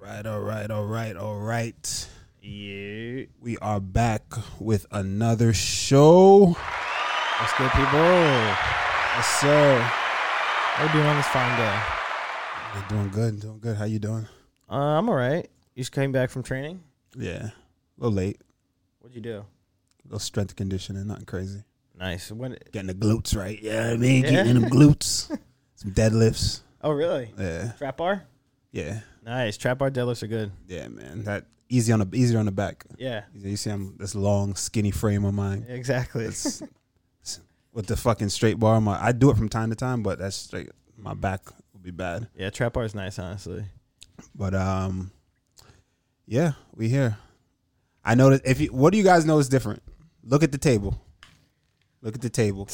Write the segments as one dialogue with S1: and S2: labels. S1: right, all right, all right, all right.
S2: Yeah.
S1: We are back with another show.
S2: What's good, people? How
S1: Yes, sir.
S2: you doing on this fine day?
S1: You're doing good, doing good. How you doing?
S2: Uh, I'm all right. You just came back from training?
S1: Yeah. A little late.
S2: What'd you do?
S1: A little strength conditioning, nothing crazy.
S2: Nice. When?
S1: Getting the glutes right. Yeah, I mean,
S2: Yeah.
S1: getting in them glutes. Some deadlifts.
S2: Oh, really?
S1: Yeah.
S2: Trap bar?
S1: Yeah.
S2: Nice. Trap bar deadlifts are good.
S1: Yeah, man. That easy on the easier on the back.
S2: Yeah.
S1: You see I'm this long, skinny frame of mine.
S2: Exactly.
S1: It's, it's- with the fucking straight bar. My I do it from time to time, but that's straight. My back will be bad.
S2: yeah, trap bar is nice, honestly.
S1: But um, yeah, we here. I noticed if you, what do you guys know is different? Look at the table. Look at the table.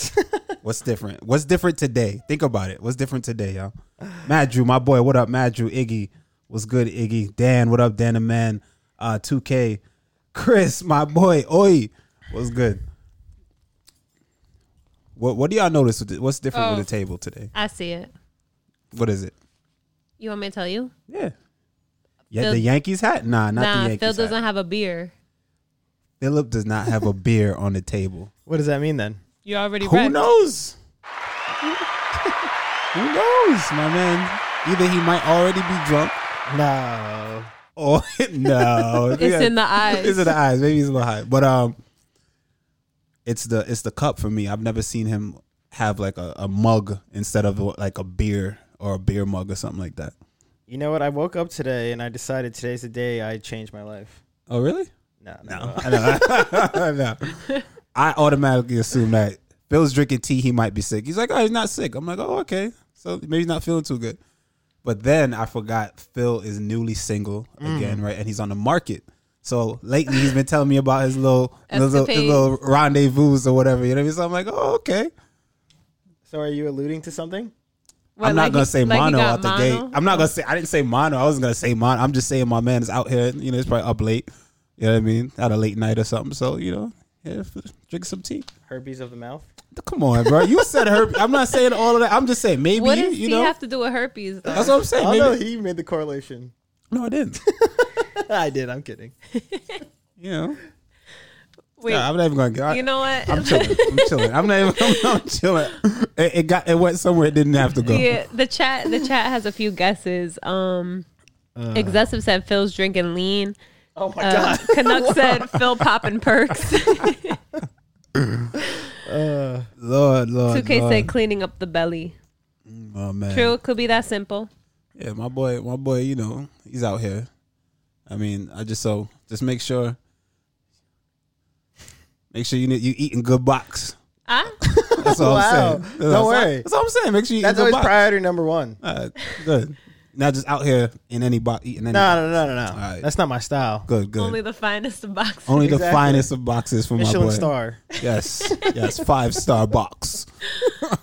S1: What's different? What's different today? Think about it. What's different today, y'all? Mad Drew, my boy. What up, Mad Drew? Iggy, what's good, Iggy? Dan, what up, Dan the man? Uh, 2K, Chris, my boy. Oi, what's good? What What do y'all notice? With the, what's different
S3: Oh.
S1: with the table today?
S3: I see it.
S1: What is it?
S3: You want me to tell you?
S1: Yeah. Yeah,
S3: Phil-
S1: the Yankees hat? Nah, not the
S3: nah,
S1: Yankees
S3: Phil
S1: hat.
S3: doesn't have a beer.
S1: Philip does not have a beer on the table.
S2: What does that mean then?
S3: You already
S1: Who
S3: read.
S1: knows? Who knows, my man? Either he might already be drunk
S2: No.
S1: or no.
S3: It's in the eyes.
S1: It's in the eyes. Maybe he's a little high. But um it's the it's the cup for me. I've never seen him have like a, a mug instead of like a beer or a beer mug or something like that.
S2: You know what? I woke up today and I decided today's the day I changed my life.
S1: Oh really?
S2: No,
S1: No, no, no. I automatically assume that Phil's drinking tea. He might be sick. He's like, oh, he's not sick. I'm like, oh, okay. So maybe he's not feeling too good. But then I forgot Phil is newly single again, right? And he's on the market. So lately he's been telling me about his little, his little, his
S3: Escapades.
S1: little rendezvous or whatever. You know what I mean? So I'm like, oh, okay.
S2: So are you alluding to something?
S3: What,
S1: I'm not
S3: like
S1: gonna
S3: he-
S1: say
S3: like he
S1: mono
S3: got
S1: out the
S3: mono?
S1: gate. I'm not gonna say I didn't say mono. I wasn't gonna say mono. I'm just saying my man is out here. You know, it's probably up late. You know what I mean? At a late night or something. So you know, yeah, f- drink some tea.
S2: Herpes of the mouth?
S1: Come on, bro. You said herpes. I'm not saying all of that. I'm just saying maybe
S3: What
S1: you,
S3: does
S1: you
S3: he
S1: know.
S3: have to do with herpes? Though?
S1: That's what I'm saying.
S2: Oh,
S1: Maybe.
S2: no, he made the correlation.
S1: no, I didn't.
S2: I did. I'm kidding.
S1: You know,
S3: Wait,
S1: Nah, I'm not even gonna get. I,
S3: you know what?
S1: I'm chilling. I'm chilling. I'm not even. I'm, I'm chilling. It, it got. It went somewhere. It didn't have to go.
S3: yeah, the chat the chat has a few guesses. Um,
S1: Uh.
S3: excessive said Phil's drinking lean.
S2: Oh my
S3: Uh, Canuck said Phil popping perks.
S1: Oh
S3: 2K
S1: Lord, Lord, Lord.
S3: said cleaning up the belly.
S1: oh man.
S3: True, it could be that simple.
S1: Yeah, my boy, my boy, you know, he's out here. I mean, I just so just make sure, make sure you you eating good box.
S3: Ah,
S1: That's all
S2: Wow.
S1: I'm saying.
S2: No
S1: that's all-
S2: way.
S1: that's all I'm saying. Make sure you
S2: That's
S1: eat good
S2: always
S1: box.
S2: priority number one.
S1: All right, good. Not just out here in any box eating any.
S2: No, no, no, no, no.
S1: right.
S2: That's not my style.
S1: Good, good. Only,
S3: only the finest of boxes.
S1: the
S2: Exactly.
S1: finest of boxes for
S2: Michelin
S1: my boy.
S2: star.
S1: Yes, yes, five star box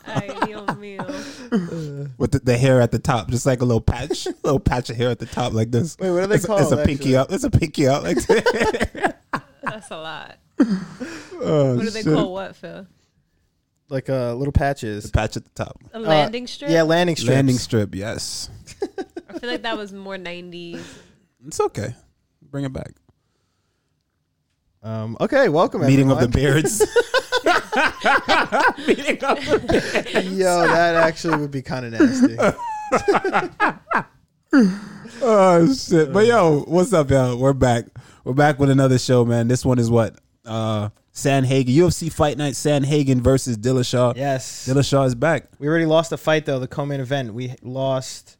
S3: Ay, Dios mío.
S1: with the, the hair at the top, just like a little patch, little patch of hair at the top, like this.
S2: Wait, what are they
S1: it's,
S2: called?
S1: It's a pinky
S2: actually?
S1: up. It's a pinky up. Like that.
S3: That's a lot.
S1: Oh,
S3: What do they
S1: shit.
S3: call what, Phil?
S2: Like uh, little patches.
S1: patch at the top.
S3: A landing strip?
S2: Uh, Yeah, landing strips.
S1: Landing strip, yes.
S3: I feel like that was more 90s.
S1: It's okay. Bring it back.
S2: Um, okay, welcome
S1: Meeting of
S2: everyone.
S1: the beards. Meeting of the
S2: Yo, that actually would be kind of nasty.
S1: Oh shit. But yo, what's up, y'all? We're back. We're back with another show, man. This one is what? Uh Sanhagen. UFC Fight Night Sanhagen versus Dillashaw.
S2: yes.
S1: Dillashaw is back.
S2: We already lost the fight though, the co-main event. We lost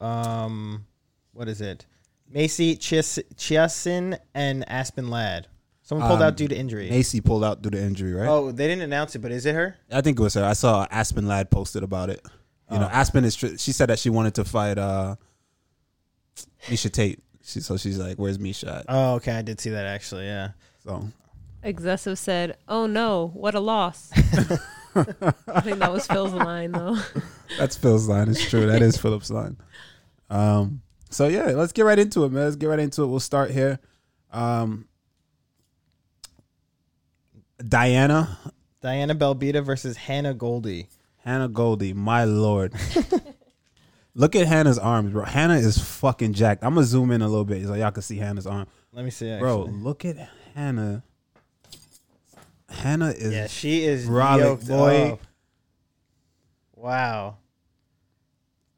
S2: um what is it? Macy Chias- Chiasin and Aspen Ladd. Someone pulled
S1: Um,
S2: out due to injury.
S1: Macy pulled out due to injury, right?
S2: oh, they didn't announce it, but is it her?
S1: I think it was her. I saw Aspen Ladd posted about it. You
S2: Oh.
S1: know, Aspen is. Tr- she said that she wanted to fight uh Misha Tate. She, so she's like, "Where's Misha?" At?
S2: Oh, okay, I did see that actually. Yeah.
S1: So
S3: Excessive said, Oh no, what a loss. I think that was Phil's line, though.
S1: That's Phil's line. It's true. That is Philip's line. Um, so yeah, let's get right into it, man. Let's get right into it. We'll start here. Um, Diana,
S2: Diana Belbita versus Hannah Goldie.
S1: Hannah Goldie, my lord. Look at Hannah's arms, bro. Hannah is fucking jacked. I'm gonna zoom in a little bit so y'all can see Hannah's arm,
S2: Let me see.
S1: bro.
S2: Actually.
S1: Look at Hannah. Hannah is
S2: yeah, she is
S1: Rollick,
S2: yoked
S1: boy.
S2: up. Wow.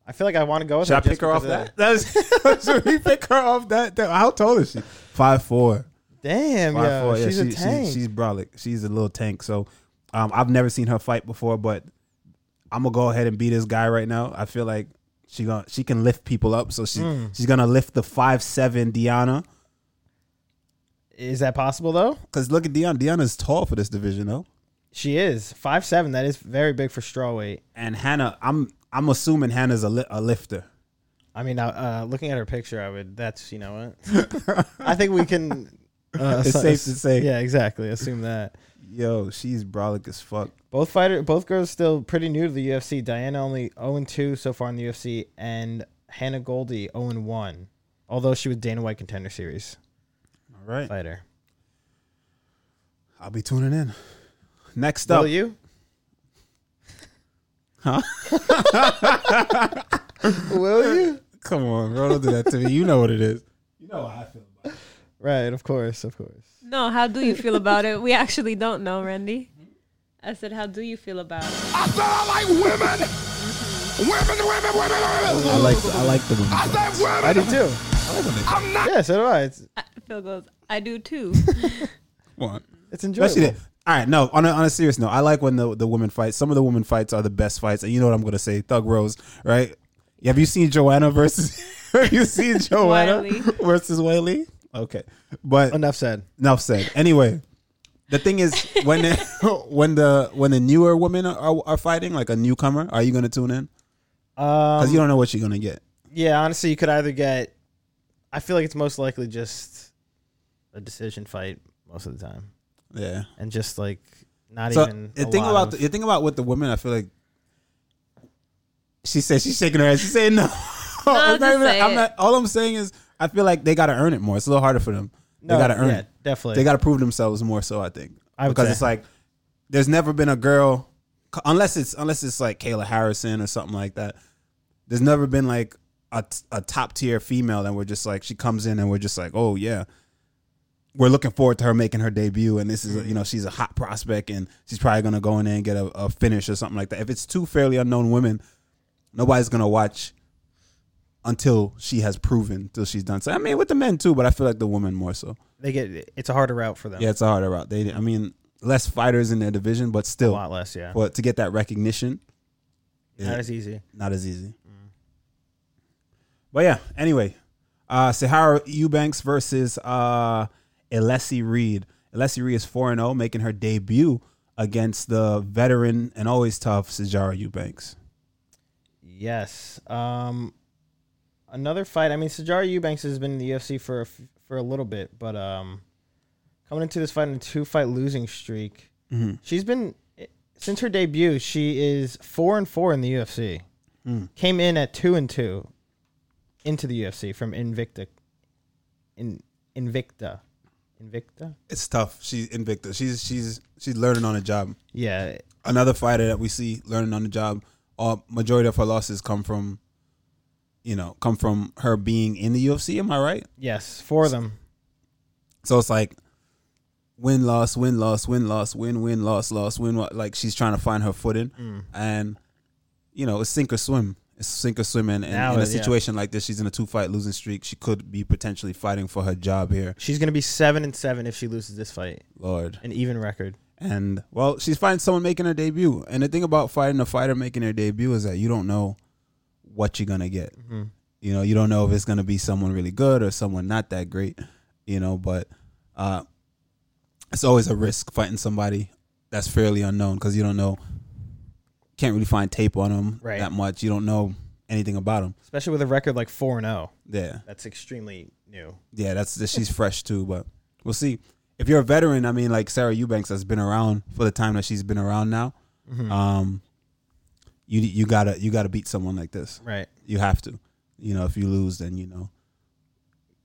S2: I feel like I want to go with
S1: Should
S2: her.
S1: I pick
S2: just
S1: her off
S2: because of
S1: that? That's, should we pick her off that? Damn, How tall is she? Five four.
S2: Damn,
S1: Five
S2: yo,
S1: four. Yeah,
S2: she's
S1: she-
S2: a tank.
S1: She's, she's brolic. She's a little tank. So, um, I've never seen her fight before, but I'm gonna go ahead and be this guy right now. I feel like she gonna she can lift people up. So she she's gonna lift the five seven Deanna.
S2: is that possible though?
S1: Cause look at Deanna. Deanna's tall for this division though.
S2: She is five seven. That is very big for straw weight.
S1: And Hannah, I'm I'm assuming Hannah's a, li- a lifter.
S2: I mean, uh, uh, looking at her picture, I would. That's you know what. I think we can. Uh,
S1: It's safe to say.
S2: Yeah, exactly. Assume that
S1: Yo, she's brolic as fuck.
S2: both fighter, both girls, still pretty new to the UFC. Diana only zero and two so far in the UFC, and Hannah Goldie zero and one. Although she was Dana White Contender Series
S1: All right,
S2: fighter.
S1: I'll be tuning in. Next up,
S2: Will you? Huh? Will you?
S1: come on, bro, don't do that to me. You know what it is. You know how I feel. About it.
S2: Right, of course, of course.
S3: No, how do you feel about it? We actually don't know, Randy. Mm-hmm. I said, how do you feel about it?
S4: I said I like women. Women, women, women, women.
S1: I like I like the women.
S4: I said women.
S2: I do too.
S4: I'm not.
S2: Yeah, so do I. It's,
S3: I, Phil goes, I do too.
S1: Come on.
S2: it's enjoyable.
S1: Especially the- all right, no. On a, on a serious note, I like when the the women fight. Some of the women fights are the best fights, and you know what I'm going to say, Thug Rose, right? Have you seen Joanna versus? have you seen Joanna
S3: Wiley.
S1: versus Whaley? Okay, but
S2: Enough said.
S1: Enough said. Anyway, the thing is, when the, when the when the newer women are, are fighting, like a newcomer, are you going to tune in? Because you don't know what you're going to get.
S2: Yeah, honestly, you could either get. I feel like it's most likely just a decision fight most of the time,
S1: Yeah.
S2: and just like not
S1: So
S2: even.
S1: the
S2: a
S1: thing
S2: lot
S1: about
S2: of-
S1: the, the thing about with the women, I feel like she said she's shaking her head. She's saying no. It's
S3: just
S1: even-
S3: say
S1: I'm
S3: it.
S1: not. All I'm saying is, I feel like they got to earn it more. It's a little harder for them. they got to earn
S2: yeah,
S1: it.
S2: Definitely,
S1: They got to prove themselves more. So I think
S2: I would
S1: because
S2: say.
S1: it's like there's never been a girl unless it's unless it's like Kayla Harrison or something like that. There's never been like a, t- a top tier female and we're just like she comes in and we're just like oh yeah we're looking forward to her making her debut and this is
S2: Mm-hmm.
S1: you know she's a hot prospect and she's probably gonna go in there and get a, a finish or something like that if it's two fairly unknown women nobody's gonna watch until she has proven till she's done so i mean with the men too but i feel like the women more so
S2: they get. It's a harder route for them.
S1: yeah, it's a harder route. They, I mean, less fighters in their division, but
S2: a
S1: still,
S2: lot less. Yeah,
S1: but to get that recognition, is
S2: not as easy.
S1: not as easy. But yeah, anyway, uh, Sahara Eubanks versus uh, Alessi Reed. Alessi Reed is four and zero, making her debut against the veteran and always tough Sahara Eubanks.
S2: Yes. Um, another fight. I mean, Sajara Eubanks has been in the UFC for a f- for a little bit, but um, coming into this fight in a two fight losing streak, she's been eh, since her debut. She is four and four in the UFC. Came in at two and two into the UFC from Invicta. In Invicta, Invicta.
S1: It's tough. She's Invicta. She's she's she's learning on the job.
S2: Yeah,
S1: another fighter that we see learning on the job, uh, majority of her losses come from, you know, come from her being in the UFC. Am I right?
S2: yes, four of them.
S1: So it's like win, loss, win, loss, win, loss, win, win, loss, loss, win. lo- Like she's trying to find her footing,
S2: Mm.
S1: and you know, it's sink or swim. It's sink or swim, and, and
S2: Now
S1: in a
S2: it- yeah.
S1: situation like this, she's in a two fight losing streak. She could be potentially fighting for her job here,
S2: She's gonna be seven and seven if she loses this fight,
S1: Lord.
S2: an even record.
S1: And well, she's fighting someone making her debut. And the thing about fighting a fighter making her debut is that you don't know what you're gonna get. You know, you don't know if it's gonna be someone really good or someone not that great. You know, but uh, it's always a risk fighting somebody that's fairly unknown because you don't know, can't really find tape on them
S2: Right.
S1: that much. You don't know anything about them.
S2: especially with a record like 4 and oh. 0.
S1: Yeah,
S2: That's extremely new.
S1: yeah, that's that she's fresh too. But we'll see. If you're a veteran, I mean, like Sarah Eubanks has been around for the time that she's been around now. Um, you you gotta you gotta beat someone like this.
S2: Right.
S1: You have to. You know, if you lose, then you know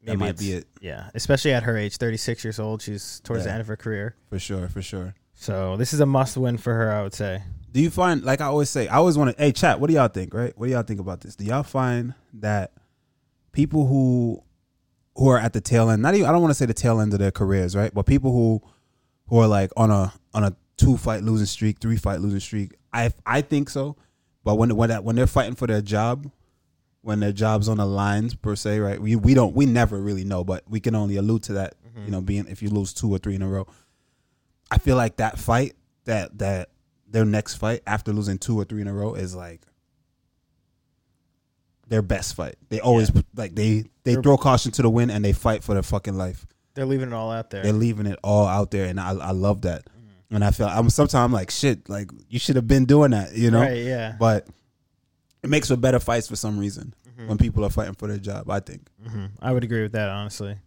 S1: that might
S2: it's-
S1: be it
S2: Yeah, especially at her age, 36 years old, she's towards the
S1: Yeah.
S2: end of her career.
S1: for sure. For sure.
S2: So this is a must win for her, I would say.
S1: Do you find like I always say, I always want to hey chat, what do y'all think, right? What do y'all think about this? Do y'all find that people who who are at the tail end, not even I don't want to say the tail end of their careers, right? But people who who are like on a on a two fight losing streak, three fight losing streak. I I think so. But when when that, when they're fighting for their job, when their job's on the lines per se, right? We we don't we never really know, but we can only allude to that, you know, being if you lose two or three in a row. I feel like that fight that that their next fight after losing two or three in a row is like their best fight. They always like they they
S2: They're-
S1: throw caution to the wind and they fight for their fucking life.
S2: They're leaving it all out there.
S1: They're leaving it all out there, and I I love that.
S2: Mm-hmm.
S1: And I feel I'm sometimes I'm like shit, like you should have been doing that, you know.
S2: Right, yeah.
S1: But it makes for better fights for some reason
S2: Mm-hmm.
S1: when people are fighting for their job. I think.
S2: hmm I would agree with that, honestly.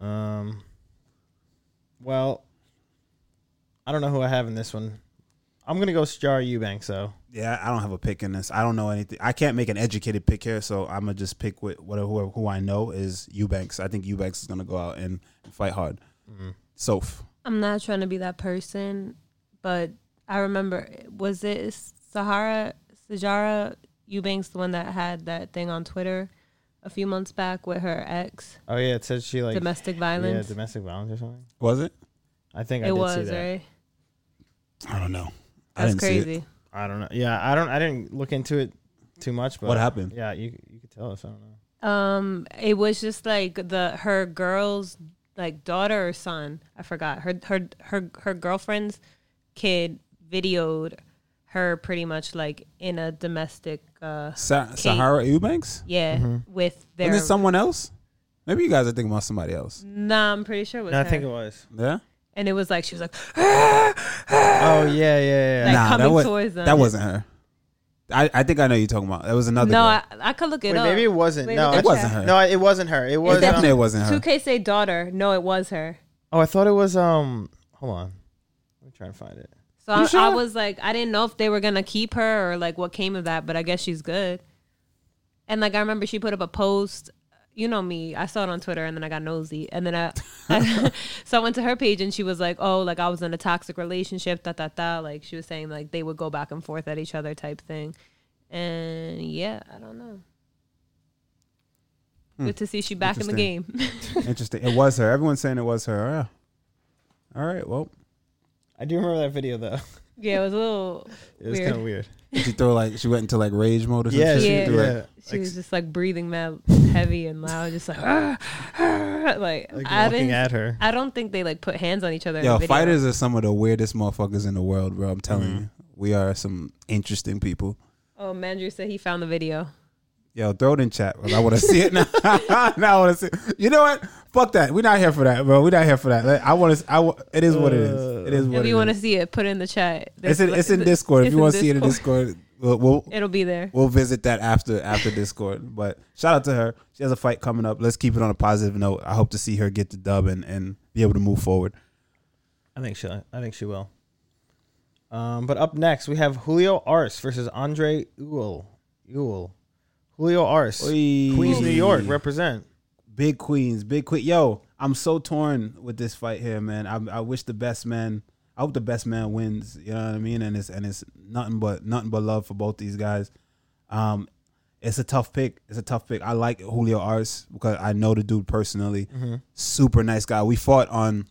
S2: Um, well, I don't know who I have in this one. I'm gonna go Star Eubanks though.
S1: Yeah, I don't have a pick in this. I don't know anything. I can't make an educated pick here, so I'm gonna just pick with whatever who, who I know is Eubanks. I think Eubanks is gonna go out and fight hard. Soph.
S3: I'm not trying to be that person, but I remember was it Sahara Sajara Eubanks the one that had that thing on Twitter a few months back with her ex
S2: Oh yeah, it said she like
S3: domestic
S2: yeah
S3: violence.
S2: domestic violence or something.
S1: was it?
S2: I think I
S3: it
S2: did
S3: was
S2: see that.
S3: right.
S1: I don't know. I
S3: That's
S1: didn't see it.
S3: crazy.
S2: I don't know. Yeah, I don't. I didn't look into it too much. But
S1: What happened?
S2: Yeah, you you could tell us. I don't know.
S3: Um, it was just like the her girl's like daughter or son. I forgot her her her her girlfriend's kid videoed her pretty much like in a domestic uh
S1: Sa- Sahara Eubanks.
S3: yeah with
S1: Isn't
S3: their
S1: it someone else? Maybe you guys are thinking about somebody else.
S3: nah I'm pretty sure it was
S2: No, I
S3: her.
S2: think it was.
S1: Yeah.
S3: and it was Mm. like she was like "Ah!"
S2: Oh yeah, yeah, yeah.
S3: Like- coming
S1: that was,
S3: towards them.
S1: That wasn't her. I, I think I know you're talking about. That was another.
S3: no
S1: girl.
S3: I, I could look it
S2: Wait,
S3: up
S2: maybe it wasn't.
S3: Wait,
S2: no,
S3: look at
S1: it wasn't
S3: that.
S1: her.
S2: no, it wasn't her. It was.
S1: definitely
S2: um,
S1: wasn't her.
S3: 2K say daughter no it was her
S2: oh, I thought it was. Um, hold on. Let me try and find it.
S3: so I,
S1: sure?
S3: I was like I didn't know if they were gonna keep her or like what came of that but I guess she's good and like I remember she put up a post you know me I saw it on Twitter and then I got nosy and then I, so I went to her page and she was like oh like I was in a toxic relationship da da da like she was saying like they would go back and forth at each other type thing and yeah I don't know good to see she back in the game.
S1: Hmm. Interesting. Interesting. It was her. Everyone's saying it was her. Oh, Yeah. All right. Well,
S2: I do remember that video though.
S3: Yeah, it was a little.
S2: It was
S3: Weird.
S2: kind of weird.
S1: did she throw like she went into like rage mode or something.
S2: Yeah,
S3: she-
S2: she,
S3: Yeah.
S2: yeah.
S1: Like,
S3: She was
S2: Like-
S3: just like breathing mad heavy and loud, just like "Ah, like,
S2: like
S3: I
S2: looking
S3: didn't.
S2: at her.
S3: I don't think they like put hands on each other. in
S1: yo,
S3: the video.
S1: fighters are some of the weirdest motherfuckers in the world, bro. I'm telling
S2: Mm-hmm.
S1: you, we are some interesting people.
S3: Oh, Mandrew said he found the video.
S1: Yo, throw it in chat. Bro. I want to see it now. now I want to see. It. You know what? Fuck that. We're not here for that, bro. We're not here for that. Like, I want to. I. wa- It is what it is. It is what
S3: Uh, If
S1: it
S3: you want to
S1: is.
S3: see it, put it in the chat.
S1: It's in, it's in
S3: It's-
S1: Discord. If
S3: it's
S1: you
S3: in
S1: want to see it in Discord, we'll, we'll
S3: it'll be there.
S1: we'll visit that after after Discord. But shout out to her. She has a fight coming up. Let's keep it on a positive note. I hope to see her get the dub and, and be able to move forward.
S2: I think she. I think she will. Um, but up next we have Julio Arce versus Andre Ewell. Ewell. Julio Arce,
S1: Oy.
S2: Queens, New York, represent.
S1: Big Queens, big Queen. Yo, I'm so torn with this fight here, man. I, I wish the best man. I hope the best man wins. You know what I mean? And it's and it's nothing but nothing but love for both these guys. Um, it's a tough pick. It's a tough pick. I like Julio Arce because I know the dude personally.
S3: Mm-hmm.
S1: Super nice guy. We fought on.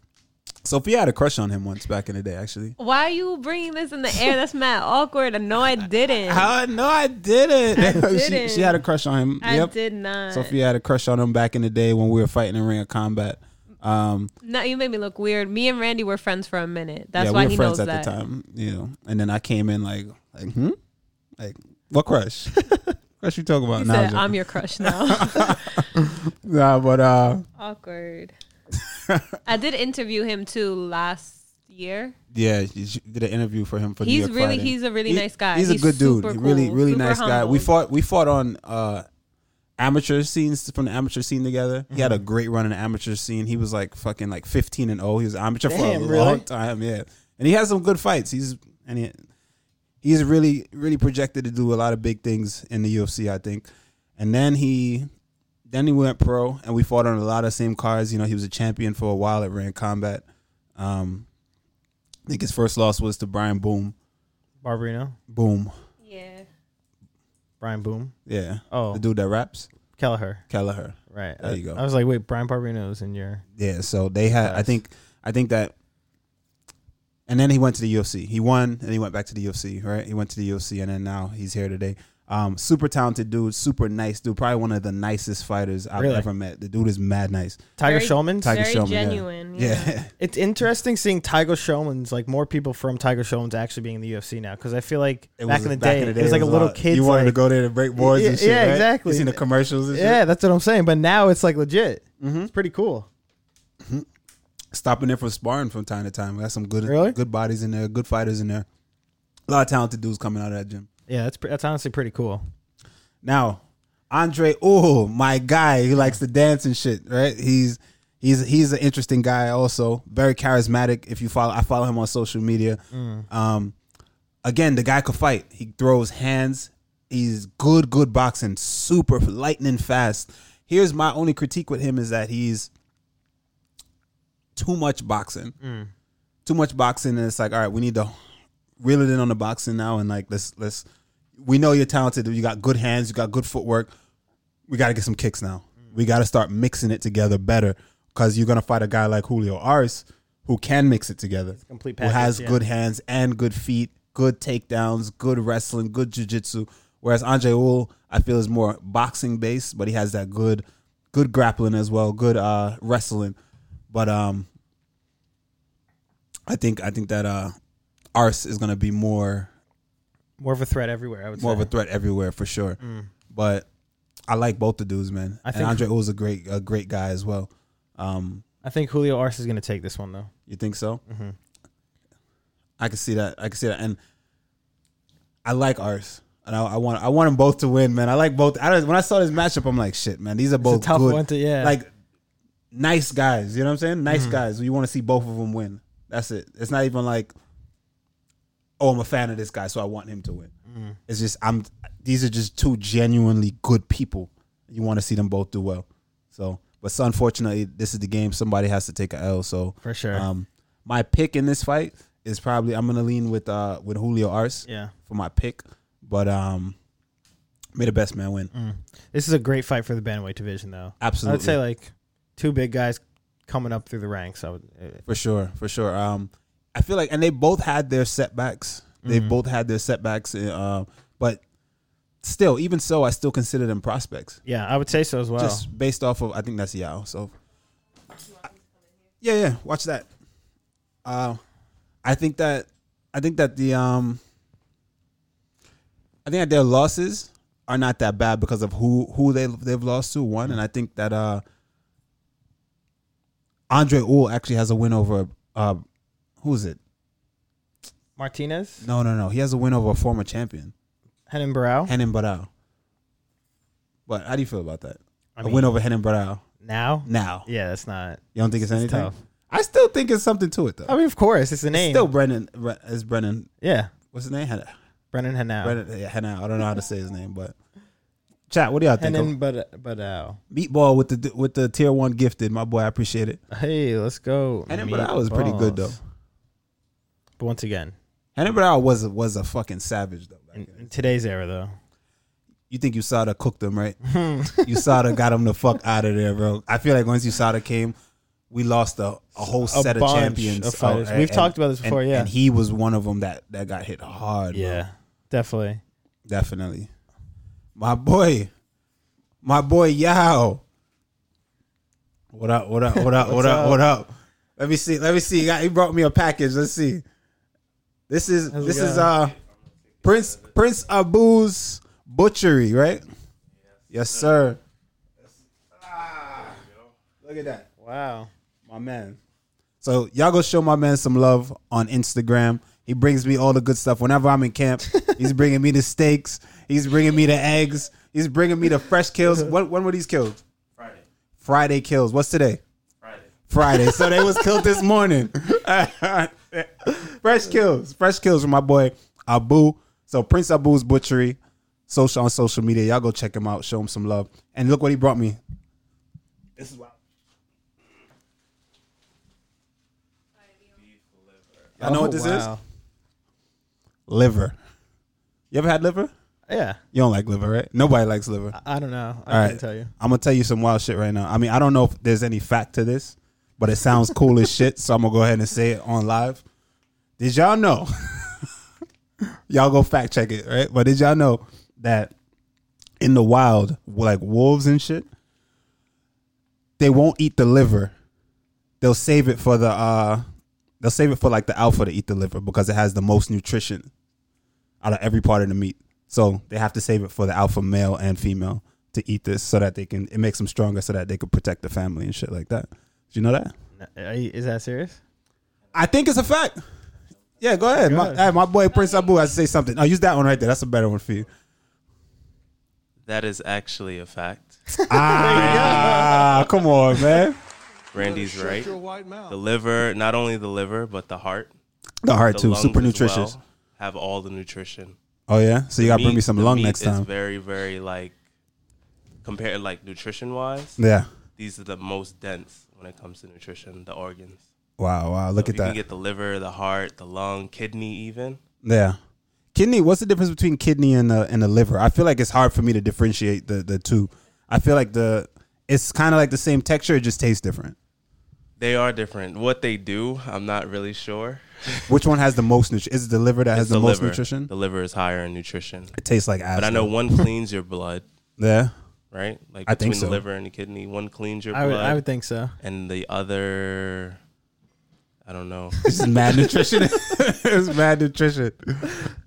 S1: Sophia had a crush on him once back in the day, actually.
S3: Why are you bringing this in the air? That's mad awkward. And no, I didn't.
S1: Uh, no, I didn't. she,
S3: didn't.
S1: she had a crush on him.
S3: I
S1: yep.
S3: did not.
S1: Sophia had a crush on him back in the day when we were fighting in Ring of Combat. Um,
S3: No, you made me look weird. Me and Randy were friends for a minute. That's
S1: yeah,
S3: why
S1: we were
S3: he
S1: friends
S3: knows
S1: at
S3: that.
S1: the time, you know. And then I came in like, like, hmm, like what crush? crush you talking about?
S3: He
S1: Nah,
S3: said,
S1: joking.
S3: "I'm your crush now."
S1: nah, but uh,
S3: Awkward. I did interview him too last year.
S1: yeah, she she did an interview for him for New
S3: He's
S1: York
S3: really-
S1: Friday.
S3: he's a really
S1: He-
S3: nice guy.
S1: He's,
S3: He's
S1: a good dude.
S3: super
S1: He Really,
S3: cool,
S1: really
S3: super
S1: nice guy. We
S3: humble.
S1: fought, we fought on uh, amateur scenes from the amateur scene together. He
S2: Mm-hmm.
S1: had a great run in the amateur scene. He was like fucking like 15 and 0. He was an amateur for
S2: Damn,
S1: a
S2: really?
S1: long time, yeah. And he has some good fights. He's and he, he's really really projected to do a lot of big things in the UFC, I think. And then he then he went pro, and we fought on a lot of same cards. You know, he was a champion for a while at Rand Combat. Um, I think his first loss was to Brian Boom.
S2: Barbarino,
S1: Boom.
S3: Yeah.
S2: Brian Boom,
S1: Yeah.
S2: Oh.
S1: The dude that raps,
S2: Kelleher.
S1: Kelleher.
S2: Right.
S1: There
S2: I-
S1: you go.
S2: I was like, wait, Brian Barbarino's in your.
S1: Yeah. So they had. I
S2: Nice.
S1: think. I think that. And then he went to the UFC. He won, and he went back to the UFC. Right. He went to the UFC, and then now he's here today. Um, super talented dude, super nice dude. Probably one of the nicest fighters I've
S2: Really?
S1: ever met. The dude is mad nice.
S2: Tiger
S3: Very-
S2: Shulman's.
S1: Tiger
S3: Very
S1: Showman.
S3: genuine,
S1: Yeah.
S3: yeah.
S1: yeah.
S2: It's interesting seeing Tiger Showman's like more people from Tiger Showman's actually being in the UFC now because I feel like
S1: It
S2: back,
S1: was-
S2: in the day, it was like a little
S1: hard.
S2: kid.
S1: You wanted to go there to break boards and
S2: Yeah,
S1: shit.
S2: yeah,
S1: right?
S2: exactly.
S1: You seen the commercials and shit?
S2: Yeah, that's what I'm saying. But now it's like legit.
S1: Mm-hmm.
S2: It's pretty cool.
S1: stopping there for sparring from time to time. We got some good,
S2: Really?
S1: good bodies in there, good fighters in there. A lot of talented dudes coming out of that gym.
S2: Yeah, that's pre- that's honestly pretty cool.
S1: Now, Andre, oh my guy, he likes to dance and shit, right? He's he's he's an interesting guy, also very charismatic. If you follow, I follow him on social media. Um, again, the guy could fight. He throws hands. He's good, good boxing, super lightning fast. Here's my only critique with him is that he's too much boxing, too much boxing, and it's like, all right, we need to reel it in on the boxing now, and like let's let's. We know you're talented. You got good hands. You got good footwork. We got to get some kicks now. We got to start mixing it together better because you're gonna fight a guy like Julio Aris who can mix it together,
S2: complete
S1: who has
S2: package, yeah.
S1: good good hands and good feet, good takedowns, good wrestling, good jujitsu. Whereas Andre Ul, I feel, is more boxing based, but he has that good, good grappling as well, good uh, wrestling. But um, I think I think that uh, Ars is gonna be more
S2: More of a threat everywhere. I would
S1: more
S2: say.
S1: of a threat everywhere for sure. But I like both the dudes, man.
S2: Mm. I
S1: I think
S2: think-
S1: and Andre Ul's a great a great guy as well. Um,
S2: I think Julio Arce is going to take this one though.
S1: you think so? I can see that. I can see that, and I like ours. And I, I want I want them both to win, man. I like both. I don't, when I saw this matchup, I'm like, shit, man. These are both
S2: tough
S1: good,
S2: one to- yeah.
S1: like nice guys. You know what I'm saying? Nice guys. You want to see both of them win. That's it. It's not even like, oh, I'm a fan of this guy, so I want him to win. It's just I'm. These are just two genuinely good people. You want to see them both do well. So, but so unfortunately, this is the game. Somebody has to take a L. So
S2: For sure.
S1: Um, my pick in this fight is probably I'm gonna lean with uh with Julio Arce
S2: Yeah.
S1: for my pick, but um, may the best man win.
S2: This is a great fight for the bantamweight division though. I would
S1: Absolutely.
S2: say like two big guys coming up through the ranks. I would. uh,
S1: For sure, for sure. Um, I feel like, and they both had their setbacks. They
S2: Mm-hmm.
S1: both had their setbacks. Uh, but still, even so, I still consider them prospects,
S2: yeah, I would say so as well.
S1: just based off of. I think that's Yao. So, yeah, yeah. Watch that. Uh, I think that I think that the um, I think that their losses are not that bad because of who who they they've lost to one, and I think that uh, Andre Ull actually has a win over uh, who's it?
S2: Martinez,
S1: No, no, no. He has a win over a former champion,
S2: Henan Barrow.
S1: Henan Barao. But how do you feel about that?
S2: I
S1: A
S2: mean-
S1: win over Henan Barao
S2: now.
S1: now.
S2: Yeah, that's not.
S1: You don't think it's anything?
S2: tough.
S1: I still think it's something to it though.
S2: I mean, of course, it's the
S1: It's
S2: name.
S1: still Brennan. Bre- It's Brennan.
S2: yeah,
S1: What's his name? Hen-
S2: Brennan Hanau.
S1: Brennan yeah, Henan. I don't know how to say his name, but chat. What do y'all think?
S2: Henan but but uh,
S1: of- Meatball with the with the tier one gifted, my boy. I appreciate it.
S2: hey, let's go.
S1: Henan Barao was pretty good though.
S2: Meatballs. But once again,
S1: Henan Barao was was a fucking savage though. back
S2: in,
S1: then.
S2: in today's era though,
S1: you think Usada cooked him, right? Usada got him the fuck out of there, bro. I feel like once Usada came, we lost a, a whole set of
S2: bunch
S1: champions. Oh,
S2: of fighters.
S1: and-
S2: We've talked about this
S1: and-
S2: before, yeah.
S1: And he was one of them that, that got hit hard. bro.
S2: yeah, definitely.
S1: Definitely. My boy. My boy Yao. What up, what up, what up, what up, what up? Let me see. Let me see. He got- He brought me a package. Let's see. This is
S2: How's it
S1: this is
S2: going?
S1: uh Prince Prince Abu's butchery, right? Yes, sir. Ah, look at that.
S2: Wow.
S1: My man. So y'all go show my man some love on Instagram. He brings me all the good stuff whenever I'm in camp. he's bringing me the steaks. He's bringing me the eggs. He's bringing me the fresh kills. When, when were these killed?
S5: Friday.
S1: Friday kills. What's today?
S5: Friday.
S1: Friday. So they was killed this morning. fresh kills. Fresh kills from my boy Abu. So Prince Abu's butchery. Social on social media. Y'all go check him out. Show him some love. And look what he brought me. This is wild. I know what this is?
S2: Oh, wow.
S1: Liver. You ever had liver?
S2: Yeah.
S1: You don't like liver, right? Nobody likes liver.
S2: I, I don't know. I
S1: All
S2: can
S1: right.
S2: tell you.
S1: I'm gonna tell you some wild shit right now. I mean, I don't know if there's any fact to this, but it sounds cool as shit. So I'm gonna go ahead and say it on live. Did y'all know? y'all go fact check it, right? But did y'all know that in the wild, like wolves and shit, they won't eat the liver. They'll save it for the uh they'll save it for like the alpha to eat the liver because it has the most nutrition out of every part of the meat. So they have to save it for the alpha male and female to eat this so that they can it makes them stronger so that they could protect the family and shit like that. Did you know that?
S2: Are you- Is that serious?
S1: I think it's a fact. Yeah, go ahead. My,
S2: Good.
S1: hey, my boy Prince Abu has to say something. I'll use that one right there. That's a better one for you.
S5: That is actually a fact.
S1: Ah, come on, man.
S5: Randy's right. The liver, not only the liver, but the heart,
S1: The heart
S5: the
S1: too.
S5: lungs
S1: Super
S5: as
S1: nutritious.
S5: well, have all the nutrition.
S1: Oh yeah. So you gotta bring me some
S5: the
S1: lung
S5: meat
S1: next
S5: Is
S1: time.
S5: very, very like compared like nutrition wise.
S1: Yeah.
S5: These are the most dense when it comes to nutrition. The organs.
S1: Wow, wow. Look
S5: you
S1: at
S5: can
S1: that.
S5: get the liver, the heart, the lung, kidney, even.
S1: yeah. Kidney. What's the difference between kidney and the and the liver? I feel like it's hard for me to differentiate the the two. I feel like the it's kind of like the same texture. It just tastes different.
S5: They are different. What they do, I'm not really sure.
S1: Which one has the most nutrition? Is it the liver that has the, most
S5: liver.
S1: nutrition?
S5: The liver is higher in nutrition,
S1: It tastes like ass.
S5: but I know one cleans your blood,
S1: Yeah.
S5: right? Like
S1: I
S5: between
S1: think so.
S5: the liver and the kidney, one cleans your
S2: I would,
S5: blood.
S2: I would think so.
S5: and the other I don't know.
S1: This is mad nutrition. it's mad nutrition.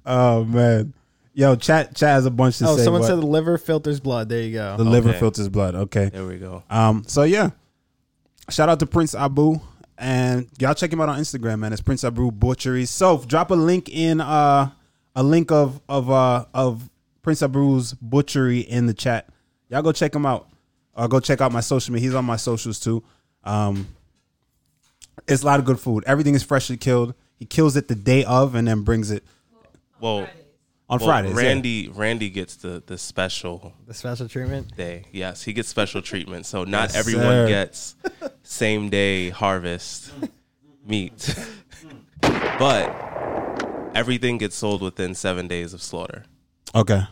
S1: Oh man. Yo, chat chat has a bunch to
S2: Oh,
S1: say.
S2: someone
S1: but
S2: said the liver filters blood. There you go.
S1: the liver
S5: Okay.
S1: filters blood. Okay.
S5: There we go.
S1: Um, so yeah. Shout out to Prince Abu. And y'all check him out on Instagram, man. It's Prince Abu Butchery. So drop a link in uh a link of of uh of Prince Abu's butchery in the chat. Y'all go check him out. Or go check out my social media. He's on my socials too. Um it's a lot of good food. Everything is freshly killed. He kills it the day of and then brings it
S5: Well,
S1: on
S5: well,
S1: Fridays. yeah.
S5: Randy Randy gets the the special
S2: the special treatment.
S5: day. Yes, he gets special treatment. So not
S1: Yes,
S5: everyone
S1: sir.
S5: gets same day harvest meat. but everything gets sold within 7 days of slaughter.
S1: Okay.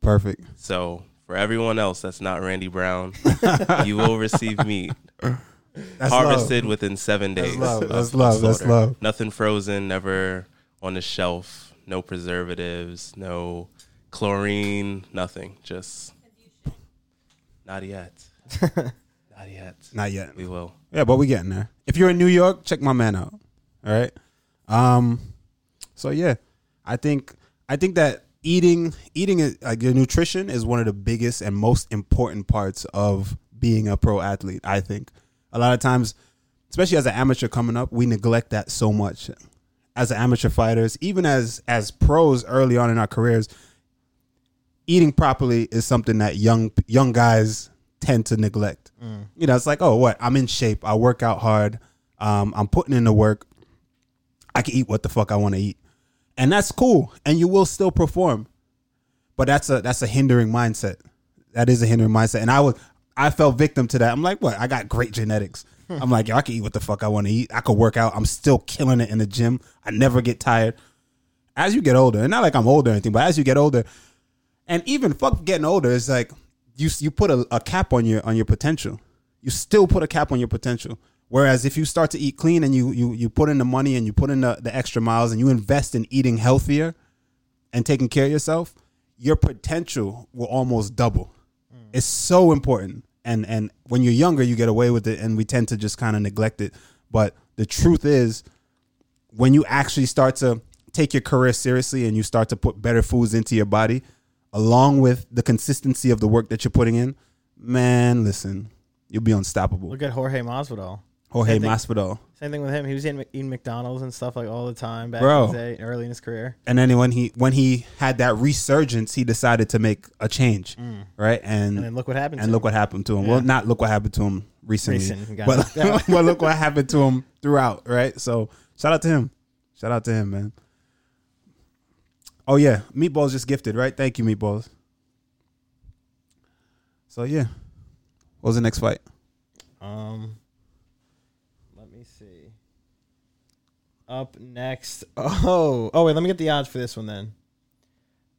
S1: Perfect.
S5: So for everyone else that's not Randy Brown, you will receive meat
S1: That's
S5: harvested within seven days.
S1: love.
S5: of-
S1: That's
S5: of
S1: love. That's
S5: slaughter.
S1: love.
S5: Nothing frozen, never on the shelf, no preservatives, no chlorine, nothing. Just not yet. not yet.
S1: Love. Not yet.
S5: We will.
S1: Yeah, but we getting there. If you're in New York, check my man out. All right. Um. So yeah, I think I think that eating eating is, like your nutrition is one of the biggest and most important parts of being a pro athlete. I think a lot of times, especially as an amateur coming up, we neglect that so much. As amateur fighters, even as as pros early on in our careers, eating properly is something that young young guys tend to neglect. You know, it's like, oh, what? I'm in shape. I work out hard. Um, I'm putting in the work. I can eat what the fuck I want to eat, and that's cool. And you will still perform, but that's a that's a hindering mindset. That is a hindering mindset, and I was I fell victim to that. I'm like, what? I got great genetics. I'm like, yo, I can eat what the fuck I want to eat. I could work out. I'm still killing it in the gym. I never get tired. As you get older, and not like I'm older or anything, but as you get older, and even fuck getting older it's like you you put a, a cap on your on your potential you still put a cap on your potential whereas if you start to eat clean and you you you put in the money and you put in the, the extra miles and you invest in eating healthier and taking care of yourself your potential will almost double
S2: Hmm.
S1: it's so important and and when you're younger you get away with it and we tend to just kind of neglect it but the truth is when you actually start to take your career seriously and you start to put better foods into your body along with the consistency of the work that you're putting in man listen you'll be unstoppable
S2: Look at Jorge Masvidal.
S1: jorge
S2: I think-
S1: masvidal
S2: Same thing with him. He was eating, eating McDonald's and stuff like all the time back
S1: Bro.
S2: in the day, early in his career.
S1: and then when he when he had that resurgence he decided to make a change right and
S2: Mm. And then look what happened.
S1: and
S2: to
S1: look
S2: him.
S1: what happened to him. Well,
S2: Yeah.
S1: not look what happened to him recently,
S2: Recent, got
S1: but,
S2: knocked out.
S1: but look what happened to him throughout. Right. So shout out to him. Shout out to him, man. Oh yeah, meatballs just gifted, right? Thank you, meatballs. So yeah, what was the next fight?
S2: Um, let me see. Up next. Oh, oh wait, let me get the odds for this one then.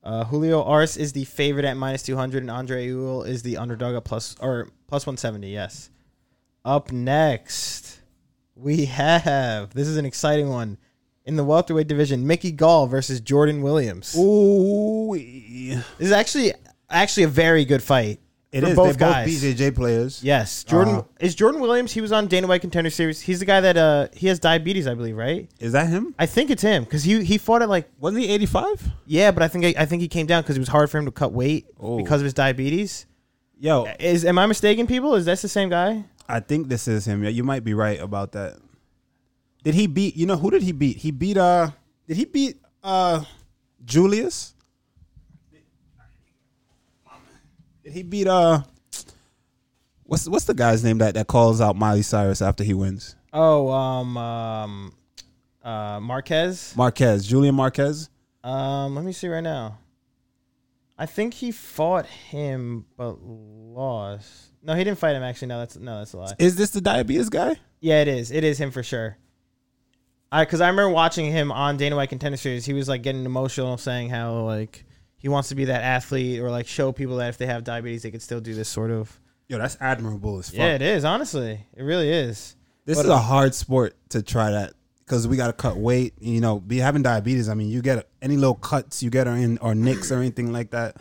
S2: Uh, Julio Arce is the favorite at minus 200, and Andre Ewell is the underdog at plus or plus 170. Yes. Up next, we have this is an exciting one in the welterweight division: Mickey Gall versus Jordan Williams.
S1: Ooh,
S2: This is actually actually a very good fight.
S1: it
S2: for
S1: is.
S2: both
S1: They're
S2: guys.
S1: both BJJ players.
S2: Yes, Jordan
S1: Uh-huh.
S2: is Jordan Williams. He was on Dana White Contender Series. He's the guy that uh he has diabetes, I believe, right?
S1: Is that him?
S2: I think it's him because he he fought at like
S1: Wasn't he 85?
S2: yeah, but I think I, think he came down because it was hard for him to cut weight
S1: Oh.
S2: because of his diabetes.
S1: Yo,
S2: Is am I mistaken, people? Is that the same guy?
S1: I think this is him. Yeah, you might be right about that. Did he beat? You know who did he beat? He beat. Uh, did he beat? Uh, Julius. Did he beat? Uh, what's what's the guy's name that that calls out Miley Cyrus after he wins?
S2: Oh, um, um, uh, Marquez.
S1: Marquez, Julian Marquez.
S2: Um, let me see right now. I think he fought him but lost. No, he didn't fight him actually. No, that's no, that's a lie.
S1: Is this the diabetes guy?
S2: Yeah, it is. It is him for sure. I because I remember watching him on Dana White Contender Series. He was like getting emotional, saying how like he wants to be that athlete or like show people that if they have diabetes, they could still do this sort of.
S1: Yo, that's admirable as fuck.
S2: Yeah, it is. Honestly, it really is.
S1: This
S2: But-
S1: is a hard sport to try that because we got to cut weight. You know, be having diabetes. I mean, you get any little cuts you get or in or nicks or anything like that.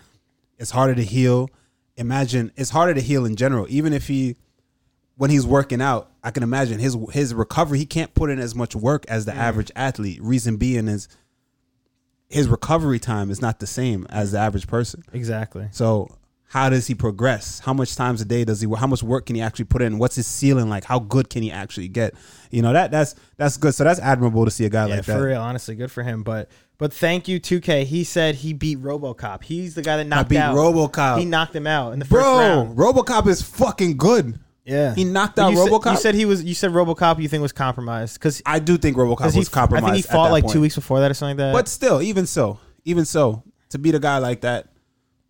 S1: It's harder to heal. Imagine it's harder to heal in general. Even if he, when he's working out, I can imagine his his recovery. He can't put in as much work as the average athlete. Reason being is his recovery time is not the same as the average person.
S2: Exactly.
S1: So how does he progress? How much times a day does he? How much work can he actually put in? What's his ceiling like? How good can he actually get? You know that that's that's good. So that's admirable to see a guy
S2: Yeah,
S1: like
S2: for
S1: that.
S2: real. Honestly, good for him. But but thank you, 2K. He said he beat RoboCop. He's the guy that knocked
S1: beat
S2: out
S1: RoboCop.
S2: He knocked him out in the first
S1: Bro,
S2: round.
S1: RoboCop is fucking good.
S2: Yeah,
S1: He knocked out
S2: you said-
S1: RoboCop?
S2: you said he was. You said RoboCop. You think was compromised because
S1: I do think RoboCop
S2: he
S1: was compromised.
S2: I think he
S1: at
S2: fought
S1: that
S2: like
S1: point.
S2: two weeks before that or something like that.
S1: but still, even so, even so, to beat a guy like that,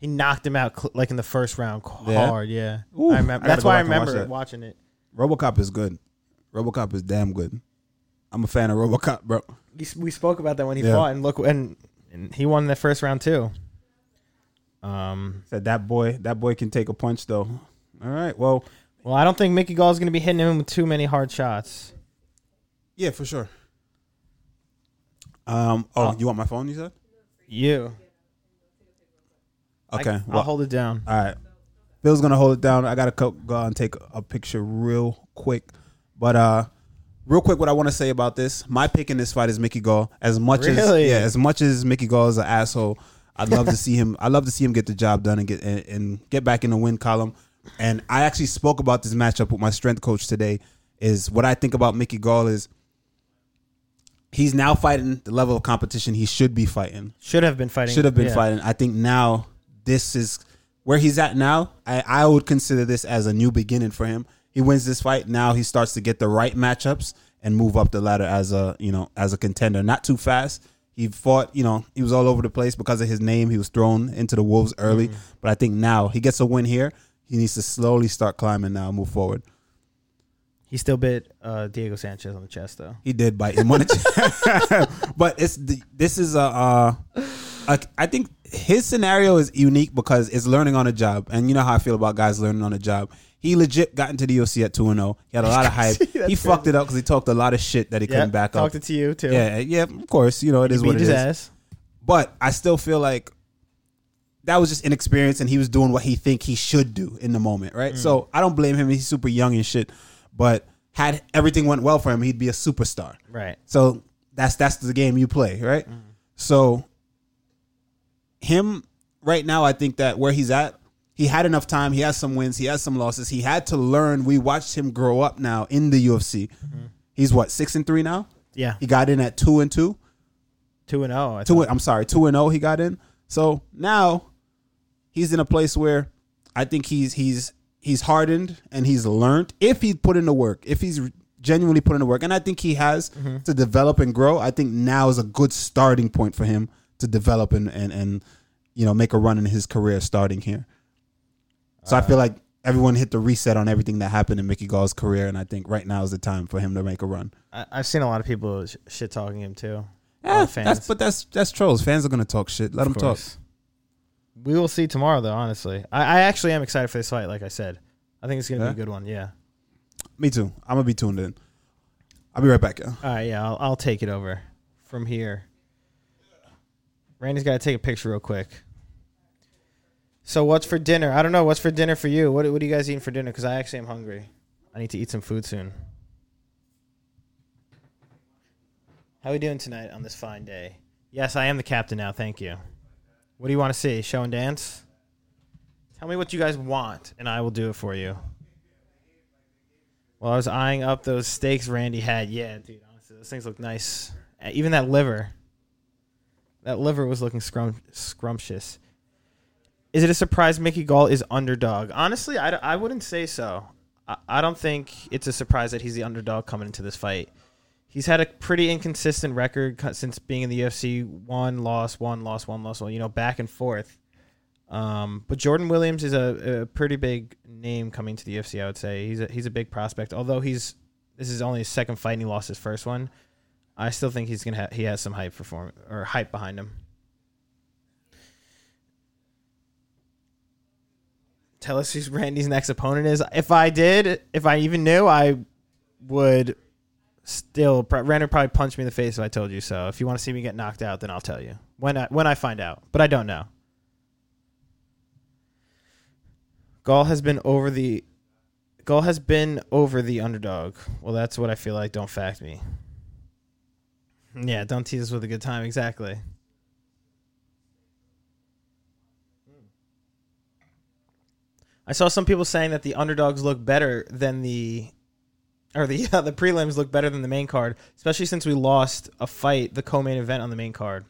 S2: He knocked him out cl- like in the first round c-
S1: Yeah?
S2: hard. Yeah,
S1: Ooh,
S2: I
S1: I
S2: remember.
S1: gotta
S2: That's
S1: go
S2: why I
S1: back and watch
S2: remember
S1: that.
S2: watching it.
S1: RoboCop is good. RoboCop is damn good. I'm a fan of RoboCop, bro.
S2: We, s- we spoke about that when he
S1: Yeah.
S2: fought, and look, and, and he won the first round too. Um.
S1: Said that boy, that boy can take a punch though. All right, well,
S2: Well, I don't think Mickey Gall is going to be hitting him with too many hard shots.
S1: yeah, for sure. Um. Oh,
S2: Oh.
S1: you want my phone? You said.
S2: You. I-
S1: Okay.
S2: I'll
S1: well,
S2: hold it down.
S1: all right. Bill's gonna hold it down. I gotta co- go out and take a picture real quick. But uh real quick what I wanna say about this. My pick in this fight is Mickey Gall. As much
S2: Really?
S1: as yeah, as much as Mickey Gall is an asshole, I'd love to see him I'd love to see him get the job done and get and, and get back in the win column. And I actually spoke about this matchup with my strength coach today. Is what I think about Mickey Gall is he's now fighting the level of competition he should be fighting
S2: Should have been fighting.
S1: should have been
S2: yeah.
S1: fighting. I think now this is where he's at now. I, I would consider this as a new beginning for him. He wins this fight. Now he starts to get the right matchups and move up the ladder as a you know as a contender. Not too fast. He fought, you know, he was all over the place because of his name. He was thrown into the wolves early,
S2: Mm.
S1: but I think now he gets a win here. He needs to slowly start climbing now, move forward.
S2: He still bit uh, Diego Sanchez on the chest though.
S1: He did bite him on the chin. but it's the, this is a, uh, a I think his scenario is unique because it's learning on a job, and you know how I feel about guys learning on a job. He legit got into the OC at two and zero. He had a lot of hype. he
S2: crazy.
S1: fucked it up because he talked a lot of shit that he couldn't back up.
S2: Talked it to you too.
S1: yeah, yeah, of course. You know it is
S2: He
S1: what
S2: beat
S1: it
S2: his
S1: is.
S2: ass.
S1: But I still feel like that was just inexperience, and he was doing what he think he should do in the moment, right?
S2: Mm.
S1: So I don't blame him. He's super young and shit. But had everything went well for him, he'd be a superstar.
S2: Right.
S1: So that's that's the game you play, right? So him right now, I think that where he's at, he had enough time. He has some wins. He has some losses. He had to learn. We watched him grow up now in the UFC. He's what six and three now.
S2: Yeah.
S1: He got in at two and two.
S2: Two and zero. I
S1: Two.
S2: thought.
S1: and- I'm sorry, two and zero. He got in. So now he's in a place where I think he's he's he's hardened and he's learned if he put in the work, if he's genuinely put in the work, and I think he has
S2: Mm-hmm.
S1: to develop and grow. I think now is a good starting point for him to develop
S2: Uh,
S1: and and and you know make a run in his career starting here. So I feel like everyone hit the reset on everything that happened in Mickey Gall's career, and I think right now is the time for him to make a run.
S2: I, I've seen a lot of people sh- shit talking him too. A lot
S1: Yeah,
S2: of fans.
S1: that's but that's that's trolls. Fans are gonna talk shit. Let them
S2: Of
S1: talk.
S2: course. We will see tomorrow, though. Honestly, I, I actually am excited for this fight. Like I said, I think it's gonna
S1: Yeah?
S2: be a good one. Yeah.
S1: Me too. I'm gonna be tuned in. I'll be right back. Yeah.
S2: All right. Yeah, I'll, I'll take it over from here. Randy's got to take a picture real quick. So what's for dinner? I don't know. What's for dinner for you? What What are you guys eating for dinner? Because I actually am hungry. I need to eat some food soon. How we doing tonight on this fine day? Yes, I am the captain now. Thank you. What do you want to see? Show and dance? Tell me what you guys want, and I will do it for you. Well, I was eyeing up those steaks Randy had. Yeah, dude, honestly, those things look nice. Uh, Even that liver. That liver was looking scrum- scrumptious. Is it a surprise Mickey Gall is underdog? Honestly, I, d- I wouldn't say so. I, I don't think it's a surprise that he's the underdog coming into this fight. He's had a pretty inconsistent record co- since being in the UFC. One loss, one loss, one loss, one, you know, back and forth. Um, but Jordan Williams is a, a pretty big name coming to the UFC. I would say he's a, he's a big prospect. Although he's this is only his second fight and he lost his first one, I still think he's gonna ha- he has some hype perform or hype behind him. Tell us who Randy's next opponent is. If I did, if I even knew, I would still pro- Randy would probably punch me in the face if I told you so. If you want to see me get knocked out, then I'll tell you when I when I find out. But I don't know. Gall has been over the Gall has been over the underdog. Well, that's what I feel like. Don't fact me. Yeah, don't tease us with a good time. Exactly. I saw some people saying that the underdogs look better than the, or the yeah, the prelims look better than the main card, especially since we lost a fight, the co-main event on the main card.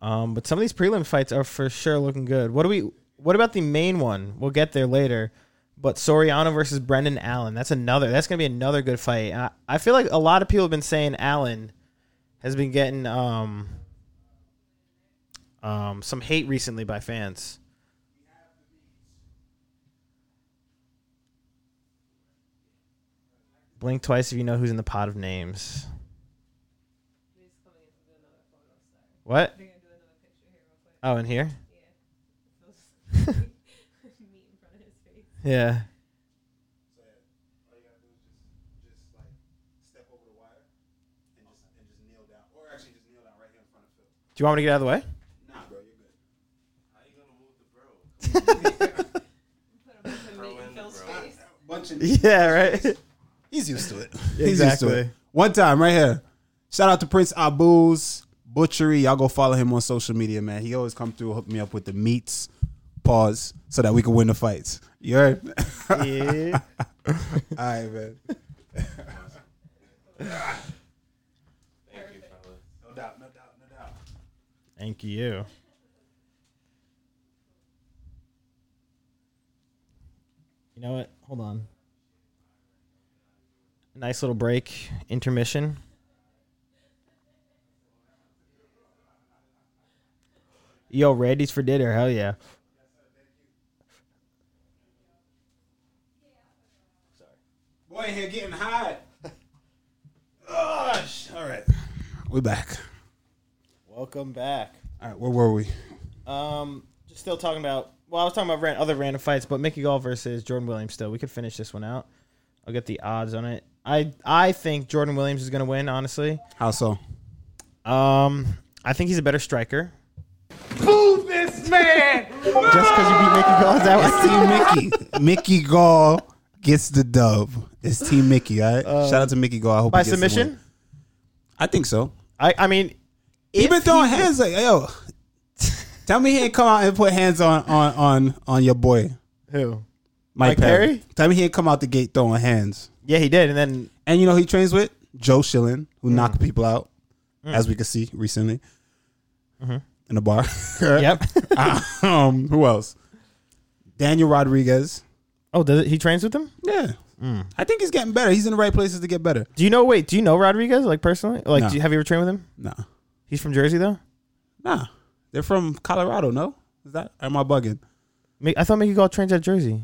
S2: Um, but some of these prelim fights are for sure looking good. What do we? What about the main one? We'll get there later. But Soriano versus Brendan Allen. That's another. That's gonna be another good fight. I, I feel like a lot of people have been saying Allen has been getting um um some hate recently by fans. Blink twice if you know who's in the pot of names. What? Oh, in here? Yeah. Do you want me to get out of the way? Yeah, right.
S1: He's used to it.
S2: Exactly.
S1: One time right here. Shout out to Prince Abu's Butchery. Y'all go follow him on social media, man. He always come through, hook me up with the meats, pause, so that we can win the fights. You heard? All
S2: Yeah.
S1: right, man.
S2: Thank you. You know what? Hold on. Nice little break, intermission. Yo, Randy's for dinner. Hell yeah.
S1: Boy, in here getting hot. Gosh. All right. We're back.
S2: Welcome back.
S1: All right, where were we?
S2: Um, just still talking about. Well, I was talking about ran, other random fights, but Mickey Gall versus Jordan Williams. Still, we could finish this one out. I'll get the odds on it. I I think Jordan Williams is going to win. Honestly,
S1: How so?
S2: um, I think he's a better striker.
S4: Move this man!
S2: Just because you beat Mickey Gall, is that what?
S1: Team Mickey. Mickey Gall gets the dub. It's Team Mickey, all right? Shout out to Mickey Gall. I hope
S2: By
S1: he gets the
S2: submission,
S1: win. I think so.
S2: I I mean,
S1: He
S2: if
S1: been throwing hands like yo. Tell me he ain't come out and put hands on on on on your boy
S2: who?
S1: Mike,
S2: Mike
S1: Perry.
S2: Perry?
S1: Tell me he ain't come out the gate throwing hands.
S2: Yeah, he did, and then
S1: And you know who he trains with Joe Schilling, who knocked people out, as we could see recently in the bar.
S2: yep.
S1: um, who else? Daniel Rodriguez.
S2: oh, does it, he trains with him?
S1: Yeah, I think he's getting better. He's in the right places to get better.
S2: Do you know? Wait, do you know Rodriguez like personally? Like,
S1: No.
S2: do you, have you ever trained with him?
S1: Nah,
S2: He's from Jersey though.
S1: nah. They're from Colorado. No, is that? Am I bugging?
S2: Mi- I thought Mickey Gall trains at Jersey.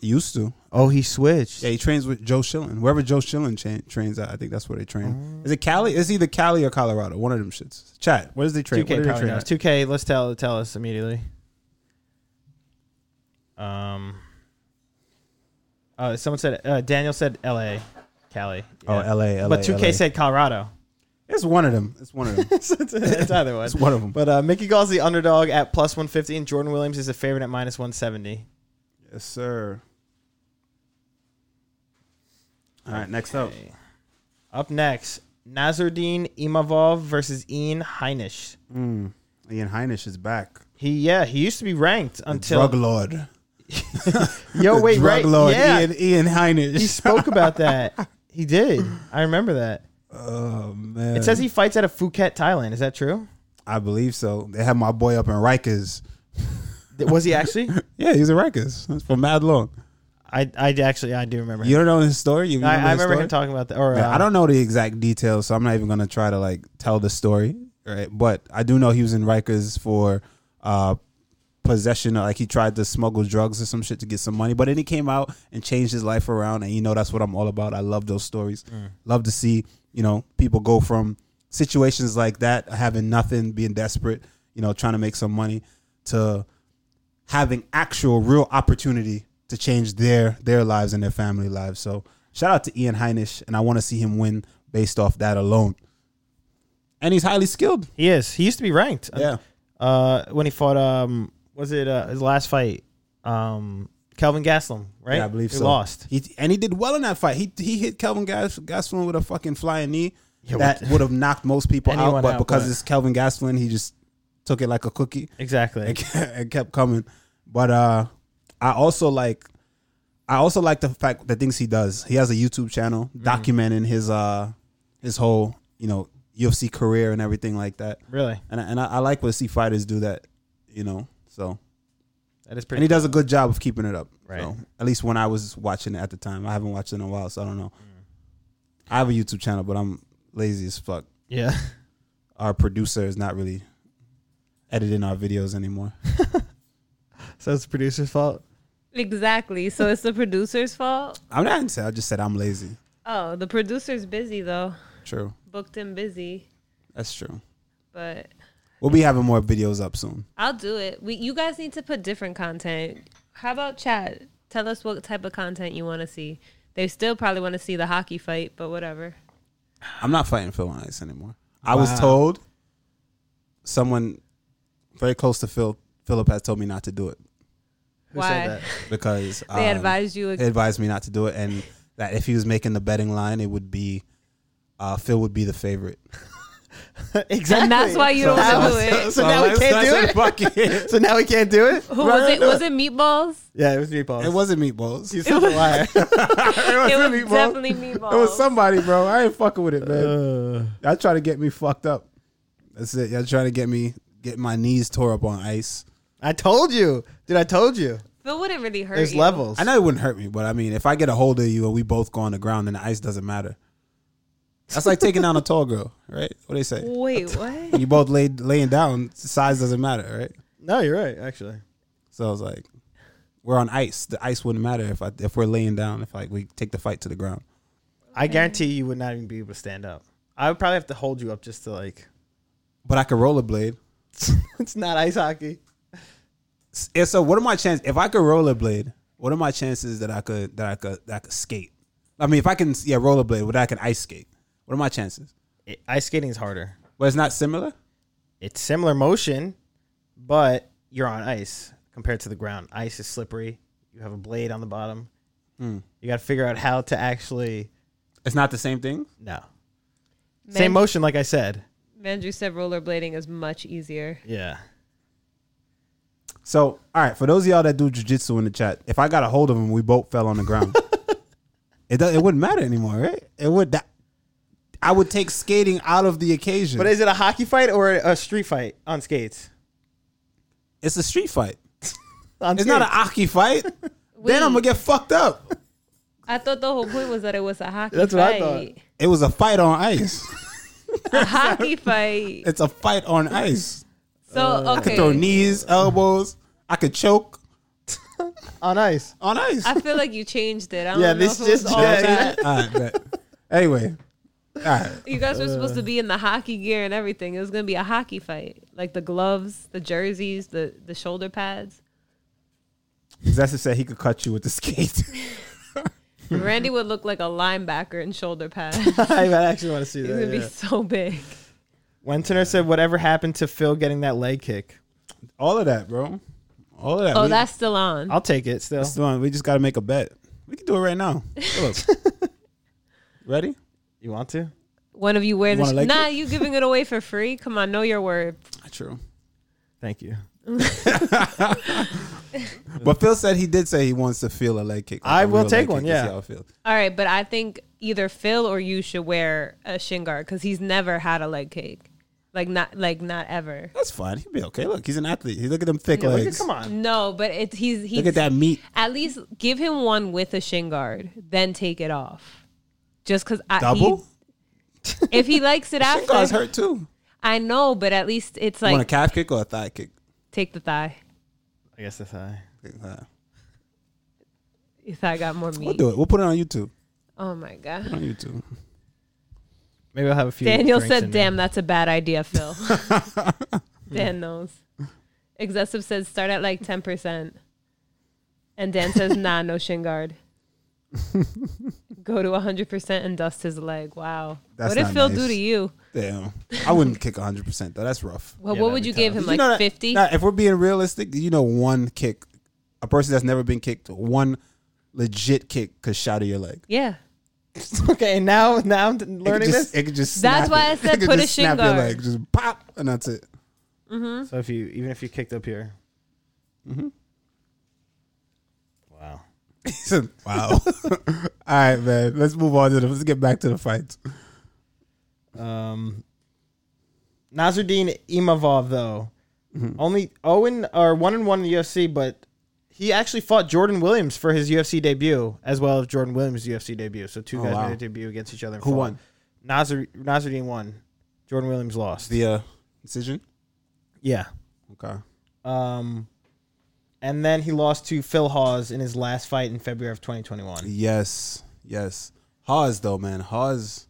S1: Used to.
S2: Oh, he switched.
S1: Yeah, he trains with Joe Schilling. Wherever Joe Schilling cha- trains at, I think that's where they train.
S2: Oh.
S1: Is it Cali? It's either Cali or Colorado. One of them shits. Chat. Where does they train?
S2: 2K
S1: Where do they
S2: probably
S1: train
S2: knows.
S1: at?
S2: 2K, let's tell tell us immediately. Um. Oh, someone said uh, Daniel said L.A. Cali.
S1: Oh,
S2: yeah.
S1: L.A. LA
S2: But 2K
S1: LA.
S2: said Colorado.
S1: it's one of them. It's one of them.
S2: So it's, it's either one.
S1: it's one of them. But
S2: But uh, Mickey Gall's the underdog at plus 150, and Jordan Williams is a favorite at minus 170.
S1: yes, sir. All right, next up.
S2: Okay. Up next, Nazardine Imavov versus Ian Heinisch.
S1: Mm, Ian Heinisch is back.
S2: He yeah, he used to be ranked until
S1: Drug lord.
S2: yo
S1: The
S2: wait
S1: drug
S2: right
S1: lord.
S2: yeah
S1: Ian, Ian Heinisch.
S2: he spoke about that he did I remember that
S1: oh man.
S2: it says he fights out of Phuket Thailand is that true
S1: I believe so. They have my boy up in Rikers.
S2: Th- was he actually
S1: Yeah, he's in Rikers. That's for mad long.
S2: I I actually I do remember him.
S1: You don't know his story. You
S2: I, I
S1: his
S2: remember
S1: story?
S2: him talking about that or
S1: Yeah,
S2: uh,
S1: I don't know the exact details, so I'm not even gonna try to like tell the story, right? But I do know he was in Rikers for uh possession of like he tried to smuggle drugs or some shit to get some money. But then he came out and changed his life around and you know that's what I'm all about. I love those stories.
S2: Mm.
S1: Love to see, you know, people go from situations like that, having nothing, being desperate, you know, trying to make some money to having actual real opportunity to change their their lives and their family lives. So shout out to Ian Heinisch, and I want to see him win based off that alone. And he's highly skilled.
S2: he is he used to be ranked
S1: Yeah.
S2: uh when he fought um was it uh, his last fight um Kelvin Gaslam right
S1: Yeah, I believe
S2: he
S1: so.
S2: lost
S1: He and he did well in that fight. He he hit Kelvin Gas, Gastelum with a fucking flying knee
S2: Yeah,
S1: that
S2: what-
S1: would have knocked most people
S2: Anyone
S1: out, but
S2: out,
S1: because
S2: but-
S1: it's Kelvin Gastelum, he just took it like a cookie.
S2: exactly
S1: and, and kept coming. But uh I also like I also like the fact the things he does. He has a YouTube channel documenting his uh his whole, you know, UFC career and everything like that.
S2: really
S1: And I, and I, I like when see fighters do that, you know. So
S2: that is
S1: and
S2: pretty
S1: he does a good job of keeping it up.
S2: Right.
S1: So, at least when I was watching it at the time. I haven't watched it in a while, so I don't know. I have a YouTube channel, but I'm lazy as fuck.
S2: yeah
S1: Our producer is not really editing our videos anymore.
S2: so it's the producer's fault
S3: Exactly. So it's the producer's fault.
S1: I'm not gonna say I just said I'm lazy.
S3: Oh, the producer's busy though.
S1: True.
S3: Booked and busy,
S1: That's true.
S3: but
S1: We'll be having more videos up soon.
S3: I'll do it. We you guys need to put different content. How about chat? Tell us what type of content you want to see. They still probably want to see the hockey fight, but whatever.
S1: I'm not fighting Phil on ice anymore. I was told someone very close to Phil Philip has told me not to do it
S2: who
S3: Why?
S2: said that
S1: because
S3: They
S1: um,
S3: advised you
S1: they advised me not to do it, and that if he was making the betting line, it would be uh, Phil would be the favorite.
S2: exactly.
S3: And that's why you don't
S2: So-
S3: wanna do it.
S2: So now we
S1: let's
S2: can't do
S1: not
S2: it.
S1: fuck it.
S2: So now we can't do it.
S3: Who was it? Was it meatballs?
S2: Yeah, it was meatballs.
S1: It wasn't meatballs.
S2: You such a liar.
S3: It was
S1: meatballs.
S3: definitely meatballs.
S1: It was somebody, bro. I ain't fucking with it, man. Y'all trying to get me fucked up. That's it. Y'all trying to get me get my knees tore up on ice.
S2: I told you, dude. I told you.
S3: Phil wouldn't really hurt.
S2: There's
S3: you.
S2: levels.
S1: I know it wouldn't hurt me, but I mean, if I get a hold of you and we both go on the ground, then the ice doesn't matter. That's like taking down a tall girl, right? What do they say?
S3: Wait, what?
S1: When you both laid laying down, size doesn't matter, right?
S2: No, you're right. Actually,
S1: So I was like, we're on ice. The ice wouldn't matter if I if we're laying down. If like we take the fight to the ground,
S2: I guarantee you would not even be able to stand up. I would probably have to hold you up just to like.
S1: but I could rollerblade.
S2: it's not ice hockey.
S1: And so, what are my chances? If I could rollerblade, what are my chances that I could that I could that I could skate? I mean, if I can, yeah, rollerblade, but I can ice skate. What are my chances?
S2: I- ice skating is harder.
S1: Well, it's not similar.
S2: It's similar motion, but you're on ice compared to the ground. Ice is slippery. You have a blade on the bottom.
S1: Hmm.
S2: You got to figure out how to actually.
S1: It's not the same thing.
S2: No.
S3: Man-
S2: Same motion, like I said.
S3: Mandrew said rollerblading is much easier.
S2: Yeah.
S1: So, all right, for those of y'all that do jujitsu in the chat, if I got a hold of him, we both fell on the ground. it does, it wouldn't matter anymore, right? It would that I would take skating out of the occasion.
S2: But
S1: But it's,
S2: is it a hockey fight or a street fight on skates?
S1: a street fight.
S2: On
S1: It's not an
S2: skates.
S1: hockey fight. then I'm gonna get fucked up.
S3: I thought the whole point was that it was a hockey
S2: That's what I
S3: fight.
S2: thought.
S1: It was a fight on ice.
S3: A hockey fight.
S1: It's a fight on ice.
S3: So
S1: I could
S2: uh,
S3: okay.
S1: throw knees, elbows. I could choke.
S2: on ice.
S1: on ice.
S3: I feel like you changed it. I don't
S2: Yeah,
S3: know
S2: this
S3: if it was
S2: just
S3: all
S2: changed.
S3: that.
S1: All right, but anyway, all right.
S3: You guys were supposed to be in the hockey gear and everything. It was gonna be a hockey fight, like the gloves, the jerseys, the the shoulder pads.
S1: Zessa said he could cut you with the skate.
S3: Randy would look like a linebacker in shoulder pads. He's
S2: I actually want to see
S3: gonna
S2: that.
S3: be
S2: Yeah.
S3: so big.
S2: Wentner said, "Whatever happened to Phil getting that leg kick?
S1: All of that, bro. All of that.
S3: Oh,
S1: we,
S3: that's still on.
S2: I'll take it still."
S1: that's the one. We just got to make a bet. We can do it right now. Look. Ready?
S2: You want to?
S3: One of you wear
S1: You
S3: the
S1: wanna
S3: sh-
S1: like
S3: Nah,
S1: it?
S3: you giving it away for free? Come on, know your word.
S1: True.
S2: Thank you.
S1: But Phil said he did say he wants to feel a leg kick.
S2: I
S1: a
S2: will
S1: real
S2: take
S1: leg kick
S2: one,
S1: to
S2: yeah.
S1: see how it feels.
S3: All right, but I think either Phil or you should wear a shin guard because he's never had a leg kick, like not like not ever.
S1: That's fine. He'll be okay. Look, he's an athlete. He look at them thick
S2: Look at-
S1: legs.
S2: come on.
S3: No, but it's he's he's
S1: Look at that meat.
S3: At least give him one with a shin guard, then take it off. Just because I
S1: Double.
S3: he- if he likes it
S1: Shin guards
S3: after,
S1: hurt too.
S3: I know, but at least it's
S1: you want a
S3: like
S1: calf kick or a thigh kick?
S3: take the thigh.
S2: I guess that's I.
S1: Uh,
S3: Your thigh got more
S1: We'll
S3: meat.
S1: do it. We'll put it on YouTube.
S3: Oh my god.
S1: On YouTube.
S2: Maybe I'll have a few.
S3: Daniel
S2: drinks
S3: said,
S2: in there.
S3: "Damn, that's a bad idea, Phil." Dan knows. Excessive says, "Start at like ten percent," and Dan says, "Nah, no shin guard." Go to hundred percent and dust his leg. Wow,
S1: That's
S3: what did
S1: not
S3: Phil do
S1: nice.
S3: to you?
S1: Damn. I wouldn't kick 100% though. That's rough.
S3: Well,
S2: Yeah,
S3: what
S2: that'd
S3: would
S2: be
S3: you give
S2: tough.
S3: him?
S1: You know that-
S3: Like fifty?
S1: nah, if we're being realistic, you know, one kick, a person that's never been kicked, one legit kick could shatter your leg.
S3: Yeah.
S2: okay, now now I'm
S1: It could
S2: learning
S1: just-
S2: this.
S1: It could just.
S3: That's
S1: snap
S3: why
S1: it.
S3: I
S1: It
S3: said
S1: could
S3: put a
S1: just
S3: shin
S1: snap
S3: guard.
S1: Your leg, just pop, and that's it.
S3: Mm-hmm.
S2: So if you even if you kicked up here, mm-hmm. wow,
S1: wow. All right, man. Let's move on to the. Let's get back to the fight.
S2: Um, Nazruddin Imavov though,
S1: Mm-hmm.
S2: only Owen or one and one in the UFC, but he actually fought Jordan Williams for his UFC debut as well as Jordan Williams' UFC debut. So two guys
S1: Oh, wow.
S2: made a debut against each other. and
S1: Who
S2: fought.
S1: won?
S2: Nazar Nazruddin won. Jordan Williams lost.
S1: The uh, decision.
S2: yeah.
S1: Okay.
S2: Um, and then he lost to Phil Hawes in his last fight in February of 2021.
S1: Yes. Yes. Hawes though, man. Hawes.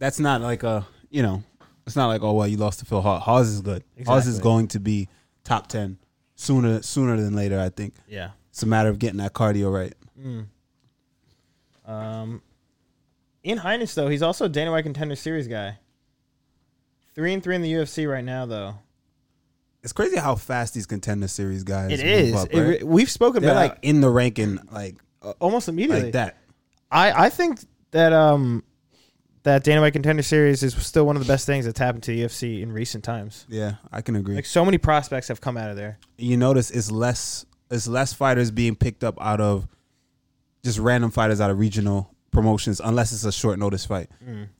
S1: That's not like a you know. It's not like oh well you lost to Phil Haw. Hawes is good. Hawes is
S2: Exactly.
S1: going to be top ten sooner sooner than later. I think
S2: Yeah.
S1: it's a matter of getting that cardio right.
S2: Um, in Highness though, he's also a Dana White Contender Series guy. Three and three in the UFC right now though.
S1: It's crazy how fast these contender series guys. move
S2: It is.
S1: up,
S2: It-
S1: right?
S2: we've spoken
S1: They're
S2: about
S1: like
S2: like
S1: in the ranking like uh,
S2: almost immediately.
S1: like that.
S2: I I think that um that Dana White Contender Series is still one of the best things that's happened to the UFC in recent times.
S1: Yeah, I can agree.
S2: Like so many prospects have come out of there.
S1: you notice it's less it's less fighters being picked up out of just random fighters out of regional promotions unless it's a short notice fight.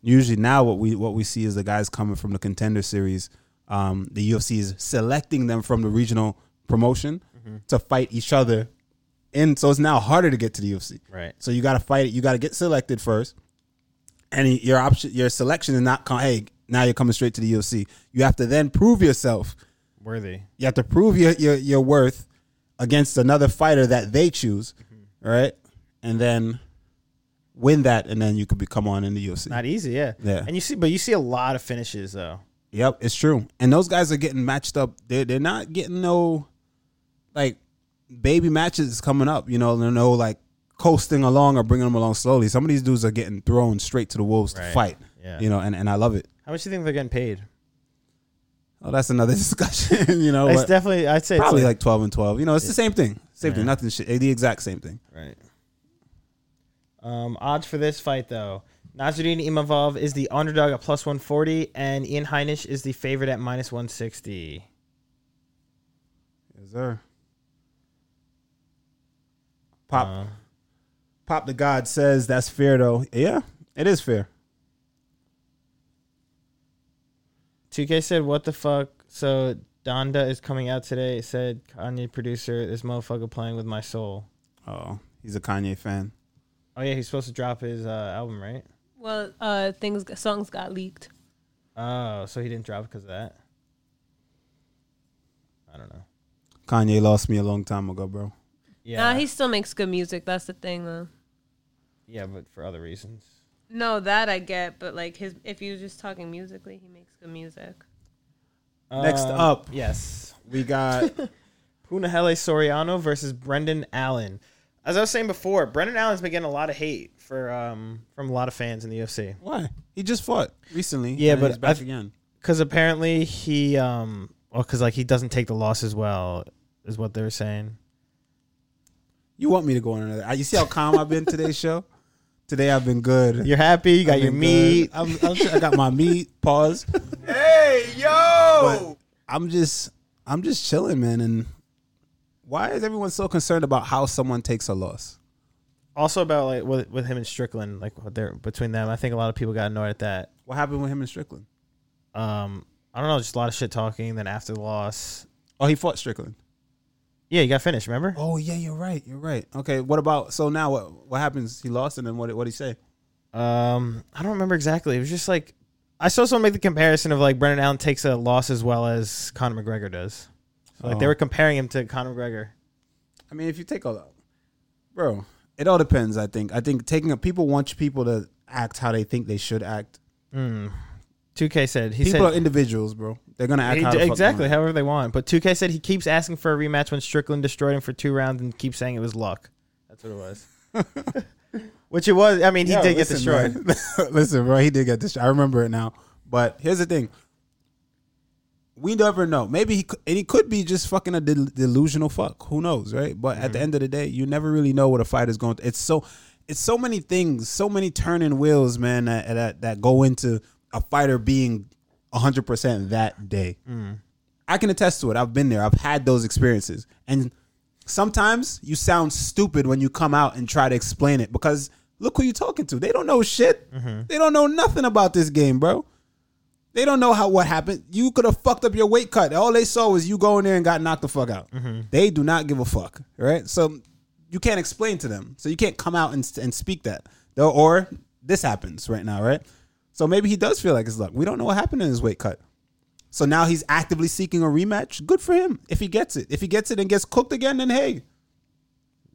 S1: Usually now what we what we see is the guys coming from the contender series. Um, the UFC is selecting them from the regional promotion to fight each other. And so it's now harder to get to the UFC.
S2: Right.
S1: So you got to fight it. You got to get selected first, and your option, your selection is not. Con- hey, now you're coming straight to the UFC. You have to then prove yourself
S2: Worthy.
S1: you have to prove your your, your worth against another fighter that they choose,
S2: Mm-hmm.
S1: all right? And then win that, and then you could be come on in the UFC.
S2: Not easy, yeah.
S1: Yeah.
S2: And you see but you see a lot of finishes though.
S1: yep, it's true. And those guys are getting matched up. They're they're not getting no like baby matches coming up. You know, they're no like coasting along or bringing them along slowly. Some of these dudes are getting thrown straight to the wolves to
S2: Right.
S1: fight.
S2: Yeah.
S1: You know, and, and I love it.
S2: How much do you think they're getting paid?
S1: Oh, that's another discussion. you know,
S2: It's
S1: but
S2: definitely I'd say
S1: Oh, probably
S2: it's
S1: like twelve and twelve. You know, it's the same thing. Same thing. Nothing. Shit. The exact same thing.
S2: Right. Um, odds for this fight though. Nazarudin Imavov is the underdog at plus 140, and Ian Heinisch is the favorite at minus 160.
S1: Yes, sir. Pop, pop the god says that's fair though. Yeah, it is fair.
S2: 2K said, "What the fuck?" So Donda is coming out today. It said Kanye producer, this motherfucker playing with my soul.
S1: Oh, he's a Kanye fan.
S2: Oh yeah, he's supposed to drop his uh, album, right?
S3: Well, uh, things songs got leaked.
S2: Oh, so he didn't drop because of that. I don't know.
S1: Kanye lost me a long time ago, bro.
S2: Yeah,
S3: Nah, he still makes good music. That's the thing, though.
S2: yeah, but for other reasons.
S3: No, that I get, but like his, if you're just talking musically, he makes good music.
S1: Next
S2: Um,
S1: up.
S2: yes,
S1: We got
S2: Punahele Soriano versus Brendan Allen. As I was saying before, Brendan Allen's been getting a lot of hate for um from a lot of fans in the UFC
S1: why he just fought recently.
S2: Yeah,
S1: and
S2: but
S1: he's back
S2: I've-
S1: again.
S2: because apparently he um well because like he doesn't take the loss as well is what they were saying.
S1: You want me to go on another? You see how calm I've been today's show. Today I've been good.
S2: You're happy, you got
S1: I've
S2: your
S1: been good.
S2: meat.
S1: I'm, I'm sure I got my meat. Pause.
S4: Hey, yo!
S1: I'm just I'm just chilling, man. And why is everyone so concerned about how someone takes a loss?
S2: Also about like with, with him and Strickland, like what they're between them. I think a lot of people got annoyed at that.
S1: What happened with him and Strickland?
S2: Um, I don't know, just a lot of shit talking. Then after the loss,
S1: Oh, he fought Strickland.
S2: yeah, you got finished. Remember?
S1: Oh yeah, you're right. You're right. Okay, what about so now? What what happens? He lost, and then what? What he say?
S2: Um, I don't remember exactly. It was just like I saw someone make the comparison of like Brendan Allen takes a loss as well as Conor McGregor does. So, like they
S1: Oh.
S2: were comparing him to Conor McGregor.
S1: I mean, if you take a, bro, it all depends. I think. I think taking a people want people to act how they think they should act.
S2: Two K said he
S1: People are
S2: said
S1: individuals, bro. They're gonna act
S2: he-
S1: how the fuck they
S2: exactly
S1: want.
S2: however they want. But Two K said he keeps asking for a rematch when Strickland destroyed him for two rounds and keeps saying it was luck. That's what it was. Which it was. I mean, he
S1: Yo,
S2: did get
S1: listen,
S2: destroyed.
S1: man. listen, bro, he did get destroyed. I remember it now. But here's the thing: we never know. Maybe he could, and he could be just fucking a del- delusional fuck. Who knows, right? But
S2: Mm-hmm.
S1: at the end of the day, you never really know what a fight is going. to It's so, it's so many things, so many turning wheels, man. That that, that go into a fighter being hundred percent that day. I can attest to it. I've been there. I've had those experiences. And sometimes you sound stupid when you come out and try to explain it because look who you're talking to. They don't know shit. They don't know nothing about this game, bro. They don't know how what happened. You could have fucked up your weight cut. All they saw was you going there and got knocked the fuck out. They do not give a fuck, right? So you can't explain to them. So you can't come out and, and speak that. Though, or this happens right now, right? So maybe he does feel like it's luck. We don't know what happened in his weight cut. So now he's actively seeking a rematch. Good for him if he gets it. If he gets it and gets cooked again, then hey,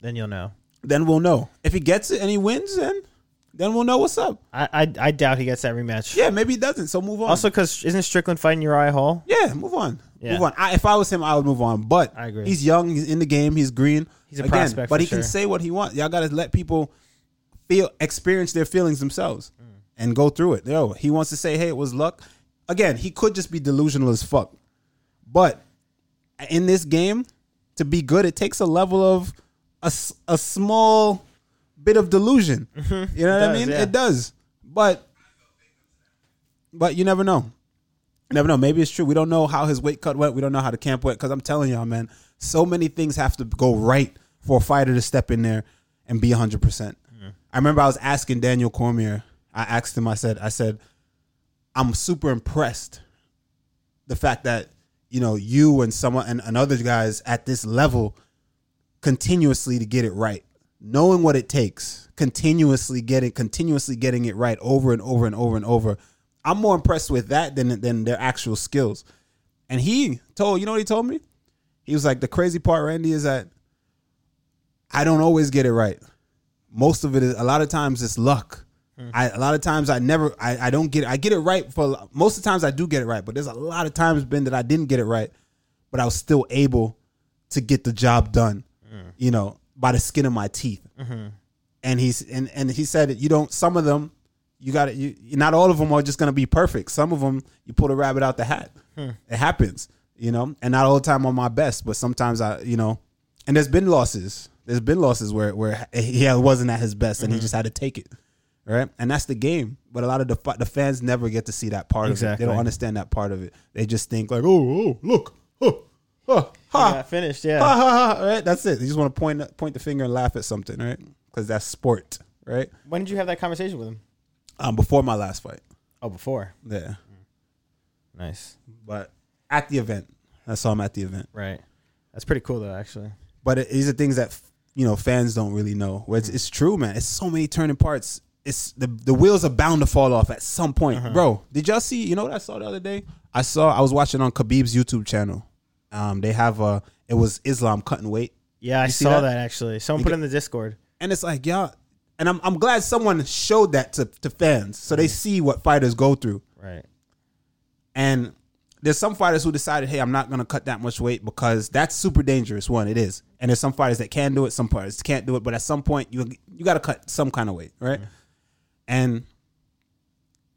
S2: then you'll know.
S1: then we'll know. If he gets it and he wins, then then we'll know what's up.
S2: I I, I doubt he gets that rematch.
S1: Yeah, maybe he doesn't. So move on.
S2: Also, because isn't Strickland fighting Uriah Hall?
S1: yeah, move on.
S2: Yeah.
S1: Move on. I, if I was him, I would move on. But
S2: I agree.
S1: He's young. He's in the game. He's green.
S2: He's a prospect
S1: but
S2: for
S1: he can
S2: sure.
S1: say what he wants. Y'all gotta let people feel experience their feelings themselves
S2: Mm.
S1: and go through it. Yo, he wants to say, hey, it was luck. Again, he could just be delusional as fuck. But in this game, to be good, it takes a level of a, s- a small bit of delusion. You know what I
S2: does,
S1: mean?
S2: yeah.
S1: It does. But but you never know. You never know. Maybe it's true. We don't know how his weight cut went. We don't know how the camp went. Because I'm telling y'all, man, so many things have to go right for a fighter to step in there and be 100%. percent I remember I was asking Daniel Cormier. I asked him, I said, I said, I'm super impressed the fact that you know you and someone and, and other guys at this level continuously to get it right knowing what it takes continuously getting continuously getting it right over and over and over and over i'm more impressed with that than than their actual skills and he told you know what he told me he was like the crazy part randy is that i don't always get it right most of it is a lot of times it's luck. I a lot of times I never I, I don't get I get it right for most of the times I do get it right, but there's a lot of times been that I didn't get it right, but I was still able to get the job done, you know, by the skin of my teeth. And he's and and he said that you don't some of them you got to you not all of them are just going to be perfect. Some of them you pull the rabbit out the hat. It happens, you know. And not all the time on my best, but sometimes I, you know, and there's been losses. There's been losses where where he wasn't at his best, and he just had to take it, right? And that's the game. But a lot of the fa- the fans never get to see that part of it.
S2: Exactly.
S1: They don't understand that part of it. They just think like, oh, oh, look, oh, oh, ha,
S2: He got finished. Yeah.
S1: ha, ha, ha, right? That's it. You just want to point point the finger and laugh at something, right? Because that's sport, right?
S2: When did you have that conversation with him?
S1: Um, before my last fight,
S2: Oh, before.
S1: yeah.
S2: Nice.
S1: but at the event, I saw him at the event.
S2: Right. That's pretty cool though, actually.
S1: But it, these are things that you know fans don't really know. Where it's, it's true, man. It's so many turning parts. It's the the wheels are bound to fall off at some point, bro. Did y'all see? You know what I saw the other day? I saw I was watching on Khabib's YouTube channel, Um, they have a it was Islam cutting weight,
S2: Yeah, I
S1: see
S2: saw
S1: that?
S2: that? actually. Someone put it in the Discord.
S1: and it's like y'all. And I'm I'm glad someone showed that to to fans so they see what fighters go through.
S2: Right.
S1: And there's some fighters who decided, hey, I'm not gonna cut that much weight because that's super dangerous. One, it is. And there's some fighters that can do it, some fighters can't do it. But at some point, you you gotta cut some kind of weight, right? And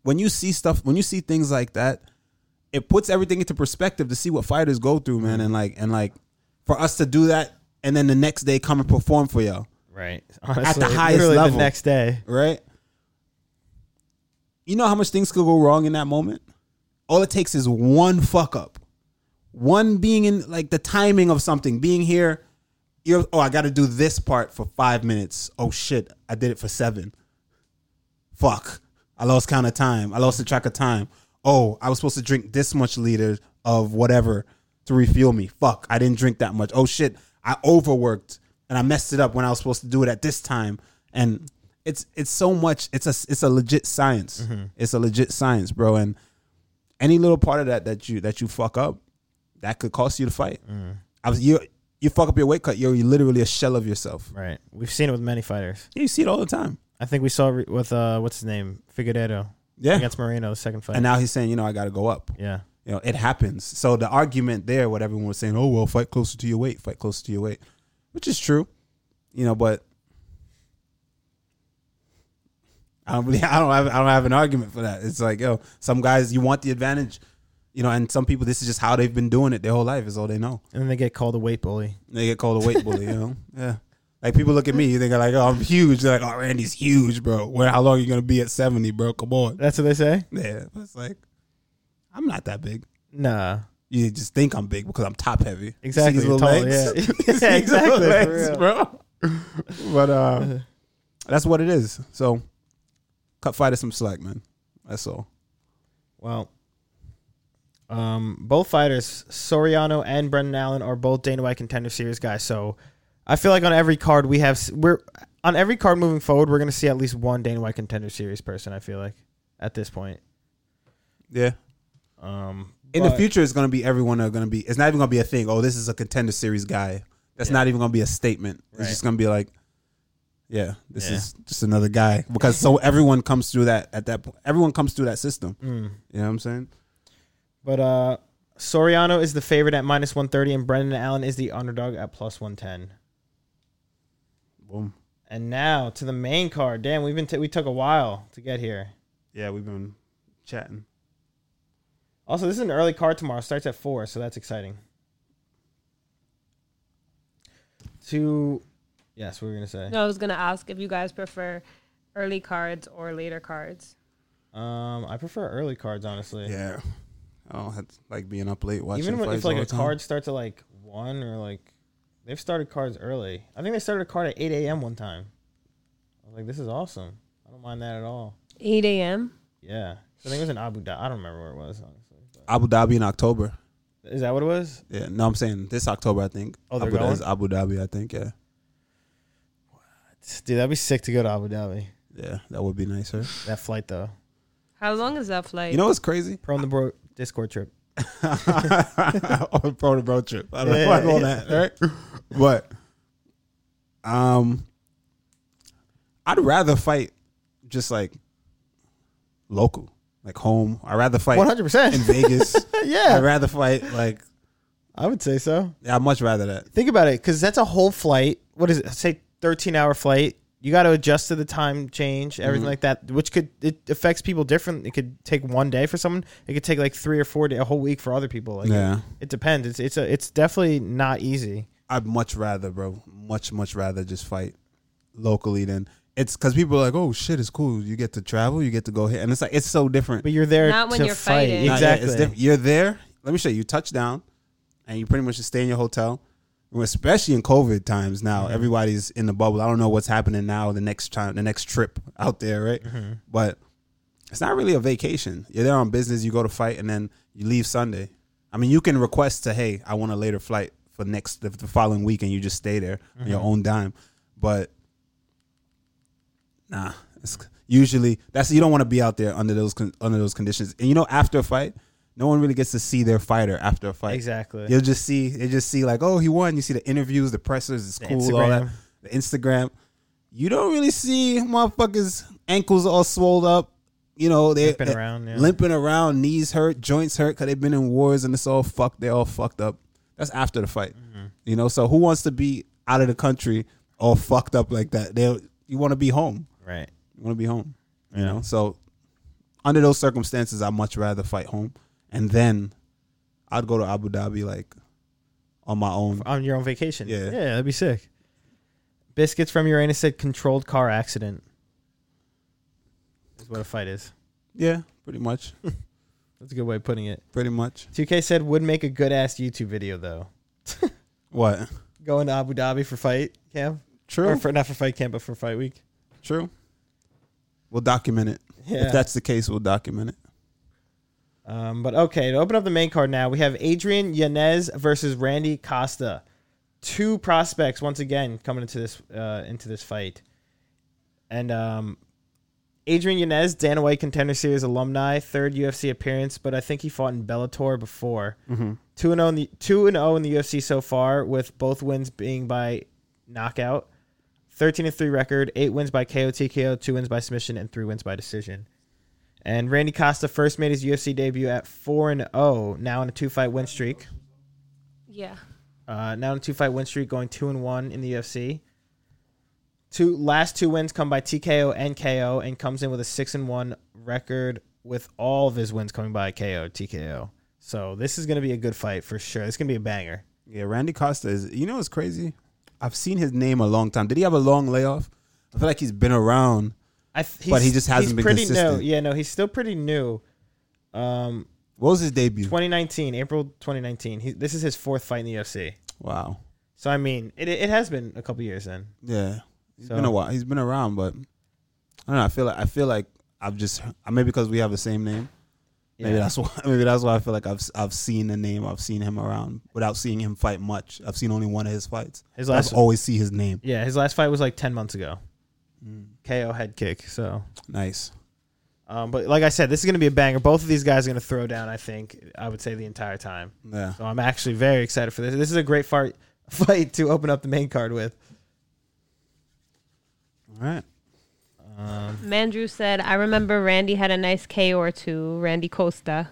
S1: when you see stuff, when you see things like that, it puts everything into perspective to see what fighters go through, man. And like and like for us to do that, and then the next day come and perform for y'all
S2: Right. Honestly,
S1: highest
S2: literally
S1: level.
S2: the next day.
S1: right? You know how much things could go wrong in that moment? All it takes is one fuck up. One being in like the timing of something, being here, you're oh, I gotta do this part for five minutes. Oh shit, I did it for seven. Fuck. I lost count of time. I lost the track of time. Oh, I was supposed to drink this much liter of whatever to refuel me. Fuck, I didn't drink that much. Oh shit, I overworked and I messed it up when I was supposed to do it at this time. And it's it's so much. It's a it's a legit science. It's a legit science, bro. And any little part of that that you that you fuck up, that could cost you the fight. I was you you fuck up your weight cut, you're literally a shell of yourself.
S2: Right. We've seen it with many fighters.
S1: You see it all the time.
S2: I think we saw re- with uh, what's his name, Figueredo
S1: Yeah.
S2: against Moreno, the second fight.
S1: And now he's saying, you know, I got to go up.
S2: yeah.
S1: You know, it happens. So the argument there, what everyone was saying, oh well, fight closer to your weight, fight closer to your weight, which is true, you know. But I don't really, I don't have, I don't have an argument for that. It's like, yo, some guys you want the advantage, you know, and some people this is just how they've been doing it their whole life is all they know.
S2: And then they get called a weight bully.
S1: They get called a weight bully, you know. Yeah. Like people look at me, they go like, "Oh, I'm huge." They're like, "Oh, Randy's huge, bro. Where? How long are you gonna be at seventy, bro? Come on."
S2: That's what they say.
S1: Yeah, it's like, I'm not that big.
S2: Nah.
S1: You just think I'm big because I'm top heavy. You see
S2: Exactly.
S1: these little
S2: Tall,
S1: legs?
S2: yeah.
S1: You see these
S2: Yeah,
S1: little
S2: exactly, for
S1: legs,
S2: real.
S1: bro. But uh, that's what it is. So, cut fighters some slack, man. That's all.
S2: Well, um, both fighters, Soriano and Brendan Allen, are both Dana White contender series guys. So I feel like on every card we have, we're on every card moving forward, we're gonna see at least one Dana White contender series person. I feel like at this point.
S1: Yeah.
S2: Um,
S1: In the
S2: but-
S1: future, it's gonna be everyone are gonna be. It's not even gonna be a thing. Oh, this is a contender series guy. That's not even gonna be a statement.
S2: Right.
S1: It's just gonna be like, yeah, this
S2: Yeah.
S1: is just another guy because so everyone comes through that at that point. Everyone comes through that system.
S2: Mm.
S1: You know what I'm saying?
S2: But uh, Soriano is the favorite at minus one thirty, and Brendan Allen is the underdog at plus one ten.
S1: Boom.
S2: And now to the main card. Damn, we've been t- we took a while to get here.
S1: Yeah, we've been chatting.
S2: Also, this is an early card tomorrow. It starts at four, so that's exciting. To yes, we were gonna say.
S3: No, I was gonna ask if you guys prefer early cards or later cards.
S2: Um, I prefer early cards honestly.
S1: Yeah. I don't have to, like being up late watching.
S2: Even when,
S1: fights
S2: if like
S1: all
S2: a
S1: the time.
S2: card starts at like one or like they've started cards early. I think they started a card at eight a.m. one time. I was like, this is awesome. I don't mind that at all.
S3: Eight a.m.
S2: Yeah, so I think it was in Abu Dhabi. I don't remember where it was honestly.
S1: Abu Dhabi in October.
S2: But is that what it was?
S1: Yeah, no, I'm saying this October. I think.
S2: Oh, they're
S1: Abu, Dhabi
S2: going?
S1: is Abu Dhabi. I think. Yeah,
S2: Dude, that'd be sick to go to Abu Dhabi.
S1: yeah, that would be nicer.
S2: That flight though.
S3: How long is that flight?
S1: You know what's crazy?
S2: Pro on the bro Discord trip. Oh,
S1: on pro to road trip. I don't
S2: Yeah,
S1: know why I'm on
S2: yeah.
S1: that, right? But um, I'd rather fight just like local, like home. I'd rather fight
S2: One hundred
S1: in
S2: percent.
S1: Vegas. I'd
S2: Yeah,
S1: rather fight like
S2: I would say so.
S1: yeah, I'd much rather that.
S2: Think about it, because that's a whole flight. What is it? Say thirteen hour flight. You got to adjust to the time change, everything
S1: Mm-hmm.
S2: like that, which could it affects people different. It could take one day for someone. It could take like three or four day, a whole week for other people. Like,
S1: Yeah.
S2: it depends. It's it's a, it's definitely not easy.
S1: I'd much rather, bro, much much rather just fight locally than it's because people are like, oh shit, it's cool. You get to travel, you get to go here, and it's like it's so different.
S2: But you're there
S3: Not when
S2: to
S3: you're
S2: fight.
S3: fighting.
S1: Nah, yeah,
S2: Exactly.
S1: it's different. You're there. Let me show you. You touch down, and you pretty much just stay in your hotel. Especially in COVID times now,
S2: Mm-hmm.
S1: everybody's in the bubble. I don't know what's happening now. The next time, the next trip out there, right?
S2: Mm-hmm.
S1: But it's not really a vacation. You're there on business. You go to fight, and then you leave Sunday. I mean, you can request to, hey, I want a later flight for next the, the following week, and you just stay there on
S2: Mm-hmm.
S1: your own dime. But nah, it's, usually that's you don't want to be out there under those con- under those conditions. And you know, after a fight, no one really gets to see their fighter after a fight.
S2: Exactly.
S1: You'll just see you just see like, oh, he won. You see the interviews, the pressers, it's cool, all that.
S2: Instagram.
S1: The Instagram. You don't really see motherfuckers ankles all swollen up. You know, they
S2: Limping
S1: they-
S2: around, yeah.
S1: limping around, knees hurt, joints hurt because they've been in wars and it's all fucked. They're all fucked up. That's after the fight.
S2: Mm-hmm.
S1: You know, so who wants to be out of the country all fucked up like that? They you want to be home.
S2: Right.
S1: You want to be home. You know, so under those circumstances, I'd much rather fight home, and then I'd go to Abu Dhabi like on my own.
S2: On your own vacation.
S1: Yeah.
S2: Yeah, that'd be sick. Biscuits from Uranus said controlled car accident. Is what a fight is.
S1: Yeah, pretty much,
S2: That's a good way of putting it.
S1: pretty much.
S2: 2K said would make a good ass YouTube video though.
S1: What?
S2: Going to Abu Dhabi for fight camp.
S1: True.
S2: Or for not for fight camp, but for fight week.
S1: True. We'll document it.
S2: Yeah.
S1: If that's the case, we'll document it.
S2: Um, but okay, to open up the main card now, we have Adrian Yanez versus Randy Costa. Two prospects once again coming into this uh, into this fight. And um, Adrian Yanez, Dana White Contender Series alumni, third UFC appearance, but I think he fought in Bellator before. Two and zero in the two and zero in the UFC so far, with both wins being by knockout. Thirteen and three record, eight wins by KO TKO, two wins by submission, and three wins by decision. And Randy Costa first made his UFC debut at four and zero, now on a two fight win streak.
S3: Yeah.
S2: Uh, now on a two fight win streak, going two and one in the UFC. Two last two wins come by TKO and KO, and comes in with a six and one record with all of his wins coming by KO TKO. So this is going to be a good fight for sure. This is going to be a banger.
S1: Yeah, Randy Costa is. You know what's crazy? I've seen his name a long time. Did he have a long layoff? I feel like he's been around.
S2: I th-
S1: But he
S2: he's-
S1: just hasn't
S2: he's
S1: been
S2: pretty
S1: consistent.
S2: new. Yeah, no, he's still pretty new. Um,
S1: What was his debut?
S2: 2019, April 2019. He, this is his fourth fight in the UFC.
S1: Wow.
S2: So I mean, it it has been a couple years then.
S1: Yeah, he's
S2: So-
S1: been a while. He's been around, but I don't know. I feel like I feel like I've just uh, maybe because we have the same name. Maybe
S2: Yeah.
S1: that's why. Maybe that's why I feel like I've I've seen the name. I've seen him around without seeing him fight much. I've seen only one of his fights.
S2: His
S1: But
S2: last-
S1: I've always see his name.
S2: Yeah, his last fight was like ten months ago. KO head kick. So,
S1: Nice.
S2: um, but like I said, this is gonna be a banger. Both of these guys are gonna throw down. I think I would say the entire time.
S1: Yeah.
S2: So I'm actually very excited for this. This is a great fight fight to open up the main card with.
S1: All right.
S3: Mandrew said, I remember Randy had a nice K or two, Randy Costa.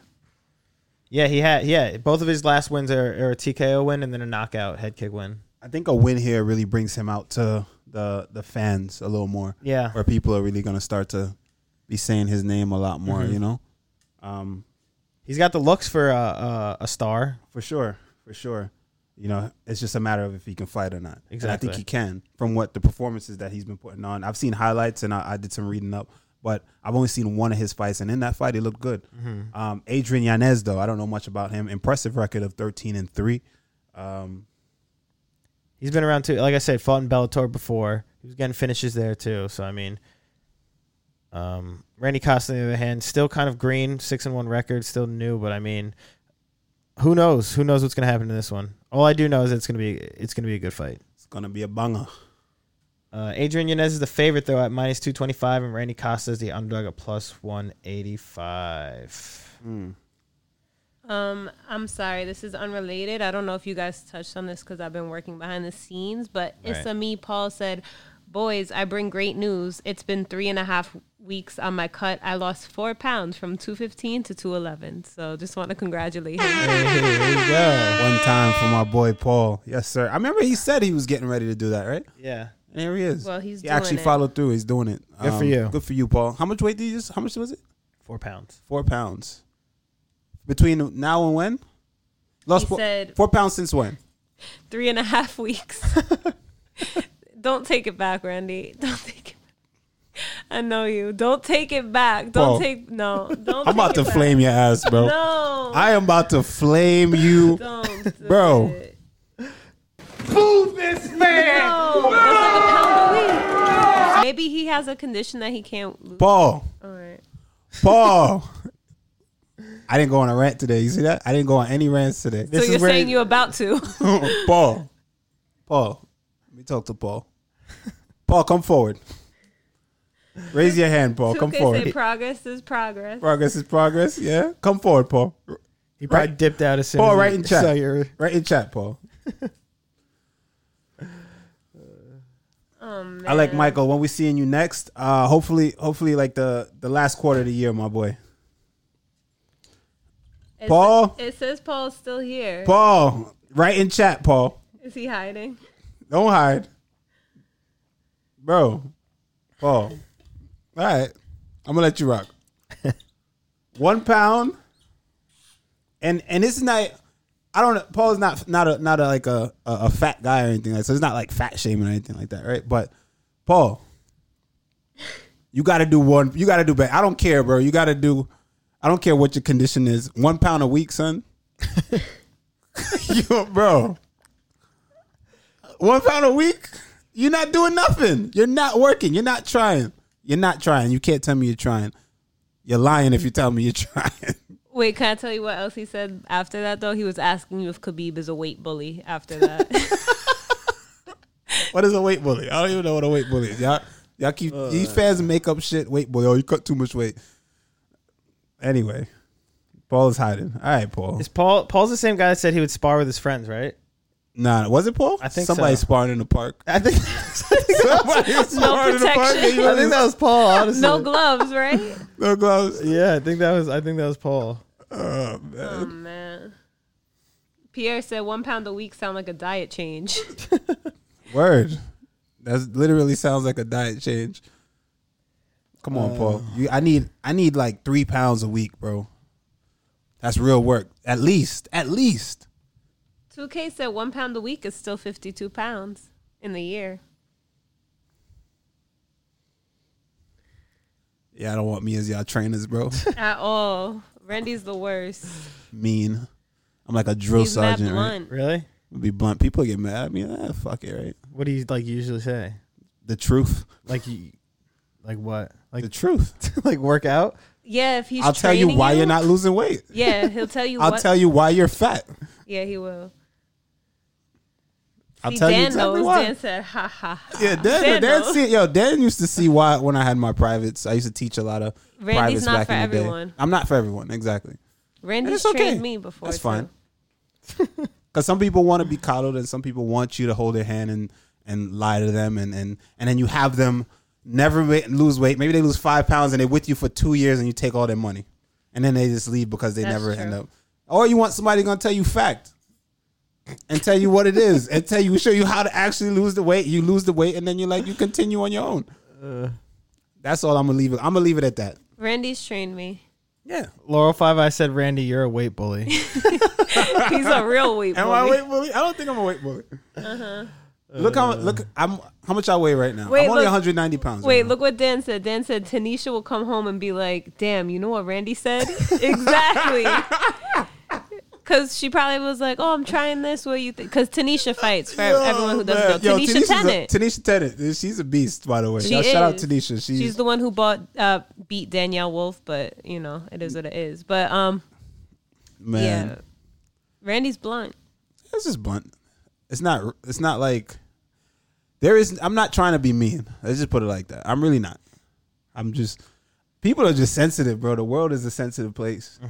S2: Yeah, he had. Yeah, both of his last wins are, are a TKO win and then a knockout head kick win.
S1: I think a win here really brings him out to the the fans a little more.
S2: Yeah.
S1: where people are really gonna start to be saying his name a lot
S2: Mm-hmm.
S1: more. You know, um,
S2: He's got the looks for uh, uh, a star.
S1: For sure, for sure. You know, it's just a matter of if he can fight or not. And I
S2: Exactly.
S1: think he can from what the performances that he's been putting on. I've seen highlights and I, I did some reading up, but I've only seen one of his fights, and in that fight, he looked good.
S2: Mm-hmm.
S1: Um, Adrian Yanez, though, I don't know much about him. Impressive record of thirteen and three. Um,
S2: He's been around too. Like I said, fought in Bellator before. He was getting finishes there too. So I mean, um, Randy Costa on the other hand, still kind of green, six and one record, still new. But I mean, who knows? Who knows what's gonna happen to this one? All I do know is it's gonna be it's gonna be a good fight.
S1: it's gonna be a banger.
S2: Uh, Adrian Yanez is the favorite though at minus two twenty five, and Randy Costa is the underdog at plus one eighty five.
S3: Um, I'm sorry, this is unrelated. I don't know if you guys touched on this because I've been working behind the scenes, but
S2: Right.
S3: Issa Me Paul said, Boys, I bring great news. It's been three and a half weeks on my cut. I lost four pounds from 215 to 211. So just want to congratulate him.
S2: Here you go.
S1: One time for my boy Paul. Yes, sir. I remember he said he was getting ready to do that, right?
S2: Yeah,
S1: And here he is.
S3: Well, he's
S1: he
S3: doing
S1: actually
S3: it.
S1: followed through. He's doing it. Um,
S2: Good for you.
S1: Good for you, Paul. How much weight did you just? How much was it?
S2: four pounds.
S1: Four pounds. Between now and when? Lost
S3: He
S1: four,
S3: said-
S1: four pounds since when?
S3: three and a half weeks. Don't take it back, Randy. Don't take it I know you. Don't take it back. Don't
S1: Paul.
S3: take no. Don't.
S1: I'm about
S3: take
S1: to
S3: it back.
S1: flame your ass, bro.
S3: No,
S1: I am about to flame you.
S3: don't, do
S1: Bro.
S3: it.
S4: Boo this man!
S3: No, that's like a pound a week. Maybe he has a condition that he can't lose.
S1: Paul,
S3: All right.
S1: Paul. I didn't go on a rant today. You see that? I didn't go on any rants today.
S3: so you're saying you're about to?
S1: Paul. Paul. Let me talk to Paul. Paul, come forward. Raise your hand, Paul. Come
S3: 2K say
S1: forward.
S3: progress is progress.
S1: Progress is progress. Yeah. Come forward, Paul.
S2: He probably
S1: Right.
S2: dipped out as soon
S1: Paul,
S2: as he
S1: right in chat.
S2: saw your-
S1: Right in chat, Paul.
S3: Um,
S1: I like Michael. When we seeing you next, uh, hopefully, hopefully, like the the last quarter of the year, my boy.
S3: It
S1: Paul?
S3: sa- It says Paul's still here. Is
S1: Paul, right in chat, Paul.
S3: he hiding?
S1: Don't hide, bro. Paul. All right, I'm gonna let you rock. One pound, and and this is not. I don't. Paul's not not a not a, like a, a a fat guy or anything like. So it's not like fat shaming or anything like that, right? But Paul, you got to do one. You got to do better. I don't care, bro. You got to do. I don't care what your condition is. One pound a week, son. you, bro. One pound a week. You're not doing nothing. You're not working. You're not trying. You're not trying. You can't tell me you're trying. You're lying if you tell me you're trying.
S3: Wait, can I tell you what else he said after that though? He was asking you if Khabib is a weight bully after that.
S1: what is a weight bully? I don't even know what a weight bully is. Y'all, y'all keep these fans make up shit. Weight bully. Oh, you cut too much weight. Anyway, Paul is hiding. All right, Paul.
S2: Is Paul Paul's the same guy that said he would spar with his friends, right?
S1: Nah, was it Paul?
S2: I think
S1: somebody
S2: so.
S1: sparring in the park.
S2: I think,
S1: Somebody sparring in the park.
S3: protection.
S1: You
S2: I think
S1: really-
S2: that was Paul. Honestly,
S3: no gloves, right?
S1: No gloves.
S2: yeah, I think that was I think that was Paul.
S1: Oh, man.
S3: Oh man. Pierre said one pound a week sound like a diet change.
S1: Word. That literally sounds like a diet change. Come on, Paul. You, I need I need like three pounds a week, bro. That's real work. At least, at least.
S3: 2K said one pound a week is still 52 pounds in the year.
S1: Yeah, I don't want me as y'all trainers, bro.
S3: At all. Randy's the worst.
S1: mean. I'm like a drill
S3: He's mad
S1: sergeant, right?
S3: blunt.
S2: Really?
S1: I'll Be blunt. People get mad at me. Ah, fuck it, right?
S2: What do you like usually say?
S1: The truth.
S2: Like you, like what? Like
S1: The truth.
S2: like work out?
S3: Yeah, if he's
S1: I'll tell you
S3: training
S1: why you're not losing weight.
S3: Yeah, he'll tell you
S1: I'll
S3: what.
S1: tell you why you're fat.
S3: yeah, he will.
S1: I'll
S3: See,
S1: tell
S3: Dan
S1: you exactly
S3: knows.
S1: why.
S3: Dan said, ha ha. ha."
S1: Yeah, Dan, Dan,
S3: Dan knows.
S1: see, yo, Dan used to see why when I had my privates. I used to teach a lot of privates
S3: Randy's not
S1: back
S3: for
S1: in the
S3: everyone.
S1: day. I'm not for everyone, exactly. And
S3: Randy's
S1: it's okay.
S3: trained me before.
S1: That's
S3: too.
S1: fine. Because some people want to be coddled, and some people want you to hold their hand and and lie to them, and and and then you have them never ma- lose weight. Maybe they lose five pounds, and they're with you for two years, and you take all their money, and then they just leave because they
S3: That's
S1: never end
S3: true.
S1: up. Or you want somebody gonna tell you fact. And tell you what it is, and tell you show you how to actually lose the weight. You lose the weight, and then you like you continue on your own. That's all I'm gonna leave it. I'm gonna leave it at that.
S3: Randy's trained me.
S1: Yeah.
S2: Laurel Five, I said, Randy, you're a weight bully.
S3: He's a real weight
S1: Am
S3: bully.
S1: I a weight bully? I don't think I'm a weight bully. Uh-huh. Look how look I'm how much I weigh right now.
S3: Wait,
S1: I'm only
S3: look-
S1: 190 pounds.
S3: Wait,
S1: right
S3: look what Dan said. Dan said Tanisha will come home and be like, "Damn, you know what Randy said?" exactly. Because she probably was like, "Oh, I'm trying this. What do you think?" Because Tanisha fights for
S1: now.
S3: everyone who
S1: Oh, man.
S3: doesn't
S1: Yo,
S3: know. Tanisha
S1: Tanisha's a-
S3: Tennant.
S1: Tanisha Tennant. She's a beast, by the way.
S3: She
S1: Y'all Shout out
S3: is.
S1: Tanisha. She's,
S3: She's, the one who bought uh, beat Danielle Wolf, but you know it is what it is. But um,
S1: man.
S3: yeah, Randy's blunt.
S1: This is blunt. It's not. It's not like there is. I'm not trying to be mean. Let's just put it like that. I'm really not. I'm just. People are just sensitive, bro. The world is a sensitive place,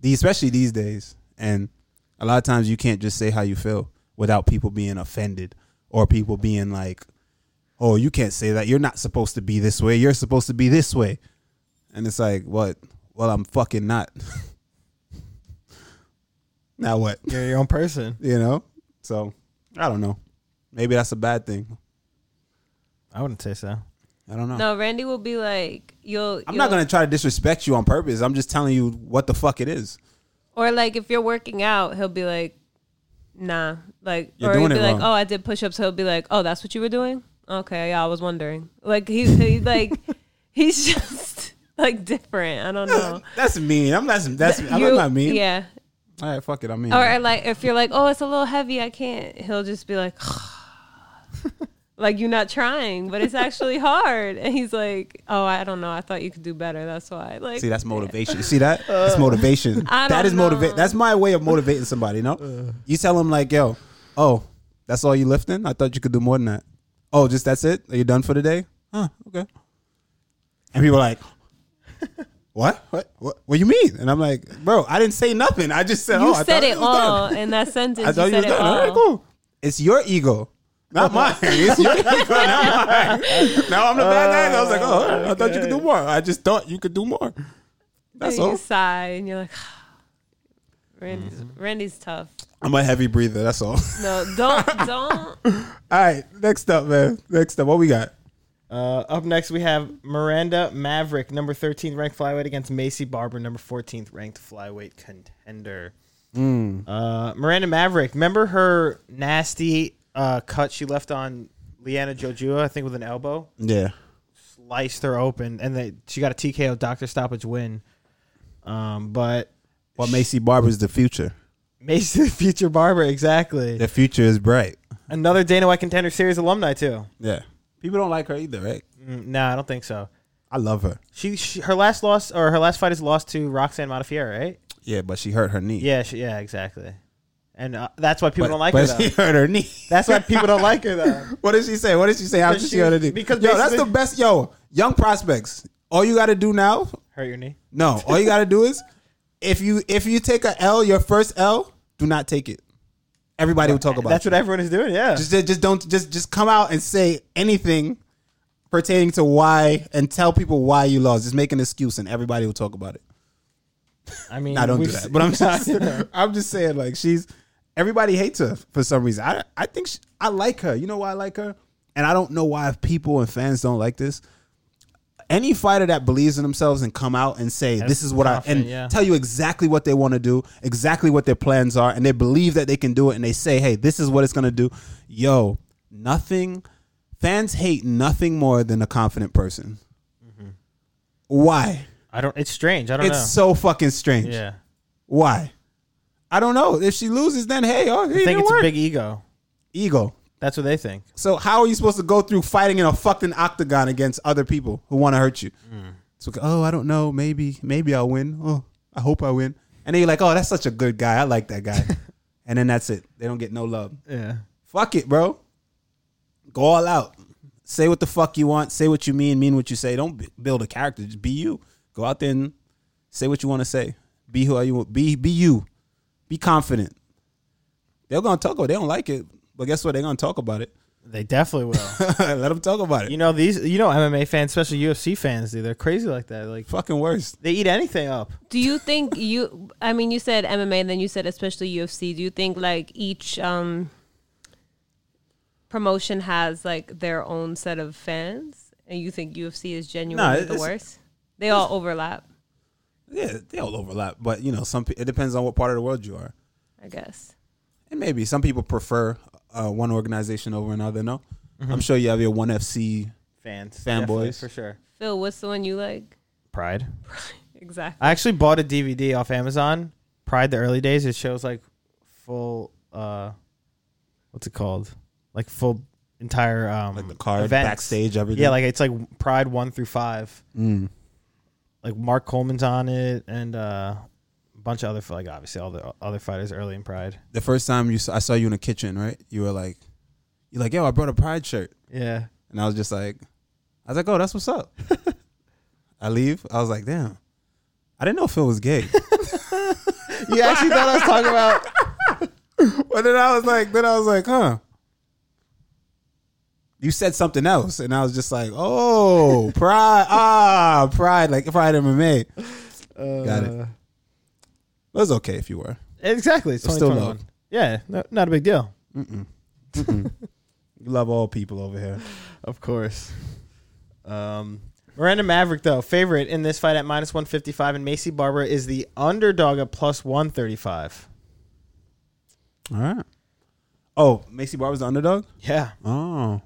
S1: The- especially these days. And a lot of times you can't just say how you feel without people being offended or people being like, "Oh, you can't say that. You're not supposed to be this way. You're supposed to be this way." And it's like, what? Well, I'm fucking not. now what?
S2: you're your own person.
S1: you know. So I don't know. Maybe that's a bad thing.
S2: I wouldn't say so.
S1: I don't know.
S3: No, Randy will be like, "You'll."
S1: I'm
S3: you'll-
S1: not gonna try to disrespect you on purpose. I'm just telling you what the fuck it is.
S3: Or like if you're working out, he'll be like, "Nah," like
S1: You're
S3: or he'll
S1: doing
S3: be
S1: it
S3: like,
S1: wrong.
S3: "Oh, I did push-ups." He'll be like, "Oh, that's what you were doing? Okay, yeah, I was wondering." Like he's he, like he's just like different. I don't know.
S1: That's mean. I'm not. That's I'm
S3: You-
S1: not mean.
S3: Yeah.
S1: All right. Fuck it. I'm mean.
S3: Or like if you're like, "Oh, it's a little heavy. I can't." He'll just be like. Like you're not trying, but it's actually hard. And he's like, "Oh, I don't know. I thought you could do better. That's why." Like, Uh,
S1: See, that's motivation. You See that? That's motivation.
S3: I
S1: that
S3: don't
S1: is motivate.
S3: know.
S1: That's my way of motivating somebody. No, you tell them like, yo, oh, that's all you lifting. I thought you could do more than that. Oh, just that's it. Are you done for the day? Huh? Okay. And people are like, what? what? What? What you mean? And I'm like, bro, I didn't say nothing. I just said,
S3: You
S1: oh, I
S3: said
S1: thought
S3: it
S1: you was
S3: all
S1: done.
S3: in that sentence.
S1: I thought
S3: you
S1: you was
S3: said it
S1: done. All right,
S3: all.
S1: cool. It's your ego, not mine. It's your ego, not mine. Now I'm the bad guy. I was like, oh, all right, I thought you could do more. I just thought you could do more. That's
S3: you
S1: all.
S3: sigh and you're like, Randy's,
S1: Mm-hmm.
S3: Randy's tough.
S1: I'm a heavy breather. That's all.
S3: No, don't, don't.
S1: All right, next up, man. Next up, what we got?
S2: Uh, up next, we have Miranda Maverick, number 13th ranked flyweight, against Macy Barber, number 14th ranked flyweight contender. Uh, Miranda Maverick, remember her nasty uh, cut she left on Leanna Jojua, I think with an elbow?
S1: Yeah.
S2: Sliced her open, and they, she got a TKO doctor stoppage win. Um, but
S1: Well, Macy Barber's the future.
S2: Macy, the future Barber, exactly.
S1: The future is bright.
S2: Another Dana White Contender Series alumni, too.
S1: Yeah. People don't like her either, right?
S2: Mm, no, I don't think so.
S1: I love her.
S2: She, she her last loss or her last fight is lost to Roxanne Modafferi, right?
S1: Yeah, but she hurt her knee.
S2: Yeah, she, yeah, exactly. And uh, that's why people
S1: But-
S2: don't like her.
S1: but
S2: Though.
S1: she hurt her knee.
S2: that's why people don't like her though.
S1: What did she say? What did she say after
S2: Because
S1: she,
S2: she-
S1: hurt her knee?
S2: because
S1: yo, that's the
S2: basically-
S1: best. Yo, young prospects. All you got to do now.
S2: Hurt your knee.
S1: No, all you got to do is if you if you take a L, your first L, do not take it. Everybody will talk about.
S2: That's
S1: you.
S2: what everyone is doing. Yeah,
S1: Just, just don't just just come out and say anything pertaining to why and tell people why you lost. Just make an excuse and everybody will talk about it.
S2: I mean,
S1: I don't do
S2: we've-
S1: that. But I'm just
S2: I know.
S1: I'm just saying like she's everybody hates her for some reason. I I think she, I like her. You know why I like her? And I don't know why people and fans don't like this. Any fighter that believes in themselves and come out and say this is what I and
S2: confident, yeah.
S1: tell you exactly what they want to do, exactly what their plans are, and they believe that they can do it, and they say, "Hey, this is what it's gonna do." Yo, nothing. Fans hate nothing more than a confident person. Why?
S2: I don't. It's strange. Mm-hmm. I don't
S1: It's so fucking strange.
S2: know. Yeah,
S1: Why? I don't know. If she loses, then hey, oh,
S2: I
S1: it
S2: think
S1: didn't
S2: it's
S1: work.
S2: a big ego.
S1: ego.
S2: That's what they think.
S1: So how are you supposed to go through fighting in a fucking octagon against other people who want to hurt you?
S2: Hmm.
S1: So oh, I don't know. Maybe maybe I'll win. Oh, I hope I win. And then you're like, oh, that's such a good guy. I like that guy. and then that's it. They don't get no love.
S2: Yeah.
S1: Fuck it, bro. Go all out. Say what the fuck you want. Say what you mean. Mean what you say. Don't b- build a character. Just be you. Go out there and say what you want to say. Be who you want. Be be you. Be confident. They're gonna talk about. It. They don't like it, but guess what? They're gonna talk about it.
S2: They definitely will.
S1: Let them talk about it.
S2: you know these. You know MMA fans, especially UFC fans, do. They're crazy like that. Like
S1: Fucking worst.
S2: they eat anything up.
S3: Do you think you? I mean, you said MMA, and then you said especially UFC. Do you think like each um promotion has like their own set of fans, and you think UFC is genuinely the
S1: it's-
S3: worst? They all overlap,
S1: Yeah, they all overlap, but you know, some pe- it depends on what part of the world you are.
S3: I guess.
S1: And maybe some people prefer uh, one organization over another. No, I'm sure you have your one FC.
S2: Fans,
S1: Fanboys.
S2: definitely, for sure.
S3: Phil, what's the one you like?
S2: Pride.
S3: Exactly.
S2: I actually bought a DVD off Amazon. Pride the early days. It shows like full uh, what's it called? Like full entire um
S1: Like the card,
S2: events.
S1: backstage, everything.
S2: Yeah, like it's like Pride one through five. Like Mark Coleman's on it, and uh, a bunch of other like obviously all the other fighters early in Pride.
S1: the first time you saw, I saw you in the kitchen, right? You were like, you're like, yo, I brought a pride shirt,
S2: Yeah,
S1: and I was just like, I was like, oh, that's what's up. I leave. I was like, damn, I didn't know Phil was gay.
S2: you actually thought I was talking about.
S1: but then I was like, then I was like, huh. You said something else, and I was just like, oh, pride, ah, pride, like pride MMA. Got it.
S2: Uh,
S1: It was okay if you were.
S2: Exactly. It's
S1: It's still
S2: 2021. yeah, no, not a big deal.
S1: You love all people over here.
S2: Of course. Um, Miranda Maverick, though, favorite in this fight at minus 155, and Macy Barber is the underdog at plus 135.
S1: All right. Oh, Macy Barber's the underdog.
S2: Yeah.
S1: Oh.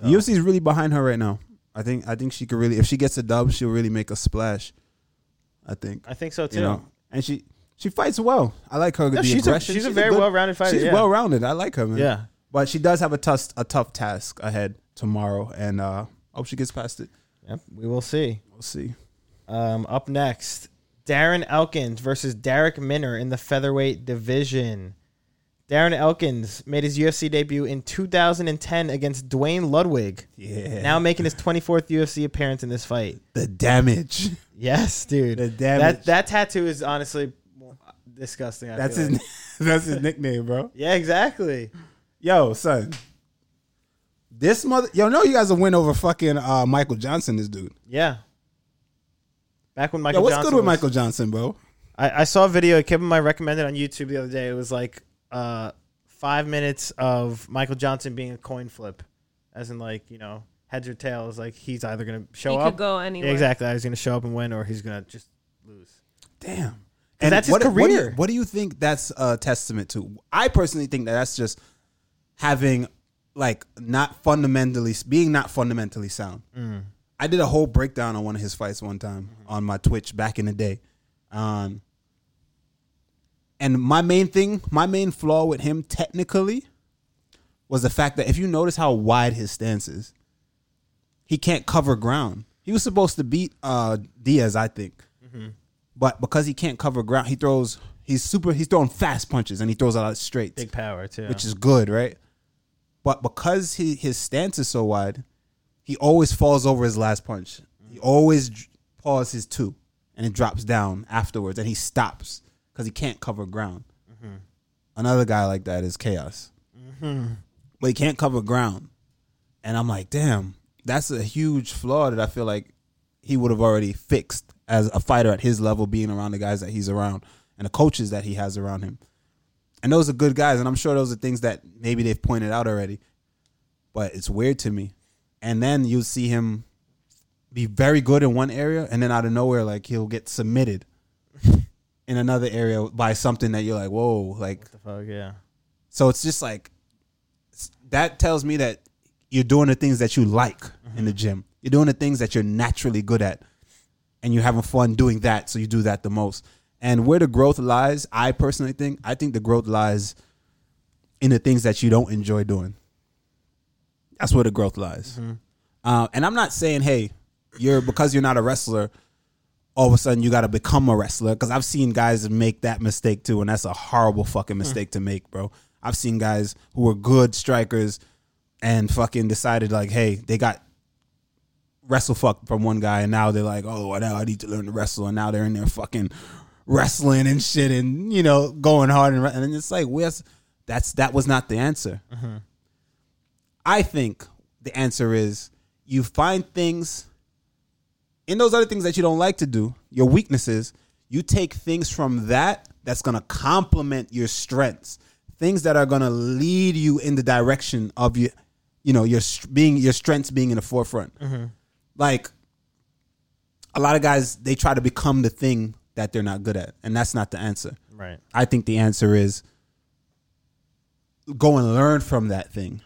S2: Oh.
S1: UFC is really behind her right now. I think I think she could really if she gets a dub, she'll really make a splash. I think.
S2: I think so, too.
S1: You know. And she she fights well. I like her. the
S2: she's a-
S1: aggression.
S2: she's a very
S1: good-
S2: well-rounded fighter,
S1: She's
S2: yeah.
S1: well rounded. I like her, man.
S2: Yeah.
S1: But she does have a tough a tough task ahead tomorrow and uh hope she gets past it.
S2: Yep, we will see.
S1: We'll see.
S2: Um, up next, Darren Elkins versus Derek Minner in the featherweight division. Darren Elkins made his UFC debut in 2010 against Dwayne Ludwig.
S1: Yeah.
S2: Now making his 24th UFC appearance in this fight.
S1: The damage.
S2: Yes, dude.
S1: The
S2: That
S1: damage.
S2: that tattoo is honestly disgusting. I
S1: that's
S2: feel
S1: his.
S2: like.
S1: that's his nickname, bro.
S2: Yeah, exactly.
S1: Yo, son. This mother. Yo, no, you guys will win over fucking uh, Michael Johnson. This dude.
S2: Yeah. Back when Michael
S1: Yo, what's
S2: Johnson
S1: good with
S2: was-
S1: Michael Johnson, bro?
S2: I, I saw a video. It kept my recommended on YouTube the other day. It was like uh, five minutes of Michael Johnson being a coin flip, as in like you know heads or tails. Like he's either gonna show
S3: He could
S2: up,
S3: go
S2: Yeah,
S3: anywhere.
S2: exactly. He's gonna show up and win, or he's gonna just lose.
S1: Damn.
S2: that's his
S1: what, What do, you,
S2: career.
S1: what do you think that's a testament to? I personally think that that's just having like not fundamentally being not fundamentally sound.
S2: Mm.
S1: I did a whole breakdown on one of his fights one time
S2: Mm-hmm.
S1: on my Twitch back in the day. Um, and my main thing, my main flaw with him technically was the fact that if you notice how wide his stance is, he can't cover ground. He was supposed to beat uh, Diaz, I think but because he can't cover ground, he throws he's super he's throwing fast punches and he throws a lot of straights,
S2: Big power too.
S1: which is good, right? But because he, his stance is so wide, he always falls over his last punch. He always dr- paws his two and it drops down afterwards, and he stops because he can't cover ground. Another guy like that is chaos, but he can't cover ground, and I'm like, damn, that's a huge flaw that I feel like he would have already fixed as a fighter at his level, being around the guys that he's around and the coaches that he has around him. And those are good guys, and I'm sure those are things that maybe they've pointed out already. But it's weird to me. And then you'll see him be very good in one area, and then out of nowhere, like he'll get submitted in another area by something that you're like, whoa, like
S2: the fuck, yeah.
S1: so it's just like s- that tells me that you're doing the things that you like in the gym. You're doing the things that you're naturally good at, and you're having fun doing that. So you do that the most. And where the growth lies, I personally think, I think the growth lies in the things that you don't enjoy doing. That's where the growth lies. Uh, and I'm not saying, hey, you're because you're not a wrestler, all of a sudden you got to become a wrestler because I've seen guys make that mistake too, and that's a horrible fucking mistake to make, bro. I've seen guys who were good strikers and fucking decided like, hey, they got wrestle fucked from one guy, and now they're like, oh, well, now I need to learn to wrestle, and now they're in there fucking wrestling and shit, and you know, going hard, and, and it's like, where's that's that was not the answer. I think the answer is you find things in those other things that you don't like to do, your weaknesses, you take things from that that's going to complement your strengths, things that are going to lead you in the direction of your, you know, your str- being your strengths being in the forefront. Like a lot of guys, they try to become the thing that they're not good at, and that's not the answer.
S2: Right.
S1: I think the answer is go and learn from that thing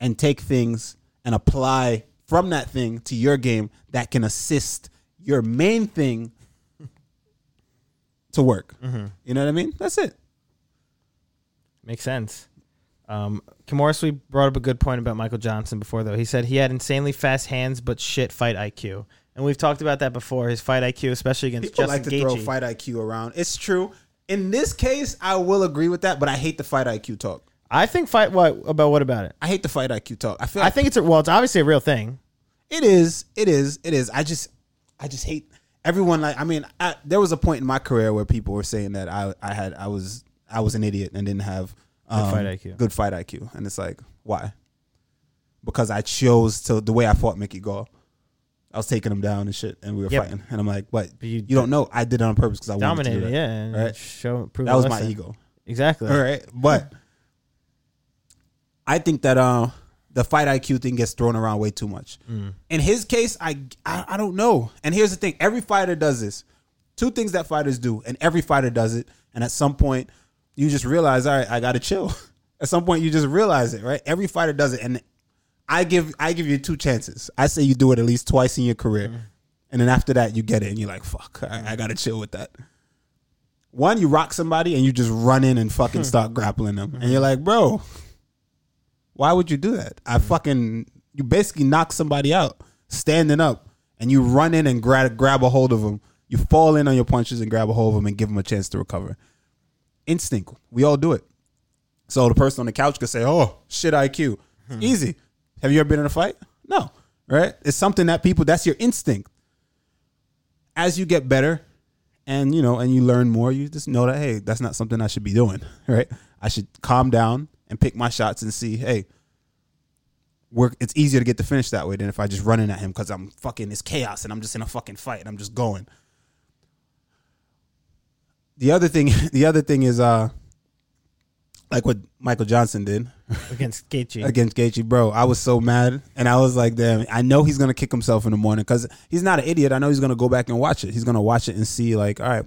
S1: and take things and apply from that thing to your game that can assist your main thing to work.
S2: Mm-hmm.
S1: You know what I mean? That's it.
S2: Makes sense. Um, Kimura we brought up a good point about Michael Johnson before, though. He said he had insanely fast hands, but shit fight IQ. And we've talked about that before. His fight IQ, especially against
S1: People
S2: Justin
S1: like to throw
S2: Gaethje.
S1: fight IQ around. It's true. In this case, I will agree with that, but I hate the fight IQ talk.
S2: I think fight what about what about it?
S1: I hate the fight IQ talk. I feel
S2: I
S1: like
S2: think it's a, well, it's obviously a real thing.
S1: It is. It is. It is. I just, I just hate everyone. Like, I mean, I, there was a point in my career where people were saying that I, I had, I was, I was an idiot and didn't have um,
S2: fight IQ.
S1: Good fight IQ, and it's like, why? Because I chose to the way I fought Mickey Gall. I was taking him down and shit, and we were
S2: Yep.
S1: fighting. And I'm like, but
S2: But you
S1: you, don't know. I did it on purpose because I wanted to do
S2: Dominated,
S1: that.
S2: yeah, and
S1: Right.
S2: show prove
S1: That
S2: a
S1: was my
S2: lesson.
S1: ego.
S2: Exactly.
S1: All right, but I think that uh, the fight IQ thing gets thrown around way too much. In his case, I, I I don't know. And here's the thing: every fighter does this. Two things that fighters do, and every fighter does it. And at some point, you just realize, all right, I gotta chill. at some point, you just realize it, right? Every fighter does it, and I give I give you two chances. I say you do it at least twice in your career, and then after that, you get it, and you're like, fuck, I, I gotta chill with that one, you rock somebody and you just run in and fucking start grappling them. And you're like, bro, why would you do that? I fucking, you basically knock somebody out standing up and you run in and grab, grab a hold of them. You fall in on your punches and grab a hold of them and give them a chance to recover. Instinct. We all do it. So the person on the couch could say, oh, shit IQ. Easy. Have you ever been in a fight? No. Right? It's something that people, that's your instinct as you get better and you know and you learn more you just know that hey that's not something i should be doing right i should calm down and pick my shots and see hey work it's easier to get the finish that way than if i just running at him because i'm fucking it's chaos and i'm just in a fucking fight and i'm just going the other thing the other thing is uh like what michael johnson did
S2: against Gaethje.
S1: against Gaethje, bro. I was so mad, and I was like, "Damn, I know he's gonna kick himself in the morning because he's not an idiot. I know he's gonna go back and watch it. He's gonna watch it and see, like, all right,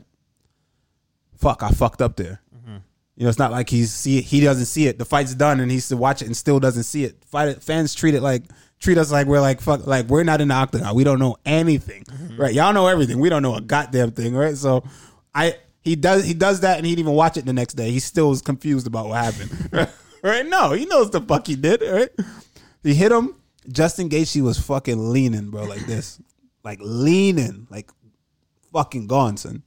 S1: fuck, I fucked up there. You know, it's not like he's see he doesn't see it. The fight's done, and he's to watch it and still doesn't see it. Fight fans treat it like treat us like we're like fuck, like we're not in the octagon. We don't know anything, right? Y'all know everything. We don't know a goddamn thing, right? So, I. He does he does that and he'd even watch it the next day. He still was confused about what happened. right? No, he knows the fuck he did, right? He hit him. Justin Gaethje was fucking leaning, bro, like this, like leaning, like fucking gone, son.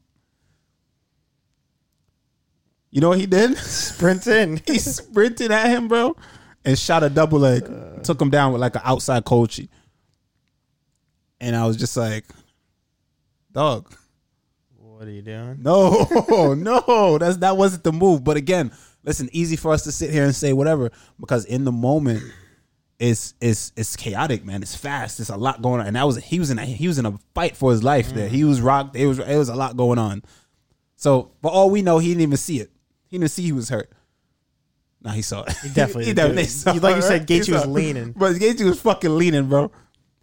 S1: You know what he did?
S2: Sprint in.
S1: he sprinted at him, bro, and shot a double leg, took him down with like an outside coachy. And I was just like, dog.
S2: what are you doing?
S1: No, no, that's that wasn't the move. But again, listen, easy for us to sit here and say whatever because in the moment, it's it's it's chaotic, man. It's fast. It's a lot going on, and that was he was in a, he was in a fight for his life. There,
S2: Mm.
S1: he was rocked. It was it was a lot going on. So, for all we know, he didn't even see it. He didn't see he was hurt. Nah, he saw it. He
S2: definitely did. You- like you
S1: it,
S2: said,
S1: right? He
S2: Gaethje was
S1: saw it.
S2: leaning.
S1: But Gaethje was fucking leaning, bro.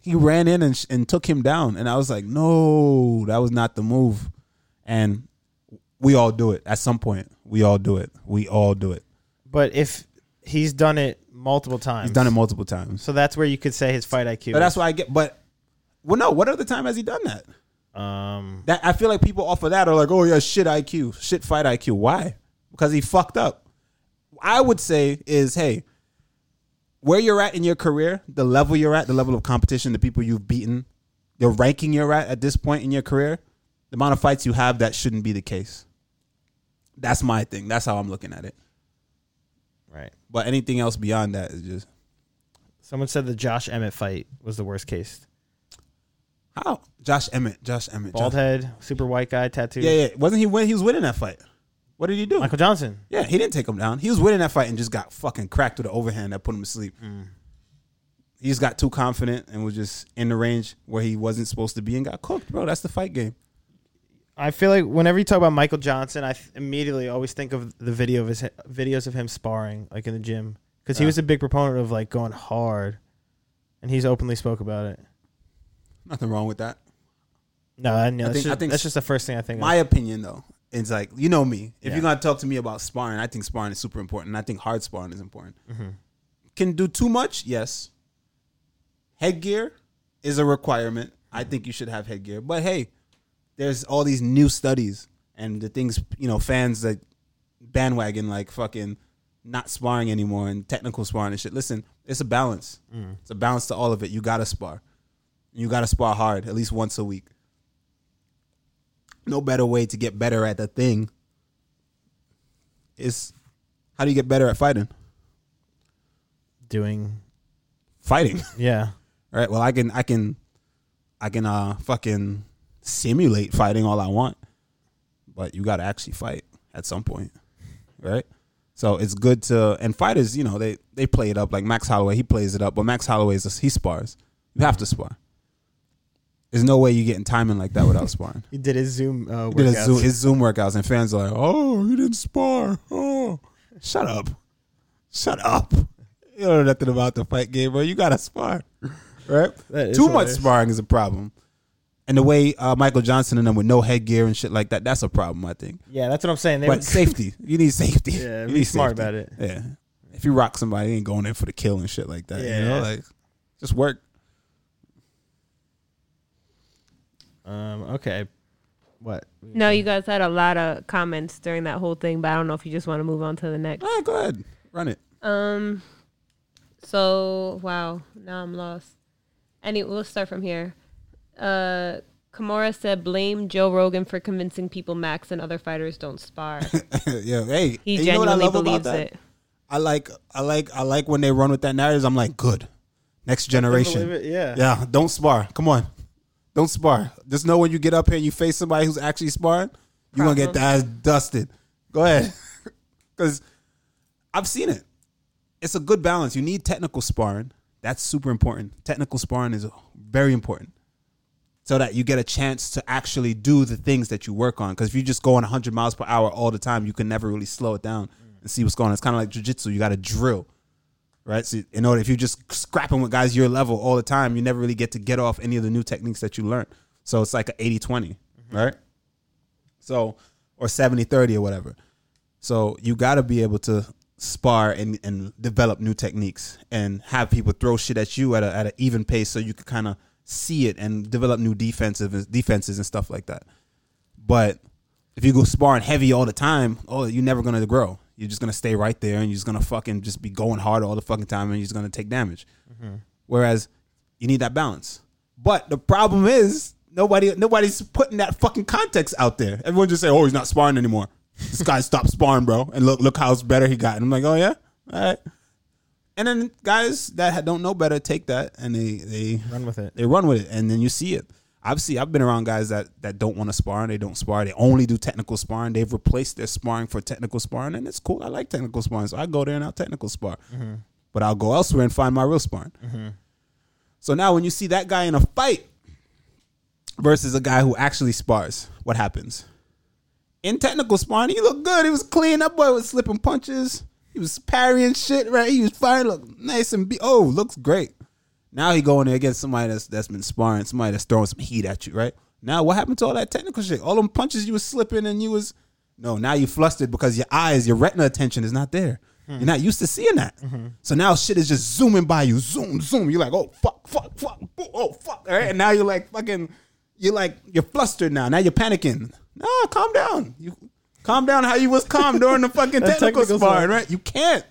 S1: He ran in and, sh- and took him down, and I was like, no, that was not the move. And we all do it at some point. We all do it. We all do it.
S2: But if he's done it multiple times,
S1: He's done it multiple times.
S2: So that's where you could say his fight IQ.
S1: But that's
S2: is.
S1: why I get. But well, no. What other time has he done that?
S2: um,
S1: That I feel like people off of that are like, oh yeah, shit IQ, shit fight IQ. Why? Because he fucked up. I would say is hey, where you're at in your career, the level you're at, the level of competition, the people you've beaten, the ranking you're at at this point in your career, the amount of fights you have, that shouldn't be the case. That's my thing. That's how I'm looking at it.
S2: right.
S1: But anything else beyond that is just
S2: Someone said the Josh Emmett fight was the worst case.
S1: how Josh Emmett, Josh Emmett,
S2: Bald
S1: Josh,
S2: head, super white guy, tattooed.
S1: yeah, yeah. Wasn't he win? He was winning that fight. What did he do?
S2: Michael Johnson.
S1: Yeah, he didn't take him down. He was winning that fight and just got fucking cracked with an overhand that put him to sleep. He just got too confident and was just in the range where he wasn't supposed to be and got cooked, bro. That's the fight game.
S2: I feel like whenever you talk about Michael Johnson, I th- immediately always think of the video of his videos of him sparring, like in the gym, because he was a big proponent of like going hard, and he's openly spoke about it.
S1: Nothing wrong with that.
S2: No, I know.
S1: I
S2: That's,
S1: think-
S2: just,
S1: I think
S2: that's
S1: s-
S2: just the first thing I think.
S1: My
S2: of.
S1: opinion, though, is like you know me. If
S2: Yeah.
S1: you're gonna talk to me about sparring, I think sparring is super important. And I think hard sparring is important.
S2: Mm-hmm.
S1: Can do too much, yes. Headgear is a requirement.
S2: Mm-hmm.
S1: I think you should have headgear. But hey, there's all these new studies and the things you know fans that bandwagon like fucking not sparring anymore and technical sparring and shit. Listen, it's a balance.
S2: Mm.
S1: It's a balance to all of it. You gotta spar. You gotta spar hard at least once a week no better way to get better at the thing is how do you get better at fighting?
S2: Doing,
S1: Fighting.
S2: yeah,
S1: right? Well, I can I can I can uh fucking simulate fighting all I want, but you got to actually fight at some point, right? So it's good to and fighters, you know, they they play it up like Max Holloway. He plays it up, but Max Holloway's he spars. You have to spar. There's no way you getting timing like that without sparring.
S2: he did his Zoom. Uh,
S1: He did his
S2: workouts.
S1: Zoom, his Zoom workouts, and fans are like, "Oh, you didn't spar. Oh, shut up, shut up. You don't know nothing about the fight game, bro. You gotta spar, right?
S2: That is
S1: Too much
S2: hilarious.
S1: sparring is a problem, and the way uh, Michael Johnson and them with no headgear and shit like that—that's a problem, I think.
S2: yeah, that's what I'm saying. They
S1: But
S2: were-
S1: safety, you need safety.
S2: Yeah,
S1: You
S2: be
S1: need
S2: smart about it.
S1: Yeah, if you rock somebody, you ain't going in for the kill and shit like that. you know,
S2: Yeah.
S1: like just work.
S2: Um, okay, what?
S3: No, you guys had a lot of comments during that whole thing, but I don't know if you just want to move on to the next.
S1: All right, go ahead, run it.
S3: Um. So wow, now I'm lost. Any, we'll start from here. Uh, Kimura said, "Blame Joe Rogan for convincing people Max and other fighters don't spar."
S1: yeah, hey,
S3: He
S1: and you know what I
S3: genuinely
S1: love about
S3: believes
S1: that?
S3: it.
S1: I like I like I like when they run with that narrative. I'm like, good. Next
S2: Believe
S1: generation.
S2: it, Yeah.
S1: Yeah, don't spar. Come on. Don't spar. Just know when you get up here and you face somebody who's actually sparring, you're gonna get that ass dusted. Go ahead. Cause I've seen it. It's a good balance. You need technical sparring. That's super important. Technical sparring is very important. So that you get a chance to actually do the things that you work on. Because if you just go on 100 miles per hour all the time, you can never really slow it down and see what's going on. It's kind of like jujitsu. You got to drill right? So in order, if you're just scrapping with guys your level all the time, you never really get to get off any of the new techniques that you learn. So it's like a 80 20, right? So, or 70 30 or whatever. So you got to be able to spar and, and develop new techniques and have people throw shit at you at, a, at an even pace so you can kind of see it and develop new defensive defenses and stuff like that. But if you go sparring heavy all the time, oh, you're never gonna grow. You're just gonna stay right there, and you're just gonna fucking just be going hard all the fucking time, and you're just gonna take damage. Whereas you need that balance. But the problem is nobody nobody's putting that fucking context out there. Everyone just say, "Oh, he's not sparring anymore. This guy stopped sparring, bro." And look, look how better he got. And I'm like, "Oh yeah, all right." And then guys that ha- don't know better take that and they they
S2: Run with it.
S1: they run with it, and then you see it. I've see I've been around guys that that don't want to spar and they don't spar. They only do technical sparring. They've replaced their sparring for technical sparring, and it's cool. I like technical sparring, so I go there and I'll technical spar. But I'll go elsewhere and find my real sparring. So now, when you see that guy in a fight versus a guy who actually spars, what happens? In technical sparring, he looked good. He was clean. That boy was slipping punches. He was parrying shit. Right, he was firing. Look nice and be. Oh, looks great. Now he going there against somebody that's that's been sparring, somebody that's throwing some heat at you, right? Now what happened to all that technical shit? All them punches you was slipping and you was no. Now you flustered because your eyes, your retina attention is not there. You're not used to seeing that. So now shit is just zooming by you, zoom, zoom. You're like, oh fuck, fuck, fuck, boo, oh fuck, all right. And now you're like fucking, you're like you're flustered now. Now you're panicking. No, calm down. You calm down. How you was calm during the fucking
S2: That
S1: technical,
S2: technical
S1: sparring,
S2: sparring.
S1: right? You can't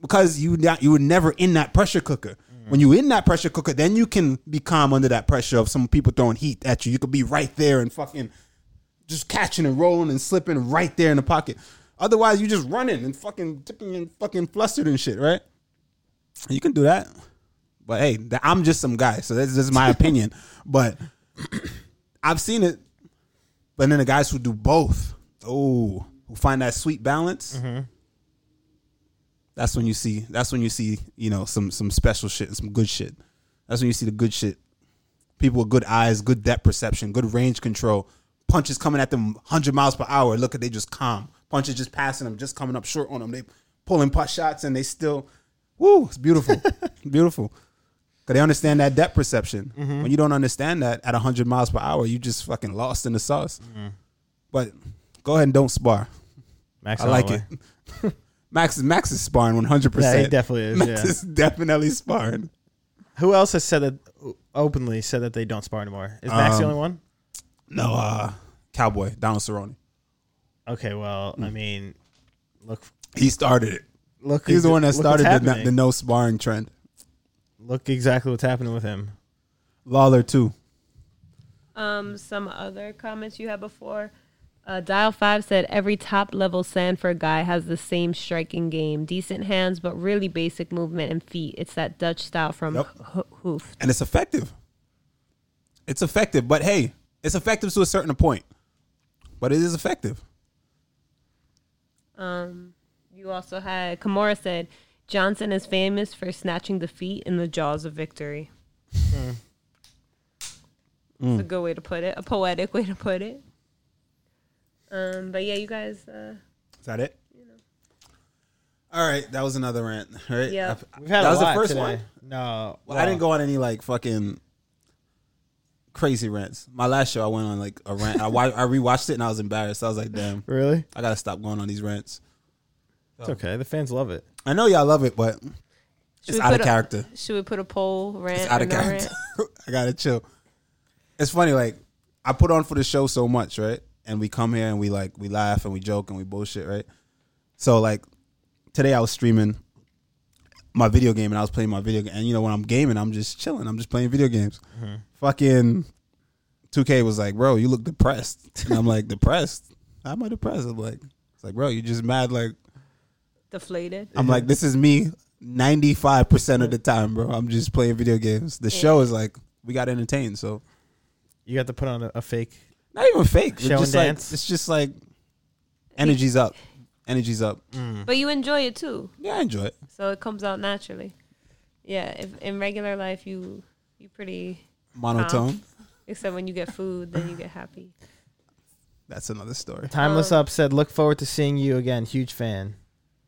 S1: because you not, you were never in that pressure cooker. When you in that pressure cooker, then you can be calm under that pressure of some people throwing heat at you. You could be right there and fucking just catching and rolling and slipping right there in the pocket. Otherwise, you just running and fucking tipping and fucking flustered and shit, right? You can do that, but hey, th- I'm just some guy, so that's just my opinion. But I've seen it. But then the guys who do both, oh, who find that sweet balance, that's when you see that's when you see you know some some special shit and some good shit that's when you see the good shit people with good eyes good depth perception good range control punches coming at them 100 miles per hour look at they just calm punches just passing them just coming up short on them they pulling putt shots and they still woo it's beautiful beautiful because they understand that depth perception
S2: Mm-hmm.
S1: when you don't understand that at 100 miles per hour you just fucking lost in the sauce
S2: Mm-hmm.
S1: but go ahead and don't spar
S2: Max
S1: I like it.
S2: Holloway.
S1: Max Max is sparring one hundred percent.
S2: Yeah, he definitely is,
S1: Max
S2: yeah.
S1: is definitely sparring.
S2: Who else has said that openly said that they don't spar anymore? Is Max
S1: Um,
S2: the only one?
S1: No, uh, Cowboy Donald Cerrone.
S2: Okay, well, I mean, look,
S1: He started it.
S2: look,
S1: He's the one that
S2: look what's
S1: started the, no-
S2: happening.
S1: the no sparring trend.
S2: Look exactly what's happening with him.
S1: Lawler too.
S3: Um, some other comments you had before. Uh, Dial Five said every top level Sanford guy has the same striking game, decent hands, but really basic movement and feet. It's that Dutch style from
S1: Yep.
S3: Ho- Hoof.
S1: and it's effective. It's effective, but hey, it's effective to a certain point. But it is effective.
S3: You also had Kimura said Johnson is famous for snatching defeat in the jaws of victory.
S1: Hmm.
S3: It's a good way to put it, a poetic way to put it. Um, but yeah, you guys, uh,
S1: Is that it? All right, that was another rant. Right?
S3: Yeah.
S1: I-
S2: We've had
S1: that
S2: a
S1: was
S2: lot
S1: the first
S2: today.
S1: one.
S2: No,
S1: Well, I didn't go on any like fucking crazy rants. My last show, I went on like a rant. I, wa- I rewatched it and I was embarrassed. I was like, damn,
S2: Really?
S1: I gotta stop going on these rants.
S2: It's okay. The fans love it.
S1: I know y'all love it, but
S3: should
S1: it's
S3: we
S1: out
S3: put
S1: of
S3: a-
S1: character.
S3: Should we put a poll rant?
S1: It's out
S3: or
S1: of
S3: no rant?
S1: character. I gotta chill. It's funny, like I put on for the show so much, right? And we come here and we like we laugh and we joke and we bullshit, right? So like today I was streaming my video game and I was playing my video game. And you know when I'm gaming, I'm just chilling. I'm just playing video games. Fucking 2K was like, bro, you look depressed. And I'm like, depressed? How am I depressed? I'm like, it's like, bro, you just mad like
S3: Deflated.
S1: I'm like, this is me 95% of the time, bro. I'm just playing video games. The show is like, we got entertained. So
S2: You got to put on a, a fake.
S1: Not even fake. It's
S2: Show
S1: just
S2: and
S1: like
S2: dance.
S1: it's just like energy's up. Energy's up.
S2: Mm.
S3: But you enjoy it too,
S1: Yeah, I enjoy it.
S3: so it comes out naturally. Yeah, if in regular life you you pretty
S1: Monotone.
S3: except when you get food, then you get happy.
S1: That's another story.
S2: Timeless Up said, "Look forward to seeing you again. Huge fan."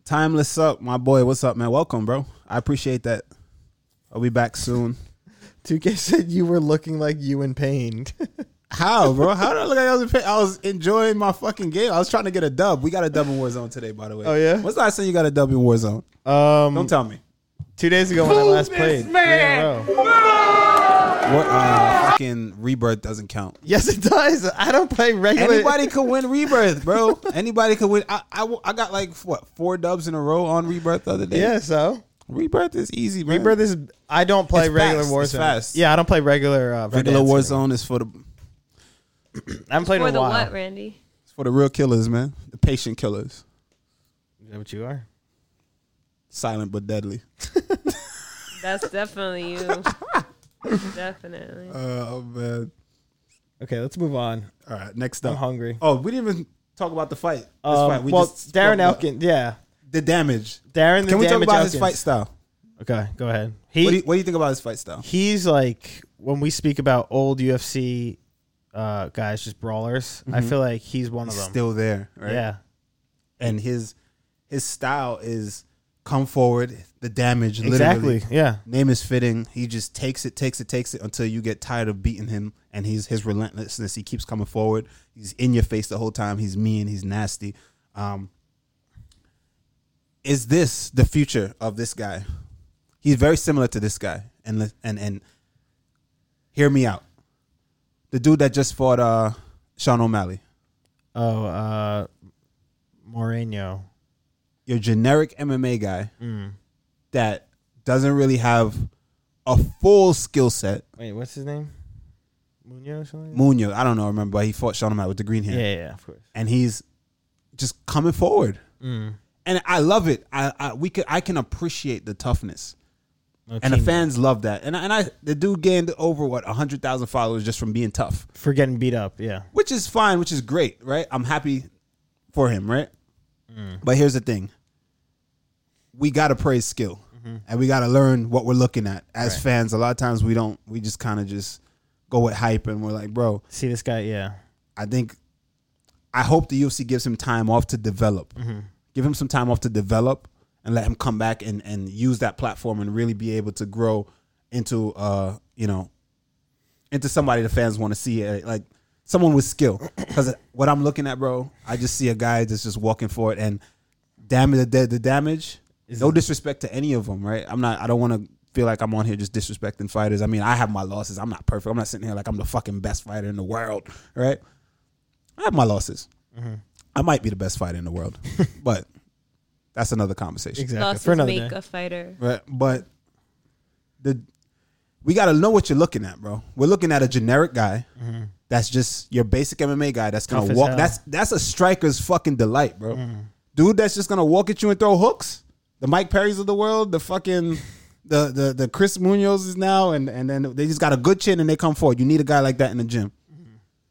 S1: Timeless up, my boy. What's up, man? Welcome, bro. I appreciate that. I'll be back soon.
S2: 2K said you were looking like you in pain.
S1: How, bro? How did I look like I was in pain? I was enjoying my fucking game. I was trying to get a dub. We got a dub in Warzone today, by the way.
S2: Oh, yeah?
S1: What's the last time you got a dub in Warzone? Don't
S2: um,
S1: tell me.
S2: two days ago when I last played, man.
S1: What uh fucking rebirth doesn't count.
S2: Yes, it does. I don't play regular.
S1: Anybody could win rebirth, bro. Anybody could win. I, I, I got like what four dubs in a row on rebirth the other day.
S2: Yeah, so
S1: rebirth is easy. Man.
S2: Rebirth is. I don't play
S1: It's
S2: regular
S1: fast,
S2: Warzone.
S1: it's fast.
S2: Yeah, I don't play regular. Uh,
S1: regular
S2: Verdansk anymore.
S1: Warzone is for the
S2: I haven't played
S3: For
S2: in a
S3: the
S2: while.
S3: what, Randy?
S1: it's for the real killers, man. The patient killers,
S2: Is that what you are?
S1: silent but deadly.
S3: That's definitely you. definitely.
S1: Oh man!
S2: Okay, let's move on.
S1: All right, next
S2: I'm
S1: up.
S2: hungry.
S1: Oh, we didn't even talk about the fight. This
S2: Um,
S1: fight, we
S2: well,
S1: just spoke
S2: Darren
S1: about
S2: Elkin. Yeah,
S1: the damage.
S2: Darren. The
S1: Can we talk
S2: Damage
S1: about his
S2: Elkins.
S1: fight style?
S2: Okay, go ahead.
S1: What do,
S2: He
S1: you, what do you think about his fight style?
S2: he's like when we speak about old UFC uh, guys, just brawlers. I feel like he's one of them.
S1: Mm-hmm. Still there, right?
S2: Yeah,
S1: and his his style is come forward, the damage.
S2: exactly.
S1: Literally.
S2: Yeah,
S1: Name is fitting. He just takes it, takes it, takes it until you get tired of beating him. And he's his relentlessness. He keeps coming forward. He's in your face the whole time. He's mean. He's nasty. Um, is this the future of this guy? He's very similar to this guy. And li- and and hear me out. The dude that just fought uh, Sean O'Malley.
S2: Oh, uh, Moreno.
S1: your generic MMA guy that doesn't really have a full skill set.
S2: Wait, what's his name? Munoz. or something?
S1: Munoz, I don't know, remember, but he fought Sean O'Malley with the green hair.
S2: Yeah, yeah, yeah, of course.
S1: And he's just coming forward. And I love it. I, I we could I can appreciate the toughness.
S2: No
S1: And the
S2: team.
S1: fans love that. And I, and I the dude gained over what 100,000 followers just from being tough,
S2: for getting beat up. Yeah,
S1: which is fine, which is great, right? I'm happy for him, right? But here's the thing. we gotta praise skill and we gotta learn what we're looking at as
S2: Right.
S1: fans a lot of times we don't we just kind of just go with hype and we're like bro
S2: see this guy. Yeah,
S1: i think i hope the ufc gives him time off to develop give him some time off to develop and let him come back and and use that platform and really be able to grow into uh you know into somebody the fans want to see uh, like someone with skill because what i'm looking at bro i just see a guy that's just walking for it and damage the, the damage no disrespect to any of them right i'm not i don't want to feel like i'm on here just disrespecting fighters i mean i have my losses i'm not perfect i'm not sitting here like i'm the fucking best fighter in the world right i have my losses i might be the best fighter in the world but that's another conversation
S2: exactly. for
S3: Losses
S2: another
S3: make
S2: day.
S3: a fighter.
S1: Right, but the we got to know what you're looking at, bro. We're looking at a generic guy that's just your basic MMA guy that's gonna
S2: Tough as
S1: walk.
S2: hell. Mm.
S1: That's that's a striker's fucking delight, bro. Dude, that's just gonna walk at you and throw hooks. The Mike Perrys of the world, the fucking the the the Chris Munoz is now, and and then they just got a good chin and they come forward. You need a guy like that in the gym.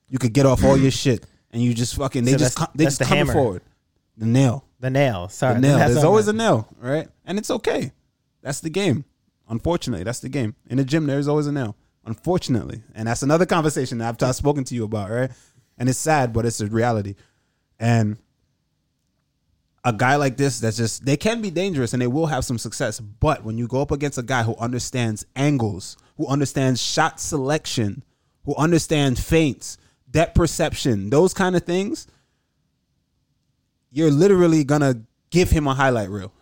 S1: You could get off all your shit and you just fucking they
S2: So
S1: just
S2: that's-
S1: co- they
S2: that's
S1: just
S2: the
S1: coming
S2: hammer.
S1: forward. The nail
S2: the nail. Sorry,
S1: a nail.
S2: That's
S1: There's
S2: what I
S1: always a
S2: meant.
S1: nail, right? And it's okay. That's the game. Unfortunately, that's the game. In the gym, there's always a nail. Unfortunately, and that's another conversation that I've, I've spoken to you about, right? And it's sad, but it's a reality. And a guy like this, that's just they can be dangerous and they will have some success. But when you go up against a guy who understands angles, who understands shot selection, who understands feints, depth perception, those kind of things, you're literally gonna give him a highlight reel.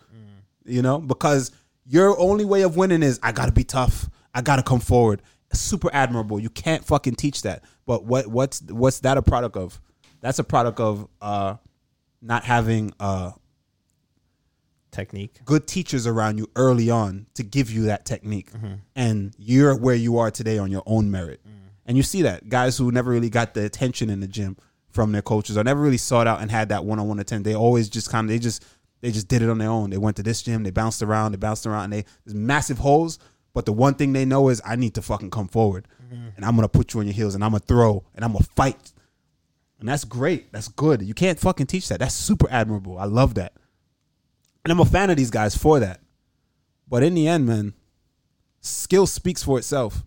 S1: You know, because your only way of winning is I gotta be tough. I gotta come forward. Super admirable. You can't fucking teach that. But what what's what's that a product of? That's a product of uh not having uh
S2: technique.
S1: good teachers around you early on to give you that technique. And you're where you are today on your own merit. And you see that guys who never really got the attention in the gym from their coaches or never really sought out and had that one on one attention. They always just kind of they just they just did it on their own. They went to this gym, they bounced around, they bounced around, and they there's massive holes. But the one thing they know is I need to fucking come forward. and I'm gonna put you on your heels, and I'm gonna throw, and I'm gonna fight, and that's great. That's good. You can't fucking teach that. That's super admirable. I love that, and I'm a fan of these guys for that. But in the end, man, skill speaks for itself.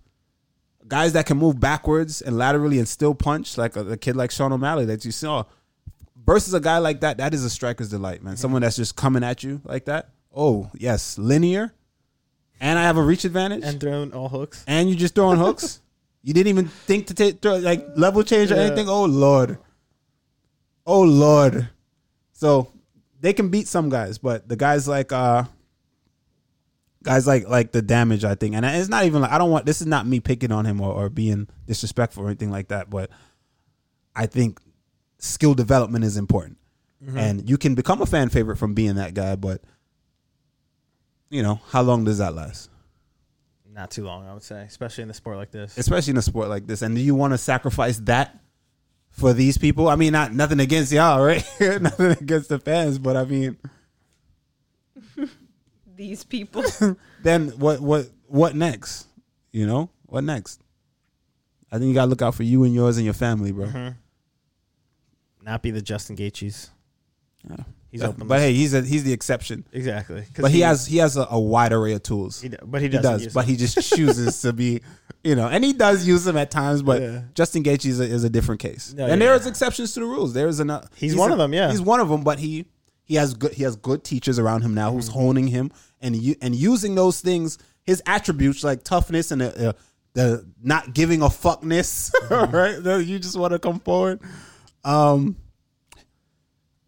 S1: Guys that can move backwards and laterally and still punch, like a, a kid like Sean O'Malley that you saw, versus a guy like that, that is a striker's delight, man. Someone that's just coming at you like that. Oh, yes, linear. And I have a reach advantage.
S2: and
S1: And,
S2: throwing all hooks.
S1: you just throwing hooks. You didn't even think to take throw, like level change or
S2: Yeah.
S1: anything. Oh lord. Oh lord. So they can beat some guys, but the guys like uh guys like like the damage I think, and it's not even like I don't want this is not me picking on him or, or being disrespectful or anything like that, but I think skill development is important, and you can become a fan favorite from being that guy, but you know how long does that last?
S2: Not too long, I would say, especially in the sport like this.
S1: especially in a sport like this. And do you want to sacrifice that for these people? I mean, not nothing against y'all, right? nothing against the fans, but I mean,
S3: These people.
S1: then what? What? What next? You know, what next? I think you gotta look out for you and yours and your family, bro.
S2: Mm-hmm. Not be the Justin Gaethje's.
S1: Yeah.
S2: He's open.
S1: But hey, he's a, he's the exception.
S2: exactly. 'cause
S1: But he, has he has a, a wide array of tools.
S2: he d- but he
S1: He
S2: doesn't
S1: does,
S2: use
S1: but
S2: them.
S1: he just chooses to be, you know, and he does use them at times. But
S2: Yeah.
S1: Justin Gaethje is a, is a different case,
S2: No,
S1: and
S2: yeah.
S1: there is exceptions to the rules. There is enough.
S2: He's one of them, yeah.
S1: he's one of them. But he he has good he has good teachers around him now
S2: Mm.
S1: who's honing him and you and using those things, his attributes like toughness and the, uh, the not giving a fuckness,
S2: Mm.
S1: right? The- You just want to come forward. Um,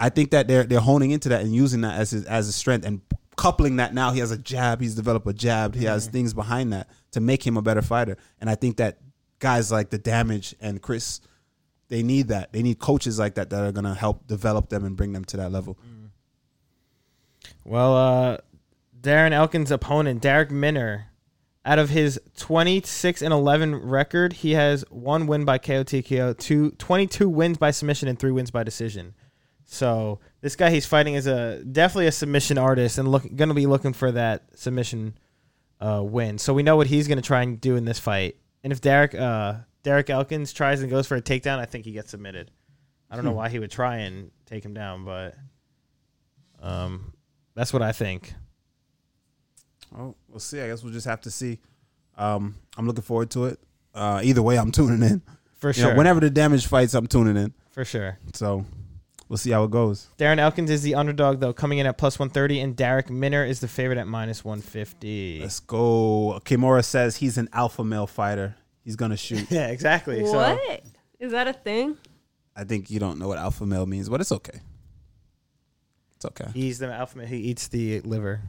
S1: I think that they're they're honing into that and using that as his, as a strength and coupling that now he has a jab, he's developed a jab, he has things behind that to make him a better fighter. And I think that guys like the Damage and Chris, they need that. They need coaches like that that are gonna help develop them and bring them to that level.
S2: Well, uh, Darren Elkins' opponent, Derek Minner, out of his 26 and 11 record, he has one win by KO TKO, two, 22 wins by submission, and three wins by decision. So this guy he's fighting is a definitely a submission artist and look, gonna be looking for that submission uh, win. So we know what he's gonna try and do in this fight. And if Derek uh, Derek Elkins tries and goes for a takedown, I think he gets submitted. I don't know why he would try and take him down, but um, that's what I think.
S1: Oh, we'll see. I guess we'll just have to see. Um, I'm looking forward to it. Uh, either way, I'm tuning in.
S2: For
S1: You
S2: sure.
S1: know, whenever the damage fights, I'm tuning in.
S2: For sure.
S1: So we'll see how it goes.
S2: Darren Elkins is the underdog, though, coming in at plus 130, and Derek Minner is the favorite at minus 150.
S1: Let's go. Kimura says he's an alpha male fighter. He's gonna shoot.
S2: yeah, exactly. So,
S3: what? Is that a thing?
S1: I think you don't know what alpha male means, but it's okay. It's okay. He
S2: he's the alpha male. He eats the liver.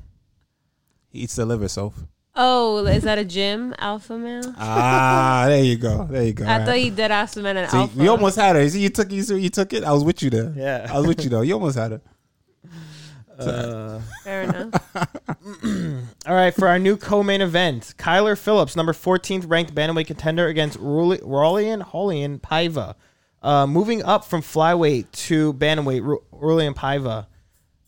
S1: eats the liver, so.
S3: Oh, is that a gym alpha male?
S1: Ah, there you go. There you go.
S3: I thought you did ask men an
S1: See,
S3: alpha.
S1: we almost had her. You see, you took you, see, you took it. I was with you there.
S2: Yeah.
S1: I was with you though. You almost had her.
S2: Uh,
S3: Fair enough.
S2: all right, for our new co-main event, Kyler Phillips, number 14th ranked bantamweight contender against Ruli- Rolian Holian Paiva. Uh, moving up from flyweight to bantamweight, Ru- Rolian Paiva.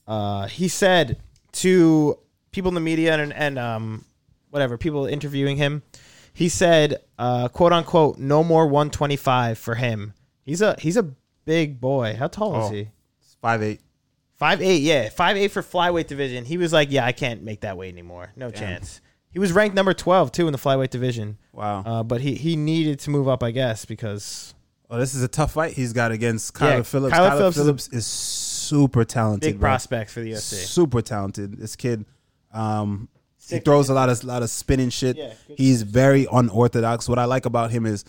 S2: Uh, he said to people in the media and, and um, whatever people interviewing him, he said, uh, "quote unquote, no more 125 for him. He's a he's a big boy. How tall is
S1: Oh.
S2: he?
S1: Five eight.
S2: Five eight, yeah, five eight for flyweight division. He was like, yeah, I can't make that weight anymore. No chance. He was ranked number twelve too in the flyweight division.
S1: Wow.
S2: Uh, but he he needed to move up, I guess, because
S1: oh, this is a tough fight he's got against Kyler
S2: Yeah,
S1: Phillips.
S2: Kyler
S1: Kyler,
S2: Phillips
S1: Phillips,
S2: is a-
S1: is, super talented.
S2: big
S1: bro.
S2: prospects for the UFC.
S1: Super talented. This kid. Um, he
S2: Sick.
S1: throws a lot of lot of spinning shit.
S2: Yeah, good
S1: He's very unorthodox. What I like about him is,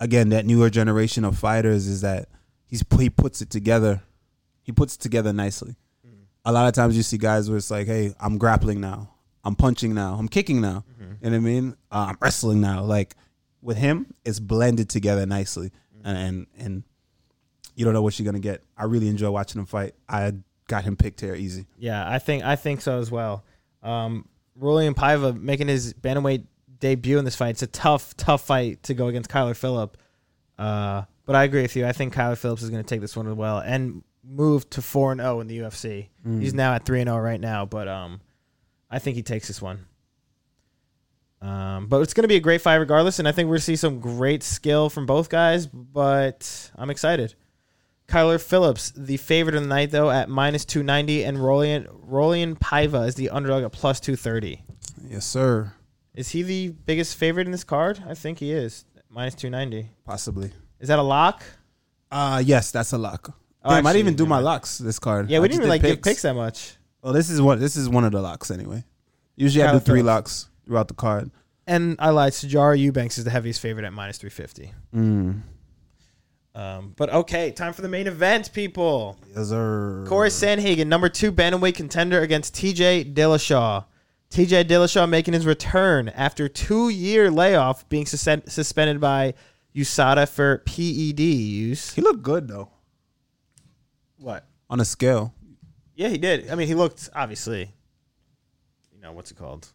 S1: again, that newer generation of fighters is that he's he puts it together. He puts it together nicely.
S2: Mm.
S1: A lot of times you see guys where it's like, hey, I'm grappling now. I'm punching now. I'm kicking now.
S2: Mm-hmm.
S1: You know what I mean? Uh, I'm wrestling now. Like with him, it's blended together nicely,
S2: Mm.
S1: and and. and you don't know what you're gonna get. I really enjoy watching him fight. I got him picked here easy.
S2: Yeah, I think I think so as well. Um, Rolian Paiva making his bantamweight debut in this fight. It's a tough, tough fight to go against Kyler Phillip. Uh, but I agree with you. I think Kyler Phillips is going to take this one as well and move to four and zero in the UFC. oh He's now at three and zero right now, but um, I think he takes this one. Um, but it's going to be a great fight regardless, and I think we're going to see some great skill from both guys. But I'm excited. Kyler Phillips, the favorite of the night, though, at minus 290, and Rolian, Rolian Paiva is the underdog at plus 230.
S1: Yes, sir.
S2: Is he the biggest favorite in this card? I think he is. Minus 290.
S1: Possibly.
S2: Is that a lock?
S1: Uh yes, that's a lock.
S2: Oh,
S1: Damn, I
S2: actually,
S1: didn't even do
S2: never
S1: my
S2: mind.
S1: locks this card.
S2: Yeah, we
S1: I
S2: didn't
S1: just
S2: even like
S1: did
S2: give picks that much.
S1: Well, this is one. This is one of the locks anyway. Usually, I do
S2: Kyler
S1: three
S2: Phillips.
S1: locks throughout the card.
S2: And I lied. Sajara Eubanks is the heaviest favorite at minus 350.
S1: Mm.
S2: Um, but okay, time for the main event, people.
S1: Yes, sir.
S2: Corey Sanhagen, number two bantamweight contender against TJ Dillashaw. TJ Dillashaw making his return after two year layoff, being suspend- suspended by USADA for E PED use.
S1: He looked good though.
S2: What?
S1: On a scale,
S2: Yeah, he did. I mean, he looked obviously. You know what's it called?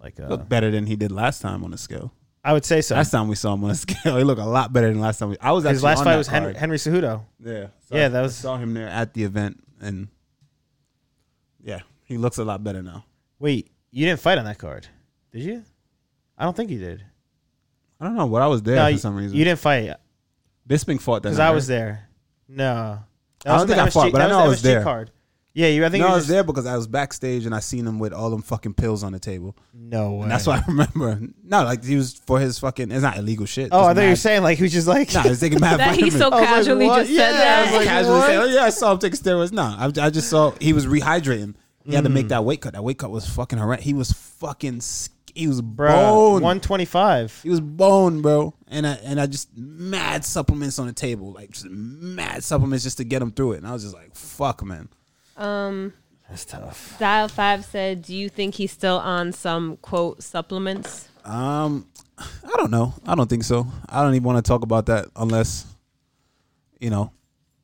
S2: Like uh,
S1: looked better than he did last time. On a scale,
S2: I would say so.
S1: last time we saw him on a scale, he looked a lot better than last time. We, I was
S2: His
S1: actually
S2: last
S1: on
S2: fight
S1: that
S2: was Henry,
S1: card.
S2: Henry Cejudo.
S1: Yeah, so
S2: Yeah,
S1: I-
S2: that
S1: I
S2: was-
S1: saw him there at the event, and yeah, he looks a lot better now.
S2: Wait, you didn't fight on that card, did you? I don't think you did.
S1: I don't know what I was there
S2: no,
S1: for
S2: you-
S1: some reason.
S2: you didn't fight
S1: Bisping fought that
S2: because
S1: night,
S2: I
S1: right?
S2: was there. No, That
S1: I don't
S2: was on the
S1: think I fought, but
S2: that
S1: I know I
S2: the
S1: was
S2: MSG
S1: there.
S2: Card. Yeah, you. I think
S1: No,
S2: you
S1: I
S2: were
S1: was
S2: just-
S1: there because I was backstage and I seen him with all them fucking pills on the table.
S2: No way.
S1: And that's what I remember. No, like he was for his fucking. It's not illegal shit.
S2: Oh, I
S1: Just
S2: thought you were
S1: mad-
S2: saying like he was just like.
S1: Nah, it's taking mad
S3: That he
S1: vitamins.
S2: I
S3: so
S2: was like,
S3: casually
S2: what?
S3: just
S2: Yeah,
S3: said
S2: I
S3: that.
S2: was like,
S1: casually
S2: what?
S1: saying, oh, yeah, I saw him taking steroids. No, I, I just saw he was rehydrating. He had to
S2: Mm.
S1: make that weight cut. That weight cut was fucking horrendous. He was fucking. sk- He was
S2: Bro,
S1: bone.
S2: one twenty five.
S1: he was bone, bro. And I and I just mad supplements on the table, like just mad supplements just to get him through it. And I was just like, fuck, man.
S3: Um,
S2: That's tough.
S3: Dial Five said, "Do you think he's still on some quote supplements?"
S1: Um, I don't know. I don't think so. I don't even want to talk about that unless, you know,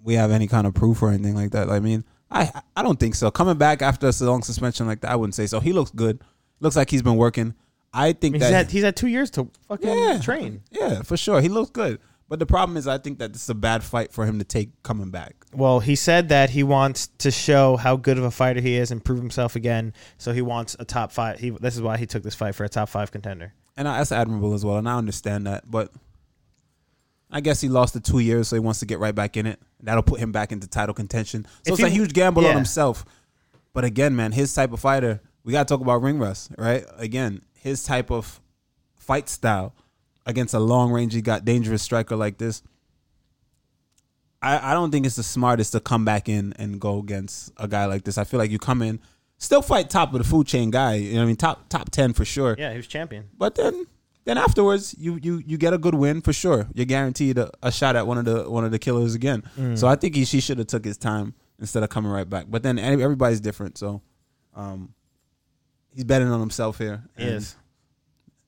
S1: we have any kind of proof or anything like that. I mean, I I don't think so. Coming back after a long suspension like that, I wouldn't say so. He looks good. Looks like he's been working. I think
S2: He's
S1: that
S2: had he's had two years to fucking
S1: Yeah.
S2: train.
S1: yeah, for sure, he looks good. But the problem is, I think that this is a bad fight for him to take coming back.
S2: Well, he said that he wants to show how good of a fighter he is and prove himself again. So he wants a top five. He this is why he took this fight for a top five contender.
S1: and I- that's admirable as well, and I understand that. But I guess he lost the two years, so he wants to get right back in it. That'll put him back into title contention. So
S2: If
S1: it's a
S2: he-
S1: huge gamble
S2: yeah.
S1: on himself. But again, man, his type of fighter. We gotta talk about ring rust, right? Again, his type of fight style against a long range, he got dangerous striker like this. I, I don't think it's the smartest to come back in and go against a guy like this. I feel like you come in, still fight top of the food chain guy. You know what I mean? Top top ten for sure.
S2: Yeah, he was champion.
S1: But then then afterwards, you you you get a good win for sure. You're guaranteed a, a shot at one of the one of the killers again.
S2: Mm.
S1: So I think he she should have took his time instead of coming right back. But then any- everybody's different, so um, he's betting on himself here.
S2: He
S1: and
S2: is.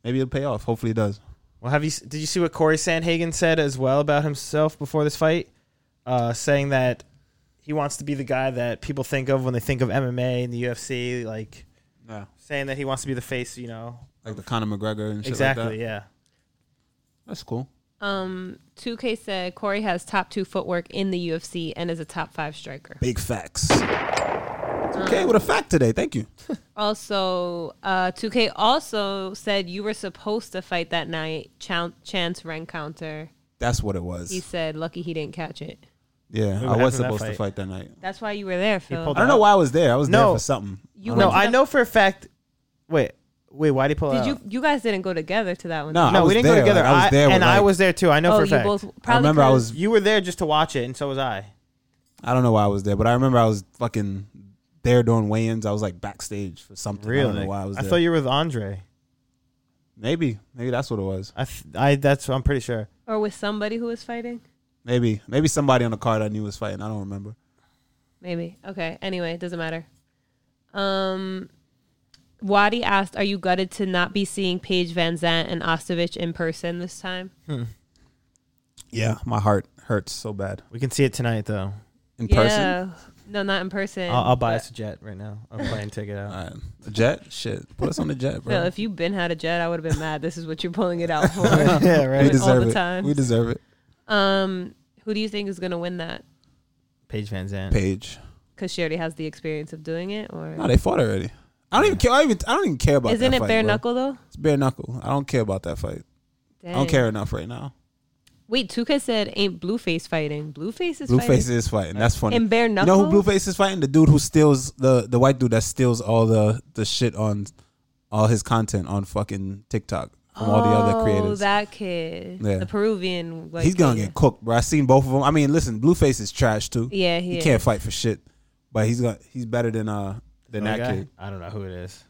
S1: Maybe it'll pay off. Hopefully it does.
S2: Well, have you s- did you see what Corey Sandhagen said as well about himself before this fight, uh, saying that he wants to be the guy that people think of when they think of MMA and the UFC, like
S1: Yeah.
S2: saying that he wants to be the face. You know,
S1: Like the Conor McGregor and shit
S2: exactly.
S1: like that.
S2: yeah.
S1: That's cool.
S3: Um, 2K said Corey has top two footwork in the UFC and is a top five striker.
S1: Big facts. Okay, with a fact today. Thank you.
S3: Also, uh, 2K also said you were supposed to fight that night. Chan- Chance ran counter.
S1: That's what it was.
S3: He said, "Lucky he didn't catch it."
S1: yeah,
S2: What
S1: I was
S2: happened to that
S1: supposed to
S2: fight?
S1: fight that night.
S3: That's why you were there, Phil. Uh,
S2: pulled
S1: I don't know why I was there. I was
S2: No.
S1: there for something.
S3: You
S1: I don't
S3: went
S2: No,
S1: know.
S3: to
S1: uh,
S2: I
S3: the-
S2: know for a fact. Wait, wait. Why did he pull
S3: Did
S2: out?
S3: you? You guys didn't go together to that one.
S1: No, I
S2: no,
S1: was
S2: we didn't go
S1: there,
S2: together.
S1: like, I was there
S2: I,
S1: with,
S2: and I
S1: like-
S2: was there too. I know
S3: Oh,
S2: for a
S3: you
S2: fact.
S3: both. Probably
S1: I remember I was
S3: 'cause-
S2: You were there just to watch it, and so was I.
S1: I don't know why I was there, but I remember I was fucking there during weigh-ins. I was like backstage for something. I don't know why I was there.
S2: thought you were with Andre.
S1: maybe, maybe that's what it was.
S2: I, th- I. That's. I'm pretty sure.
S3: or with somebody who was fighting.
S1: Maybe, maybe somebody on the card I knew was fighting. I don't remember.
S3: Maybe. Okay. Anyway, it doesn't matter. Um, Wadi asked, "Are you gutted to not be seeing Paige Van Zant and Ostovich in person this time?"
S1: Yeah, my heart hurts so bad
S2: We can see it tonight, though.
S1: in person. Uh,
S3: Yeah. No, not in person.
S2: I'll, I'll buy
S3: but-
S2: us a jet right now. A plane ticket out.
S1: All right, the jet, shit, put us on the jet,
S3: Phil,
S1: bro.
S3: if you been had a jet, I would have been mad. This is what you're pulling it out for.
S2: yeah,
S1: we
S2: right.
S3: all
S1: deserve
S3: the
S1: it.
S3: times.
S1: We deserve it.
S3: um, who do you think is gonna win that?
S2: Paige Van Zandt.
S1: Paige.
S3: Because she already has the experience of doing it, or
S1: No, they fought already. I don't even care. I, even, I don't even care about.
S3: Isn't
S1: that
S3: it
S1: fight,
S3: bare
S1: bro.
S3: knuckle though?
S1: It's bare knuckle. I don't care about that fight. I
S3: Dang.
S1: don't care enough right now.
S3: Wait, 2K said ain't Blueface fighting. Blueface is
S1: Blueface
S3: fighting.
S1: is fighting. That's funny.
S3: And bare
S1: You know
S3: knuckle?
S1: who Blueface is fighting? The dude who steals the the white dude that steals all the the shit on all his content on fucking TikTok from all the other creators.
S3: Oh, that kid,
S1: Yeah.
S3: the Peruvian. White
S1: He's gonna
S3: kid.
S1: get cooked, bro. I seen both of them. I mean, listen, Blueface is trash too.
S3: Yeah, he is.
S1: can't fight for shit, but he's gonna he's better than uh than
S2: Another
S1: that
S2: guy?
S1: kid.
S2: Oh, I don't know who it is.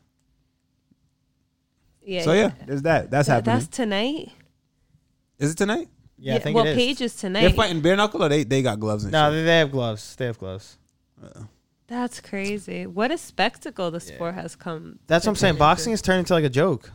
S3: Yeah,
S1: So yeah, there's that. That's
S3: That-
S1: happening.
S3: that's tonight.
S1: is it tonight?
S2: Yeah, I think
S3: well,
S2: it is.
S3: Paige is
S1: They're
S3: tonight.
S1: fighting bare knuckle, or they they got gloves and
S2: No,
S1: shit.
S2: they, they have gloves. They have gloves.
S3: That's crazy. What a spectacle the sport has come.
S2: That's what I'm saying. Boxing is turning into like a joke.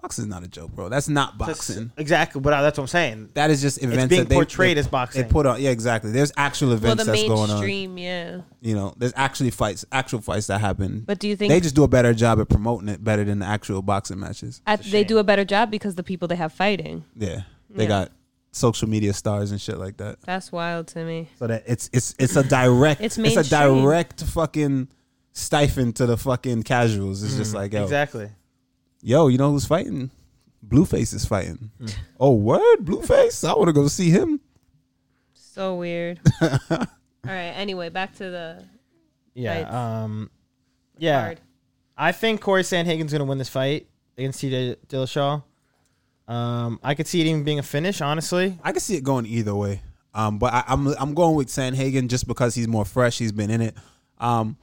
S1: Boxing's not a joke, bro. That's not boxing.
S2: Exactly. But uh, that's what I'm saying.
S1: that is just events
S2: being
S1: that they,
S2: portrayed
S1: they-
S2: as boxing.
S1: They put on, yeah, exactly. There's actual
S3: Well,
S1: events
S3: the
S1: that's going on.
S3: mainstream, yeah.
S1: You know, there's actually fights, actual fights that happen.
S3: But do you think
S1: they just do a better job at promoting it better than the actual boxing matches?
S3: I, they do a better job because the people they have fighting?
S1: Yeah, they
S3: Yeah.
S1: got social media stars and shit like that.
S3: That's wild to me.
S1: So that it's it's it's a direct
S3: It's
S1: it's, a
S3: mainstream.
S1: direct fucking stifle to the fucking casuals. It's just like yo,
S2: Exactly.
S1: yo, you know who's fighting? Blueface is fighting.
S3: Mm.
S1: Oh, word, Blueface! I want to go see him.
S3: So weird. All right. Anyway, back to the
S2: Yeah.
S3: Fights.
S2: Um, yeah.
S3: card.
S2: I think Corey Sandhagen's gonna win this fight against TJ Dillashaw. Um, I could see it even being a finish, honestly.
S1: I can see it going either way. Um, but I, I'm I'm going with Sanhagen just because he's more fresh. He's been in it. Um,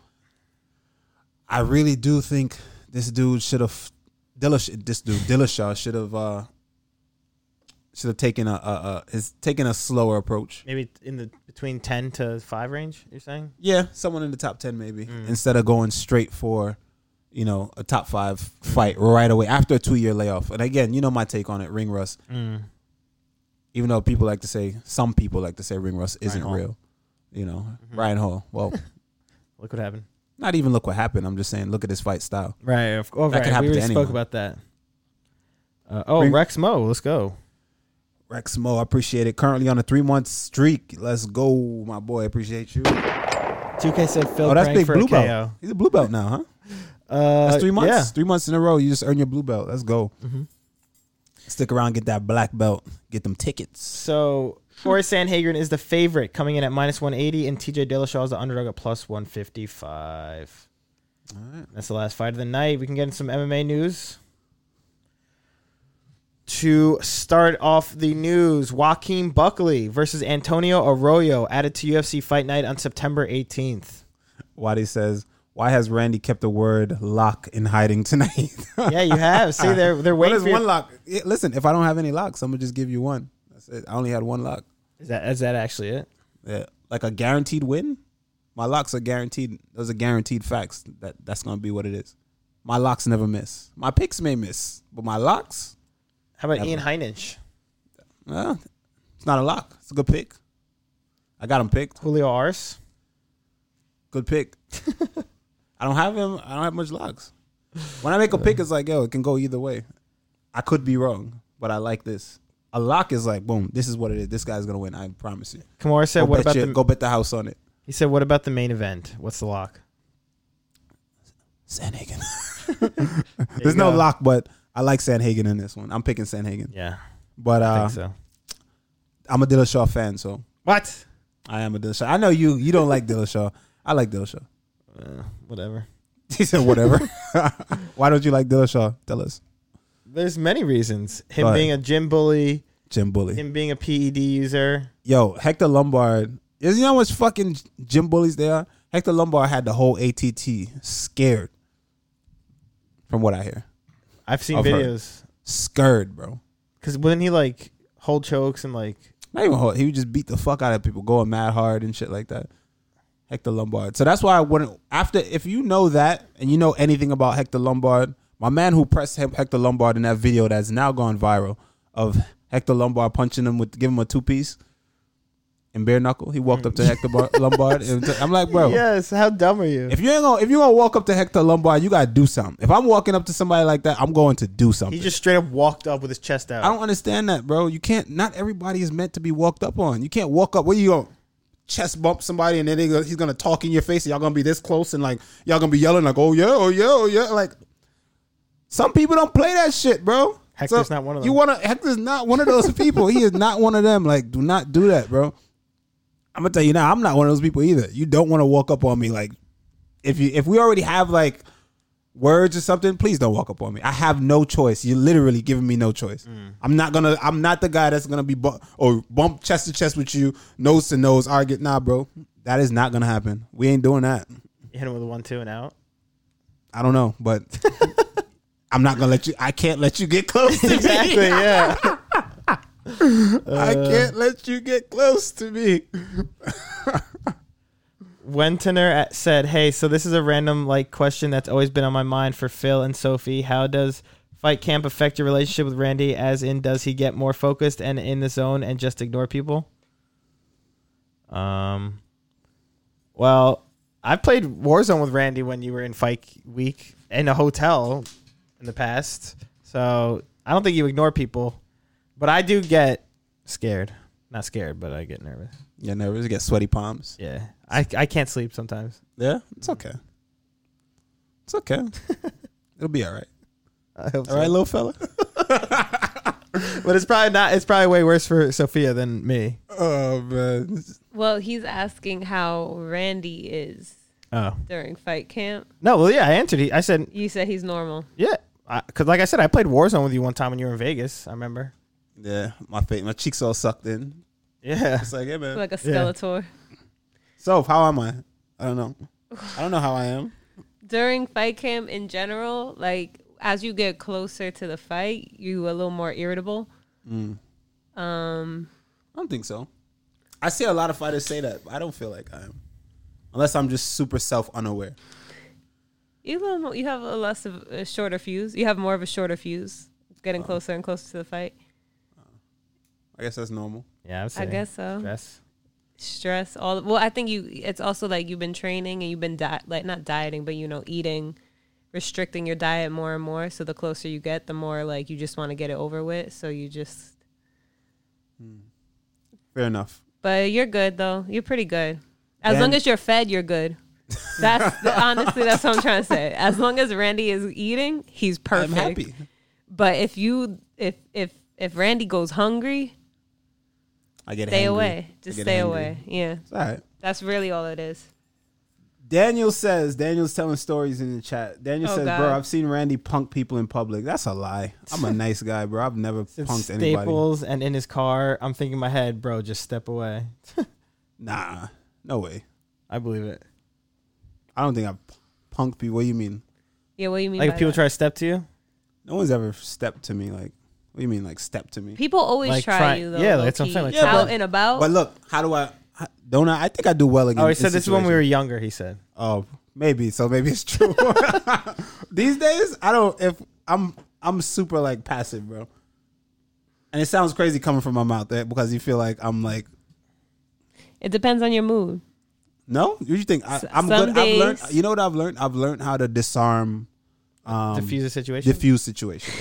S1: I really do think this dude should have Dillish. This dude Dillashaw should have uh, should have taken a, a, a is taking a slower approach.
S2: Maybe in the between ten to five range. You're saying?
S1: Yeah, someone in the top ten maybe instead of going straight for you know a top five fight right away after a two year layoff. And again, you know my take on it, ring rust.
S2: Mm.
S1: Even though people like to say some people like to say ring rust isn't
S2: Hall. Mm-hmm.
S1: real, you know Ryan Hall. Well,
S2: Look what happened.
S1: not even look what happened. I'm just saying look at his fight style.
S2: Right. Of course.
S1: That could happen
S2: we already
S1: to
S2: spoke
S1: anyone.
S2: about that. Uh, oh,
S1: Ring-
S2: Rex Mo, let's go.
S1: Rex Mo, I appreciate it. Currently on a three month streak. Let's go, my boy. Appreciate you.
S2: 2K said Phil
S1: Oh, that's big
S2: for
S1: blue
S2: a KO.
S1: belt. He's a blue belt now, huh?
S2: Uh,
S1: That's three months.
S2: Yeah. Mm-hmm.
S1: Three months in a row. You just earn your blue belt. Let's go. Stick around, get that black belt, get them tickets.
S2: So Corey Sandhagen is the favorite, coming in at minus 180, and TJ Dillashaw is the underdog at plus 155. That's the last fight of the night. We can get in some MMA news. To start off the news, Joaquin Buckley versus Antonio Arroyo added to UFC Fight Night on September 18th.
S1: Waddy says, "Why has Randy kept the word lock in hiding tonight?"
S2: Yeah, you have. See, they're they're
S1: what
S2: waiting.
S1: is
S2: for your-
S1: one lock? Yeah, Listen, if I don't have any locks, I'm gonna just give you one. That's it. I only had one lock.
S2: Is that is that actually it?
S1: Yeah, like a guaranteed win. My locks are guaranteed. Those are guaranteed facts. That that's gonna be what it is. My locks never miss. My picks may miss, but my locks,
S2: How about Ian Heinich,
S1: eh, it's not a lock. It's a good pick. I got them picked.
S2: Julio Arce?
S1: good pick. I don't have him. I don't have much locks. When I make a pick, it's like, yo, it can go either way. I could be wrong, but I like this. A lock is like, boom, this is what it is. This guy's gonna win. I promise you.
S2: Kamara said,
S1: Go,
S2: "What
S1: bet,
S2: about
S1: your-
S2: the
S1: go bet the house on it.
S2: He said, "What about the main event? What's the lock?"
S1: Sanhagen. There's no
S2: go.
S1: lock, but I like Sanhagen in this one. I'm picking Sanhagen,
S2: Yeah,
S1: but
S2: I
S1: uh,
S2: think so.
S1: I'm a Dillashaw fan, so
S2: What?
S1: I am a Dillashaw. I know you. You don't like Dillashaw. I like Dillashaw.
S2: Uh, Whatever.
S1: He said, whatever. Why don't you like Dillashaw? Tell us.
S2: There's many reasons. Him
S1: Go ahead.
S2: being a gym bully,
S1: Jim Bully.
S2: him being a PED user.
S1: Yo, Hector Lombard. You know how much fucking gym bullies they are? Hector Lombard had the whole ATT scared. From what I hear,
S2: I've seen
S1: I've heard.
S2: videos
S1: scared, bro.
S2: because wouldn't he like hold chokes and like
S1: Not even whole. He would just beat the fuck out of people, going mad hard and shit like that. Hector Lombard. So that's why I wouldn't. After, if you know that and you know anything about Hector Lombard, my man who pressed Hec- Hector Lombard in that video that's now gone viral of Hector Lombard punching him with, giving him a two piece and bare knuckle. He walked up to Hector Bar- Lombard. And t- I'm like, bro.
S2: yes? How dumb are you?
S1: Oh. If you ain't gonna if you gonna walk up to Hector Lombard, you gotta do something. If I'm walking up to somebody like that, I'm going to do something.
S2: He just straight up walked up with his chest out.
S1: I don't understand that, bro. You can't. Not everybody is meant to be walked up on. You can't walk up. Where you going? chest bump somebody and then they go, he's gonna talk in your face and y'all gonna be this close and like y'all gonna be yelling like oh yeah oh yeah oh yeah like some people don't play that shit bro
S2: Hector's not one of
S1: you
S2: them.
S1: wanna Hector's not one of those people he is not one of them like do not do that bro I'm gonna tell you now I'm not one of those people either you don't want to walk up on me like if you if we already have like words or something, please don't walk up on me. I have no choice. You're literally giving me no choice.
S2: Mm.
S1: I'm not gonna. I'm not the guy that's gonna be bu- or bump chest to chest with you, nose to nose, argue. Nah, bro, that is not gonna happen. We ain't doing that.
S2: You hit him with a one, two, and out.
S1: I don't know, but I'm not gonna let you. I can't let you get close to me.
S2: Exactly. Yeah.
S1: I can't let you get close to me.
S2: Wentener at- said, "Hey, so this is a random like question that's always been on my mind for Phil and Sophie. How does fight camp affect your relationship with Randy? As in, does he get more focused and in the zone and just ignore people?" Um. Well, I played Warzone with Randy when you were in Fight Week in a hotel in the past, so I don't think you ignore people, but I do get scared. Not scared, but I get nervous.
S1: Yeah, nervous. Get sweaty palms.
S2: Yeah, I I can't sleep sometimes.
S1: Yeah, it's okay. It's okay. It'll be all right.
S2: I hope
S1: All right, little fella.
S2: But it's probably not. It's probably way worse for Sophia than me.
S1: Oh man,
S3: Well, he's asking how Randy is
S2: Oh
S3: during fight camp.
S2: no! Well, yeah, I answered. He, I said,
S3: You said he's normal.
S2: yeah, because like I said, I played Warzone with you one time when you were in Vegas. I remember.
S1: Yeah, my face, my cheeks all sucked in.
S2: Yeah,
S1: It's like, hey man.
S3: Like a Skeletor.
S1: so how am I? I don't know. I don't know how I am.
S3: During fight camp in general, like as you get closer to the fight, you a little more irritable. Um,
S1: I don't think so. I see a lot of fighters say that. But I don't feel like I am, unless I'm just super self unaware.
S3: you a little more, you have a less of a shorter fuse. You have more of a shorter fuse. It's getting closer and closer to the fight.
S1: I guess that's normal.
S2: yeah. I'm
S3: I guess so.
S2: Stress.
S3: stress all well i think you it's also like you've been training and you've been di- like not dieting but you know eating restricting your diet more and more so the closer you get the more like you just want to get it over with so you just
S1: Fair enough.
S3: but you're good though you're pretty good as
S1: Then-
S3: long as you're fed you're good that's the, honestly that's what i'm trying to say as long as randy is eating he's perfect
S1: I'm happy.
S3: but if you if if if randy goes hungry
S1: I get
S3: stay
S1: hangry.
S3: away
S1: I
S3: just
S1: get
S3: stay
S1: hangry.
S3: away yeah
S1: It's all right.
S3: that's really all it is
S1: Daniel says Daniel's telling stories in the chat. Daniel
S3: Oh,
S1: says,
S3: God.
S1: "Bro, I've seen Randy punk people in public. That's a lie. I'm a nice guy, bro. I've never punked anybody.
S2: Staples and in his car. I'm thinking in my head, bro. Just step away.
S1: Nah, no way.
S2: I believe it.
S1: I don't think I've punked people. What do you mean?
S3: yeah what do you mean
S2: Like
S3: by
S2: if people
S3: that?
S2: try to step to you,
S1: Mm, No one's ever stepped to me like. What do you mean, like step to me?
S3: People always
S2: Like,
S3: try,
S2: try-
S3: you though.
S2: yeah, that's what I'm
S3: low-key.
S2: saying, like,
S1: Yeah,
S3: out
S1: but-
S3: and about.
S1: But look, how do I? how- Don't I? I think I do well again.
S2: oh, he said this is when we were younger. He said,
S1: Oh, maybe so. Maybe it's true. These days, I don't. If I'm, I'm super like passive, bro. And it sounds crazy coming from my mouth eh, because you feel like I'm like
S3: it depends on your mood.
S1: no. What do you think? I,
S3: S-
S1: I'm
S3: some
S1: good. I've learned.
S3: days-
S1: You know what I've learned? I've learned how to disarm, um,
S2: "Diffuse the situation."
S1: diffuse situation.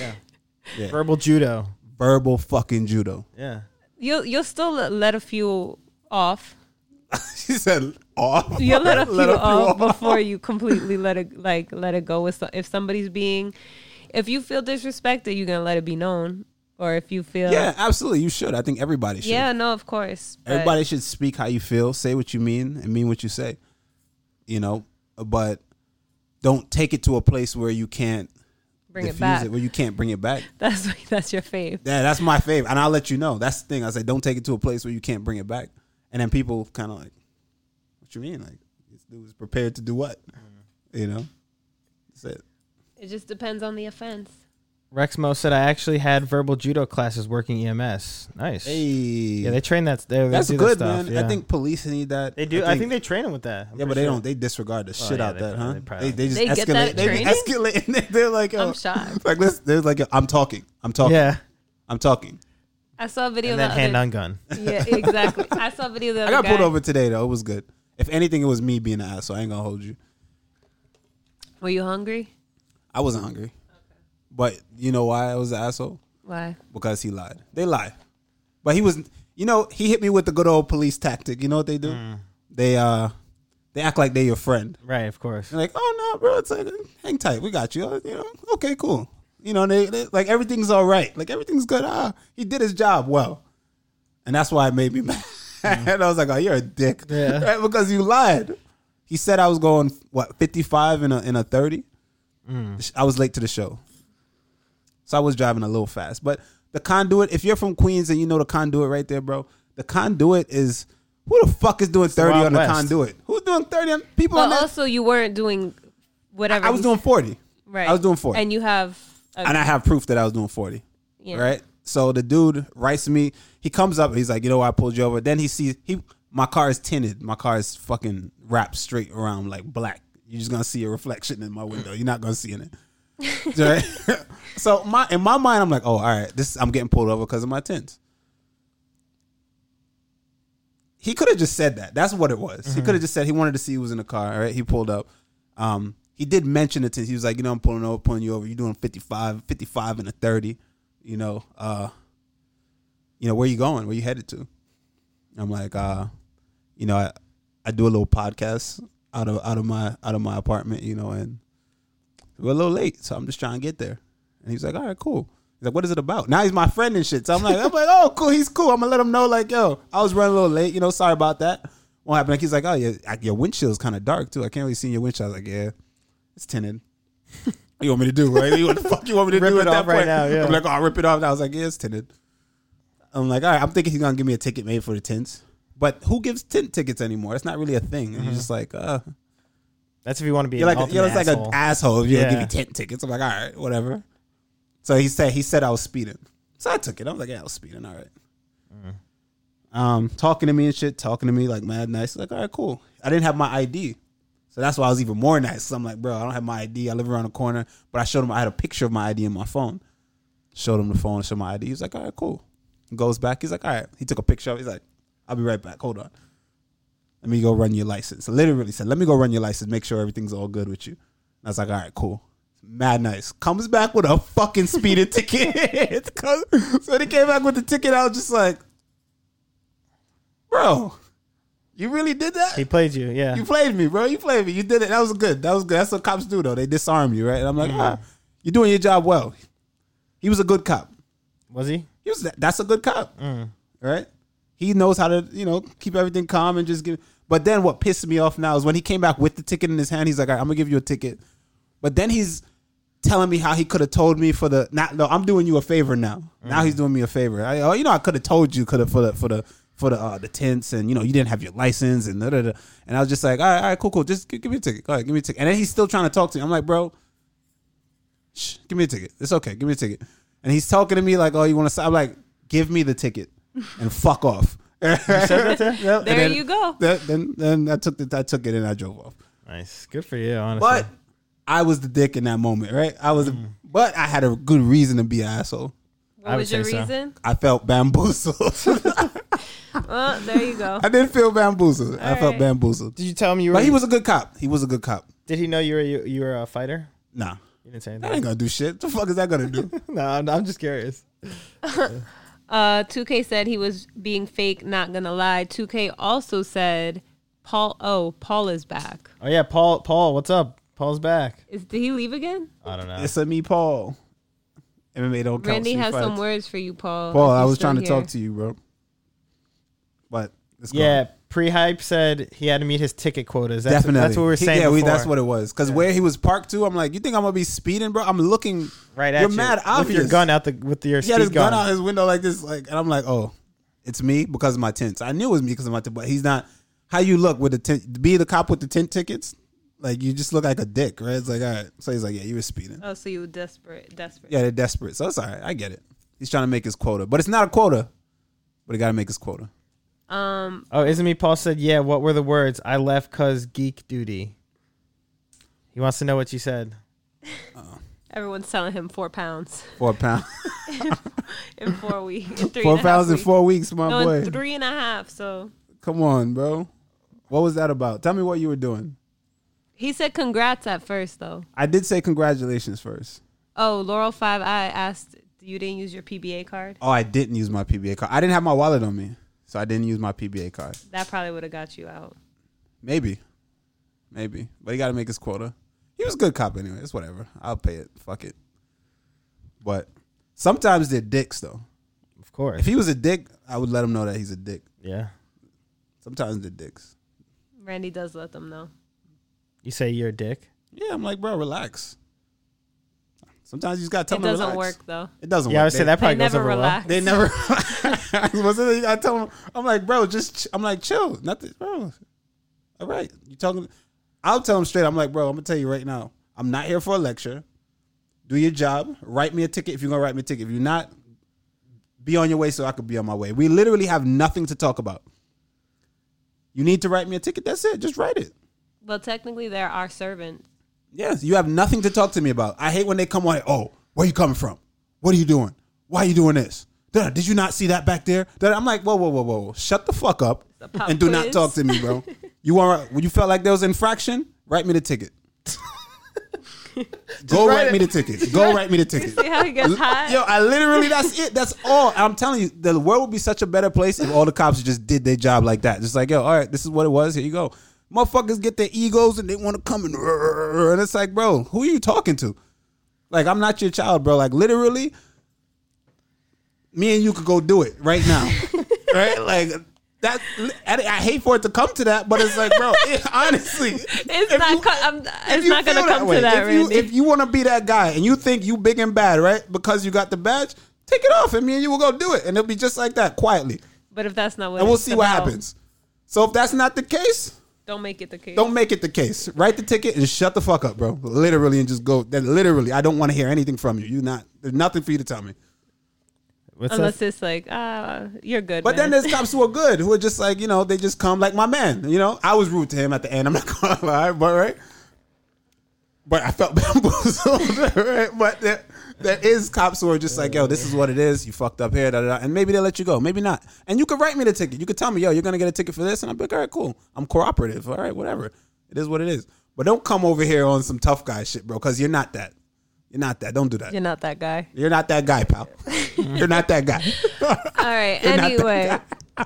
S1: Yeah.
S2: Verbal judo.
S1: Verbal fucking judo.
S2: Yeah.
S3: You'll you'll still let- let a few off.
S1: she said off.
S3: You'll let a few
S1: Let a few
S3: off
S1: off.
S3: before you completely let it like let it go. With so- if somebody's being, if you feel disrespected, you're gonna let it be known. Or if you feel,
S1: Yeah, absolutely. You should. I think everybody should.
S3: yeah, no, of course. but-
S1: Everybody should speak how you feel, say what you mean, and mean what you say. You know, but don't take it to a place where you can't
S3: bring it
S1: diffuse
S3: back.
S1: where you can't bring it back.
S3: That's that's your fave.
S1: Yeah, that's my favorite, and I'll let you know. That's the thing. I say, don't take it to a place where you can't bring it back, and then people kind of like, "What you mean? Like this dude is prepared to do what?"
S2: Mm-hmm.
S1: You know, that's it.
S3: It just depends on the offense.
S2: Rexmo said, "I actually had verbal judo classes working EMS. Nice.
S1: Hey,
S2: Yeah, they train that. They, they
S1: that's
S2: do that
S1: good,
S2: stuff,
S1: man.
S2: yeah.
S1: I think police need that.
S2: They do. I think, they train them with that. I'm
S1: Yeah, but
S2: pretty
S1: they
S2: sure. Oh,
S1: don't. They disregard the shit
S2: yeah,
S1: out
S2: they
S1: that,
S2: probably-
S1: huh?
S2: they probably-
S1: They, they just
S3: They
S1: escalate.
S3: get that
S1: they
S3: training?
S1: escalate, and they're like, oh.
S3: I'm shocked.
S1: Like this, there's like, I'm talking, I'm talking,
S2: Yeah,
S1: I'm talking.
S3: I saw a video
S2: and then
S3: the
S2: hand
S3: other-
S2: on gun.
S3: Yeah, exactly. I saw a video the
S1: I
S3: other
S1: got
S3: guy.
S1: pulled over today though. It was good. If anything, it was me being an asshole. I ain't gonna hold you.
S3: Were you hungry?
S1: I wasn't hungry, but you know why I was an asshole?
S3: Why?
S1: Because he lied. They lie, but he was. You know, he hit me with the good old police tactic. You know what they do? They uh they act like they your friend.
S2: Right, of course.
S1: They're like, oh no, bro, it's like hang tight, we got you. Uh, You know, okay, cool. You know, they, they like everything's all right, like everything's good. Ah, he did his job well, and that's why it made me mad. and I was like, oh, you're a dick,
S2: Yeah.
S1: right? Because you lied. He said I was going what 55 in a in a 30.
S2: Mm.
S1: I was late to the show, so I was driving a little fast. But the conduit, if you're from Queens and you know the conduit right there, bro, the conduit is. Who the fuck is doing 30
S2: Wild
S1: on the
S2: West.
S1: conduit? Who's doing 30 on people on
S3: But
S1: that?
S3: also, you weren't doing whatever.
S1: I was
S3: you-
S1: doing 40.
S3: Right.
S1: I was doing 40. And,
S3: And you have. A,
S1: I have proof that I was doing 40.
S3: Yeah.
S1: Right? So the dude writes me. He comes up. He's like, you know, what? I pulled you over. Then he sees he my car is tinted. My car is fucking wrapped straight around like black. You're just gonna see a reflection in my window. You're not gonna see in it. Right? so my in my mind, I'm like, oh, all right, this I'm getting pulled over because of my tints. he could have just said that. That's what it was. He could have just said he wanted to see who was in the car. All right, he pulled up. Um, he did mention it to. He was like, you know, I'm pulling over, pulling you over. You're doing 55, 55 and a 30. You know, uh, you know, where you going? Where you headed to? I'm like, uh, you know, I, I do a little podcast out of out of my out of my apartment, you know, and we're a little late, so I'm just trying to get there. And he's like, all right, cool. He's like, what is it about? Now he's my friend and shit. So I'm like, I'm like, oh, cool. He's cool. I'm gonna let him know, like, yo, I was running a little late. You know, sorry about that. What happened? Like, he's like, oh, your your windshield's kind of dark too. I can't really see in your windshield. I was like, yeah, it's tinted. What you want me to do right? What the fuck you want me to
S2: Rip
S1: do
S2: it
S1: at that
S2: off right
S1: point?
S2: now, yeah.
S1: I'm like, oh, I'll rip it off. And I was like, yeah, it's tinted. I'm like, all right, I'm thinking he's gonna give me a ticket made for the tints. But who gives tint tickets anymore? It's not really a thing.
S2: Mm-hmm.
S1: You're just like, uh,
S2: That's if you want to be
S1: you're
S2: an
S1: like,
S2: ultimate
S1: you're just like an
S2: asshole.
S1: asshole if you don't give
S2: Yeah.
S1: me tent tickets. I'm like, all right, whatever. So he said he said I was speeding, so I took it. I was like, yeah, I was speeding. All right.
S2: Mm.
S1: Um, talking to me and shit, talking to me like mad nice. Like, all right, cool. I didn't have my ID, so that's why I was even more nice. So I'm like, bro, I don't have my ID. I live around the corner, but I showed him I had a picture of my ID in my phone. Showed him the phone, showed my ID. He's like, all right, cool. Goes back. He's like, all right. He took a picture of. it. He's like, I'll be right back. Hold on. Let me go run your license. Literally said, let me go run your license. Make sure everything's all good with you. And I was like, all right, cool. Mad nice. Comes back with a fucking speeding ticket. so they came back with the ticket. I was just like, bro, you really did that?
S2: He played you, yeah.
S1: You played me, bro. You played me. You did it. That was good. That was good. That's what cops do, though. They disarm you, right? And I'm like, ah, you're doing your job well. He was a good cop.
S2: was he?
S1: He was that's a good cop, right? He knows how to you know keep everything calm and just give. But then what pissed me off now is when he came back with the ticket in his hand. He's like, All right, "I'm gonna give you a ticket," but then he's telling me how he could have told me for the not. No, I'm doing you a favor now. Now he's doing me a favor. I, oh, you know, I could have told you could have for the for the for the uh, the tents and you know you didn't have your license and da da da. And I was just like, "All right, all right, cool, cool. Just give, give me a ticket. All right, give me a ticket." And then he's still trying to talk to me. I'm like, "Bro, shh, give me a ticket. It's okay. Give me a ticket. And he's talking to me like, oh, you want to? I'm like, give me the ticket and fuck off.
S3: there you go.
S1: Then, then, then I took the, I took it and I drove off.
S2: Nice. Good for you, honestly.
S1: But I was the dick in that moment, right? I was,
S3: Mm.
S1: but I had a good reason to be an asshole.
S2: I
S3: What
S2: would
S3: was your
S2: say so.
S3: reason?
S1: I felt bamboozled.
S3: Well, there you go.
S1: I didn't feel bamboozled. I felt
S3: right.
S1: bamboozled.
S2: Did you tell him you were
S1: But he was a good cop. He was a good cop.
S2: Did he know you were you, you were a fighter?
S1: Nah,
S2: You didn't say
S1: that ain't
S2: anything.
S1: gonna do shit. The fuck is that gonna do?
S2: no, I'm, I'm just curious.
S3: Uh, 2K said he was being fake, not gonna lie. 2K also said Paul. Oh, Paul is back.
S2: Oh yeah, Paul. Paul, what's up? Paul's back.
S3: Is did he leave again?
S2: I don't know.
S1: it's a me, Paul. MMA don't count.
S3: Randy
S1: street
S3: has some
S1: fights.
S3: words for you, Paul.
S1: Paul,
S3: if
S1: I
S3: you're
S1: was
S3: still
S1: trying to
S3: here.
S1: talk to you, bro. But it's
S2: Yeah,
S1: gone.
S2: pre-hype said he had to meet his ticket quotas. That's,
S1: definitely.
S2: That's what we were
S1: He-
S2: saying.
S1: yeah, we,
S2: before.
S1: that's what it was. Because where he was parked to, I'm like, you think I'm gonna be speeding, bro? I'm looking
S2: Right at
S1: You're
S2: you.
S1: mad obvious.
S2: With your gun out the with your
S1: He had his
S2: speed
S1: gun
S2: gun.
S1: out his window like this, like, and I'm like, oh, it's me because of my tints. I knew it was me because of my tint, but he's not. How you look with the tint? Be the cop with the tint tickets? Like you just look like a dick, right? It's like, all right. So he's like, yeah, you were speeding.
S3: Oh, so you were desperate, desperate.
S1: Yeah, they're desperate. So it's all right. I get it. He's trying to make his quota, but it's not a quota. But he got to make his quota.
S3: Um,
S2: Oh, isn't me? Paul said, "Yeah." What were the words? I left cause geek duty. He wants to know what you said.
S3: everyone's telling him four pounds
S1: Four pounds.
S3: in four weeks. In three
S1: Four
S3: and a half
S1: pounds in
S3: weeks.
S1: four weeks, my
S3: No,
S1: boy.
S3: in three and a half. So
S1: Come on, bro. What was that about? Tell me what you were doing.
S3: he said congrats at first, though.
S1: I did say congratulations first.
S3: Oh, Laurel Five I asked you didn't use your PBA card.
S1: Oh, I didn't use my PBA card. I didn't have my wallet on me. so I didn't use my PBA card.
S3: That probably would have got you out.
S1: Maybe, maybe, but he got to make his quota. He was a good cop anyway. It's whatever. I'll pay it. Fuck it. But sometimes they're dicks though.
S2: Of course.
S1: If he was a dick, I would let him know that he's a dick.
S2: yeah.
S1: Sometimes they're dicks.
S3: Randy does let them know.
S2: You say you're a dick.
S1: Yeah, I'm like, bro, relax. Sometimes you just gotta tell
S3: it
S1: them to
S3: doesn't
S1: relax.
S3: work though.
S1: It doesn't
S2: Yeah, I
S1: work.
S2: would say
S1: They-
S2: that
S3: They
S2: probably goes
S3: never
S2: over well.
S3: relax.
S1: They never. Was it- I tell them, I'm like, bro, just. Ch-. I'm like, chill, nothing, bro. All right, you talking? I'll tell them straight. I'm like, bro, I'm gonna tell you right now. I'm not here for a lecture. Do your job. Write me a ticket if you're gonna write me a ticket. If you're not, be on your way so I could be on my way. We literally have nothing to talk about. You need to write me a ticket. That's it. Just write it.
S3: Well, technically, they're our servants.
S1: Yes, you have nothing to talk to me about. I hate when they come on. Oh, where you coming from? What are you doing? Why are you doing this? Duh, Did you not see that back there? Duh, I'm like, whoa, whoa, whoa, whoa, shut the fuck up
S3: a pop
S1: and do not
S3: quiz.
S1: talk to me, bro. you want when you felt like there was infraction? Write me the ticket. Go
S2: write
S1: write
S2: it.
S1: me the ticket. Go write me the ticket.
S3: See how he gets hot?
S1: Yo, I literally that's it. That's all. I'm telling you, the world would be such a better place if all the cops just did their job like that. Just like, yo, all right, this is what it was. Here you go. Motherfuckers get their egos and they want to come and, and it's like, bro, who are you talking to? Like, I'm not your child, bro. Like, literally, me and you could go do it right now, right? Like. That I, I hate for it to come to that, but it's like, bro, it, honestly,
S3: It's
S1: if
S3: not.
S1: you-
S3: co- I'm,
S1: if
S3: it's
S1: you
S3: not gonna
S1: feel that
S3: come
S1: way,
S3: to that,
S1: if you,
S3: Randy.
S1: If you want to be that guy and you think you big and bad, right? Because you got the badge, take it off, and me and you will go do it, and it'll be just like that, quietly,
S3: but if that's not what,
S1: and we'll
S3: it's
S1: see what
S3: about,
S1: happens. So if that's not the case,
S3: Don't make it the case.
S1: don't make it the case. Write the ticket and shut the fuck up, bro. Literally, and just go. Then literally, I don't want to hear anything from you. You not there's nothing for you to tell me.
S2: What's
S3: Unless
S2: that?
S3: it's like, ah, you're good.
S1: But then
S3: man.
S1: there's cops who are good, who are just like, you know, they just come like my man. You know, I was rude to him at the end. I'm not gonna lie, but right. But I felt bamboozled, right? But there, there is cops who are just like, yo, this is what it is. You fucked up here, da, da, da. and maybe they let you go, maybe not. And you could write me the ticket. You could tell me, yo, you're gonna get a ticket for this, and I'm like, all right, cool. I'm cooperative. All right, whatever. It is what it is. But don't come over here on some tough guy shit, bro, because you're not that. You're not that. Don't do that.
S3: you're not that guy.
S1: You're not that guy, pal. you're not that guy.
S3: All right.
S1: You're not that
S3: Anyway,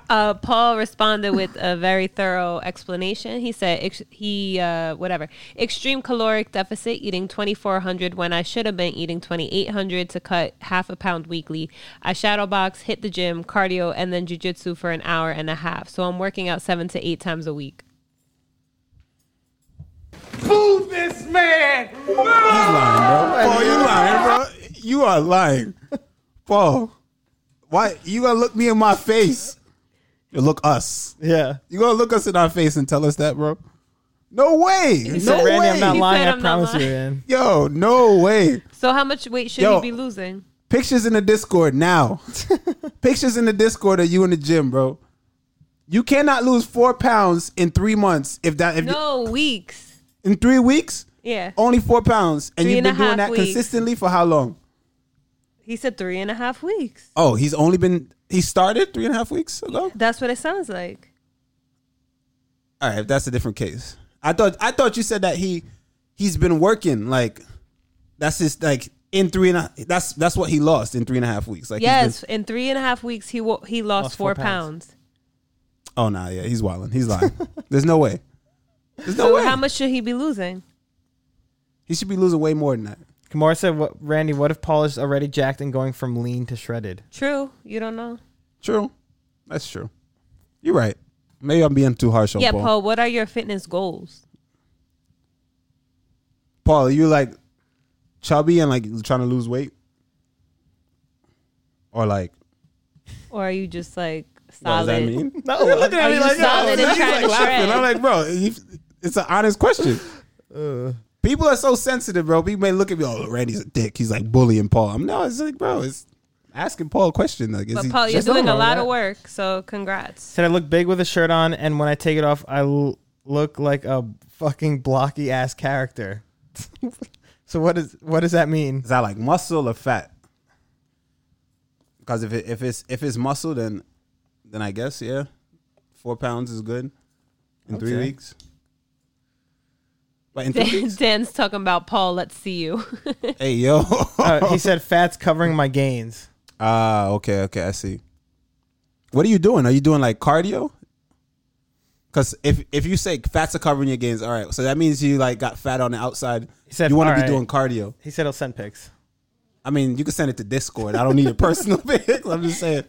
S3: uh, Paul responded with a very thorough explanation. He said ex- he uh, whatever extreme caloric deficit, eating twenty four hundred when I should have been eating twenty eight hundred to cut half a pound weekly. I shadow box, hit the gym, cardio, and then jujitsu for an hour and a half. So I'm working out seven to eight times a week.
S4: Boo this man!
S1: You lying, bro. Paul, you lying, bro. You are lying. Paul, why you gonna look me in my face? You look us.
S2: Yeah.
S1: You gonna look us in our face and tell us that, bro? No way. No
S2: So Randy,
S1: way.
S2: I'm not
S3: He
S2: lying.
S3: said
S2: I
S3: I'm not
S2: promise you,
S3: lying.
S2: man.
S1: Yo, no way.
S3: So how much weight should
S1: Yo.
S3: he be losing?
S1: Pictures in the Discord now. Pictures in the Discord of you in the gym, bro. You cannot lose four pounds in three months. If that, if
S3: No weeks.
S1: you, in three weeks,
S3: Yeah.
S1: only four pounds, and
S3: Three
S1: you've
S3: and
S1: been
S3: a
S1: doing
S3: half
S1: that
S3: weeks.
S1: consistently for how long?
S3: He said three and a half weeks.
S1: Oh, he's only been he started three and a half weeks ago.
S3: That's what it sounds like.
S1: All right, that's a different case. I thought I thought you said that he he's been working like that's his like in three and a, that's that's what he lost in three and a half weeks. Like he's
S3: Yes, in three and a half weeks he wo- he lost,
S2: Lost four
S3: four
S2: pounds.
S3: pounds.
S1: been- oh nah, yeah, he's wilding. He's lying. There's no way. There's no
S3: So
S1: way.
S3: how much should he be losing?
S1: he should be losing way more than that.
S2: Kamara said, what, "Randy, what if Paul is already jacked and going from lean to shredded?"
S3: True, you don't know.
S1: True, that's true. You're right. Maybe I'm being too harsh on
S3: yeah,
S1: Paul.
S3: Paul. What are your fitness goals?
S1: Paul, are you like chubby and like trying to lose weight, or like
S3: Or are you just like
S1: What does
S3: solid?
S1: that mean?
S2: No,
S1: You're looking at
S3: Are
S1: me
S3: you
S1: like, yo,
S3: solid and
S1: he's
S3: trying
S1: like
S3: to
S1: laughing.
S3: shred?
S1: I'm like, bro, you- it's an honest question. Uh. People are so sensitive, bro. People may look at me, oh, Randy's a dick. He's like bullying Paul. I'm no, it's like, bro, it's asking Paul a question. Like, is
S3: But
S1: he
S3: Paul, you're
S2: There's nothing
S3: doing a
S2: wrong with
S3: lot
S2: that.
S3: of work, so congrats.
S2: Said I look big with a shirt on, and when I take it off, I l- look like a fucking blocky ass character. so what is what does that mean?
S1: is that like muscle or fat? Because if it, if it's if it's muscle, then then I guess yeah, four pounds is good in three
S2: Okay.
S1: weeks. But in three
S3: Dan,
S1: weeks,
S3: Dan's talking about Paul. Let's see you.
S1: hey yo,
S2: Uh, he said fat's covering my gains.
S1: ah okay okay I see. What are you doing? Are you doing like cardio? Because if if you say fats are covering your gains, all right, so that means you like got fat on the outside.
S2: said,
S1: you want
S2: all
S1: to be
S2: right.
S1: doing cardio.
S2: He said he'll send pics.
S1: I mean, you can send it to Discord. I don't need a personal pic. I'm just saying,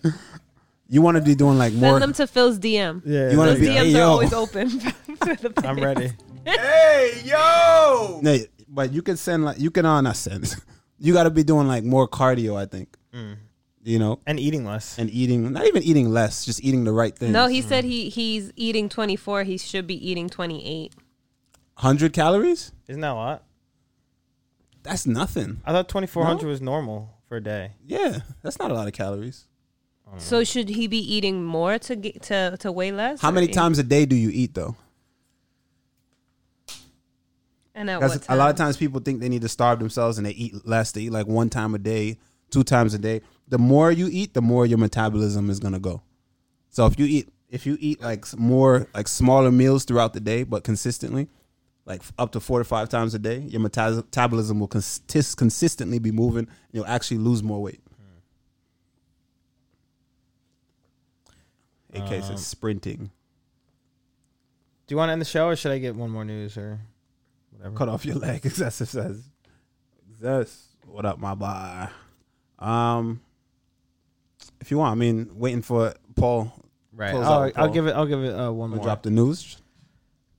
S1: you want to be doing like more.
S3: Send them to Phil's DM.
S2: Yeah,
S1: You wanna
S2: there
S1: be-
S2: go.
S1: Hey,
S3: DMs are
S1: yo.
S3: always open. for the
S2: I'm ready.
S1: No, but you can send like you can uh, not send. You got to be doing like more cardio. I think.
S2: Mm.
S1: You know,
S2: And eating less.
S1: and eating not even eating less, just eating the right thing.
S3: No, he said he he's eating 24. He should be eating 28.
S1: hundred calories.
S2: Isn't that a lot?
S1: That's nothing.
S2: I thought 2,400
S1: No?
S2: was normal for a day.
S1: Yeah, that's not a lot of calories.
S3: So should he be eating more to get to to weigh less?
S1: How
S3: or
S1: many
S3: eat-
S1: times a day do you eat though?
S3: And at
S1: Because
S3: what
S1: a lot of
S3: time?
S1: times people think they need to starve themselves and they eat less. They eat like one time a day, two times a day. The more you eat, the more your metabolism is gonna go. So if you eat, if you eat like s- more like smaller meals throughout the day, but consistently, like f- up to four to five times a day, your metas- metabolism will consist- consistently be moving. And you'll actually lose more weight. AK says sprinting.
S2: Do you want to end the show or should I get one more news or whatever?
S1: cut off your leg. Excessive says, "Excess, what up, my boy?" Um, if you want, I mean, waiting for Paul
S2: Right.
S1: Close
S2: I'll,
S1: out,
S2: I'll
S1: Paul.
S2: give it. I'll give it uh, one
S1: to
S2: more.
S1: drop the news.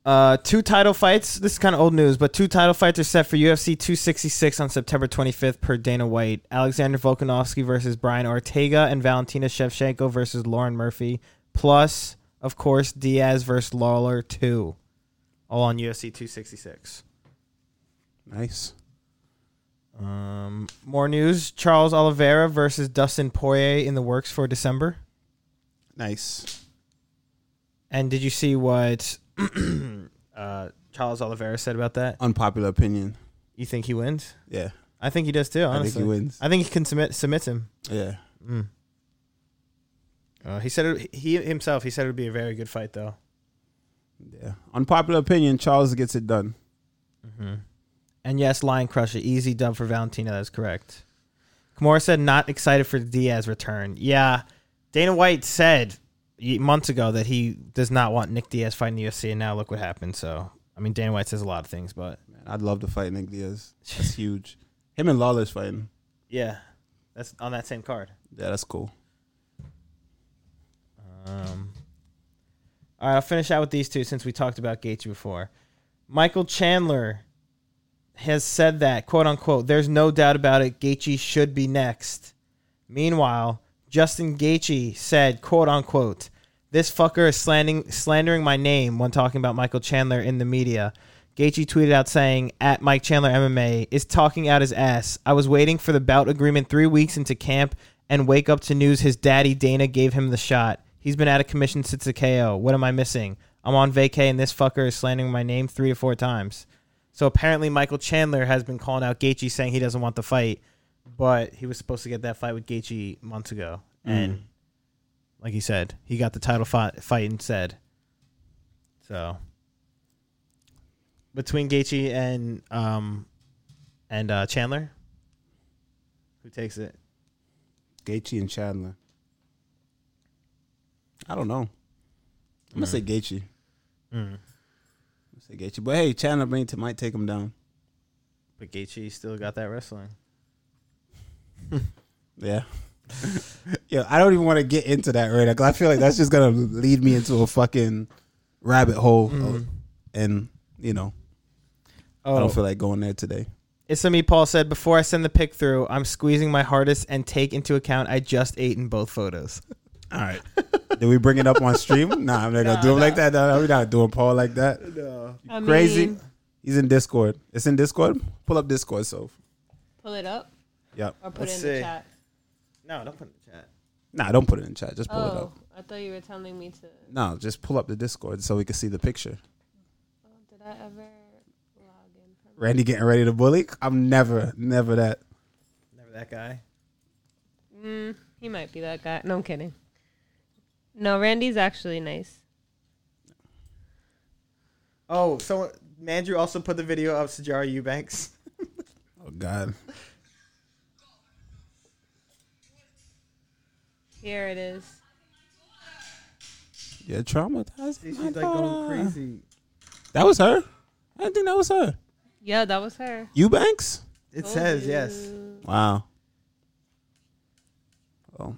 S2: Uh, two title fights. This is kind of old news, but two title fights are set for UFC 266 on September 25th per Dana White. Alexander Volkanovski versus Brian Ortega and Valentina Shevchenko versus Lauren Murphy. Plus, of course, Diaz versus Lawler 2. All on UFC 266.
S1: Nice.
S2: Um, more news. Charles Oliveira versus Dustin Poirier in the works for December.
S1: Nice.
S2: And did you see what uh, Charles Oliveira said about that?
S1: Unpopular opinion.
S2: You think he wins?
S1: Yeah.
S2: I think he does too.
S1: think
S2: Honestly,
S1: he wins.
S2: I think he can submit submit him.
S1: Yeah.
S2: Uh, he said it, he himself. He said it would be a very good fight, though.
S1: Yeah. Unpopular opinion. Charles gets it done.
S2: And yes, Lion Crusher, easy dub for Valentina. That's correct. Kimura said not excited for the Diaz return. Yeah, Dana White said ye- months ago that he does not want Nick Diaz fighting the UFC, and now look what happened. So, I mean, Dana White says a lot of things, but
S1: Man, I'd love to fight Nick Diaz. That's huge. Him and Lawler's fighting.
S2: yeah, that's on that same card.
S1: Yeah, that's cool.
S2: Um, all right, I'll finish out with these two since we talked about Gaethje before. Michael Chandler has said that, quote unquote, there's no doubt about it, Gaethje should be next. Meanwhile, Justin Gaethje said, quote unquote, this fucker is slandering, slandering my name when talking about Michael Chandler in the media. Gaethje tweeted out saying, at Mike Chandler MMA is talking out his ass. I was waiting for the bout agreement three weeks into camp and wake up to news his daddy Dana gave him the shot. He's been out of commission since the KO. What am I missing? I'm on vacay and this fucker is slandering my name three to four times. So apparently Michael Chandler has been calling out Gaethje saying he doesn't want the fight, but he was supposed to get that fight with Gaethje months ago, and like he said, he got the title fight, fight instead. So between Gaethje and um and uh, Chandler, who takes it?
S1: Gaethje and Chandler. I don't know. I'm gonna say Gaethje. Mm. I'm gonna say Gaethje, but hey, Chandler might might take him down.
S2: But Gaethje still got that wrestling.
S1: Yeah. yeah, I don't even want to get into that right now because I feel like that's just gonna lead me into a fucking rabbit hole, of- and you know I
S2: Oh,
S1: don't feel like going there today.
S2: it's me. Paul said before I send the pic through, I'm squeezing my hardest and take into account I just ate in both photos.
S1: All right, did we bring it up on stream? Nah, I'm not gonna do him like that. No, we're not doing Paul like that.
S3: I
S1: Crazy.
S3: mean,
S1: He's in Discord. It's in Discord. Pull up Discord, so
S3: pull it up
S1: yep.
S3: or put
S2: Let's
S3: it in
S2: see.
S3: the chat.
S2: No, don't put it in the chat.
S1: Nah, don't put it in chat. Just pull it
S3: Oh,
S1: up.
S3: I thought you were telling me to.
S1: No, just pull up the Discord so we can see the picture.
S3: Oh, did I ever log in? from-
S1: Randy getting ready to bully. I'm never, never that.
S2: Never that guy.
S3: Mm, he might be that guy. No, I'm kidding. No, Randy's actually nice.
S2: Oh, someone Mandrew also put the video of Sajara Eubanks.
S1: Oh God.
S3: Here it is.
S1: Yeah, traumatized.
S2: She's like going crazy.
S1: That was her. I didn't think that was her.
S3: Yeah, that was her.
S1: Eubanks.
S2: It says yes.
S1: Wow. Well,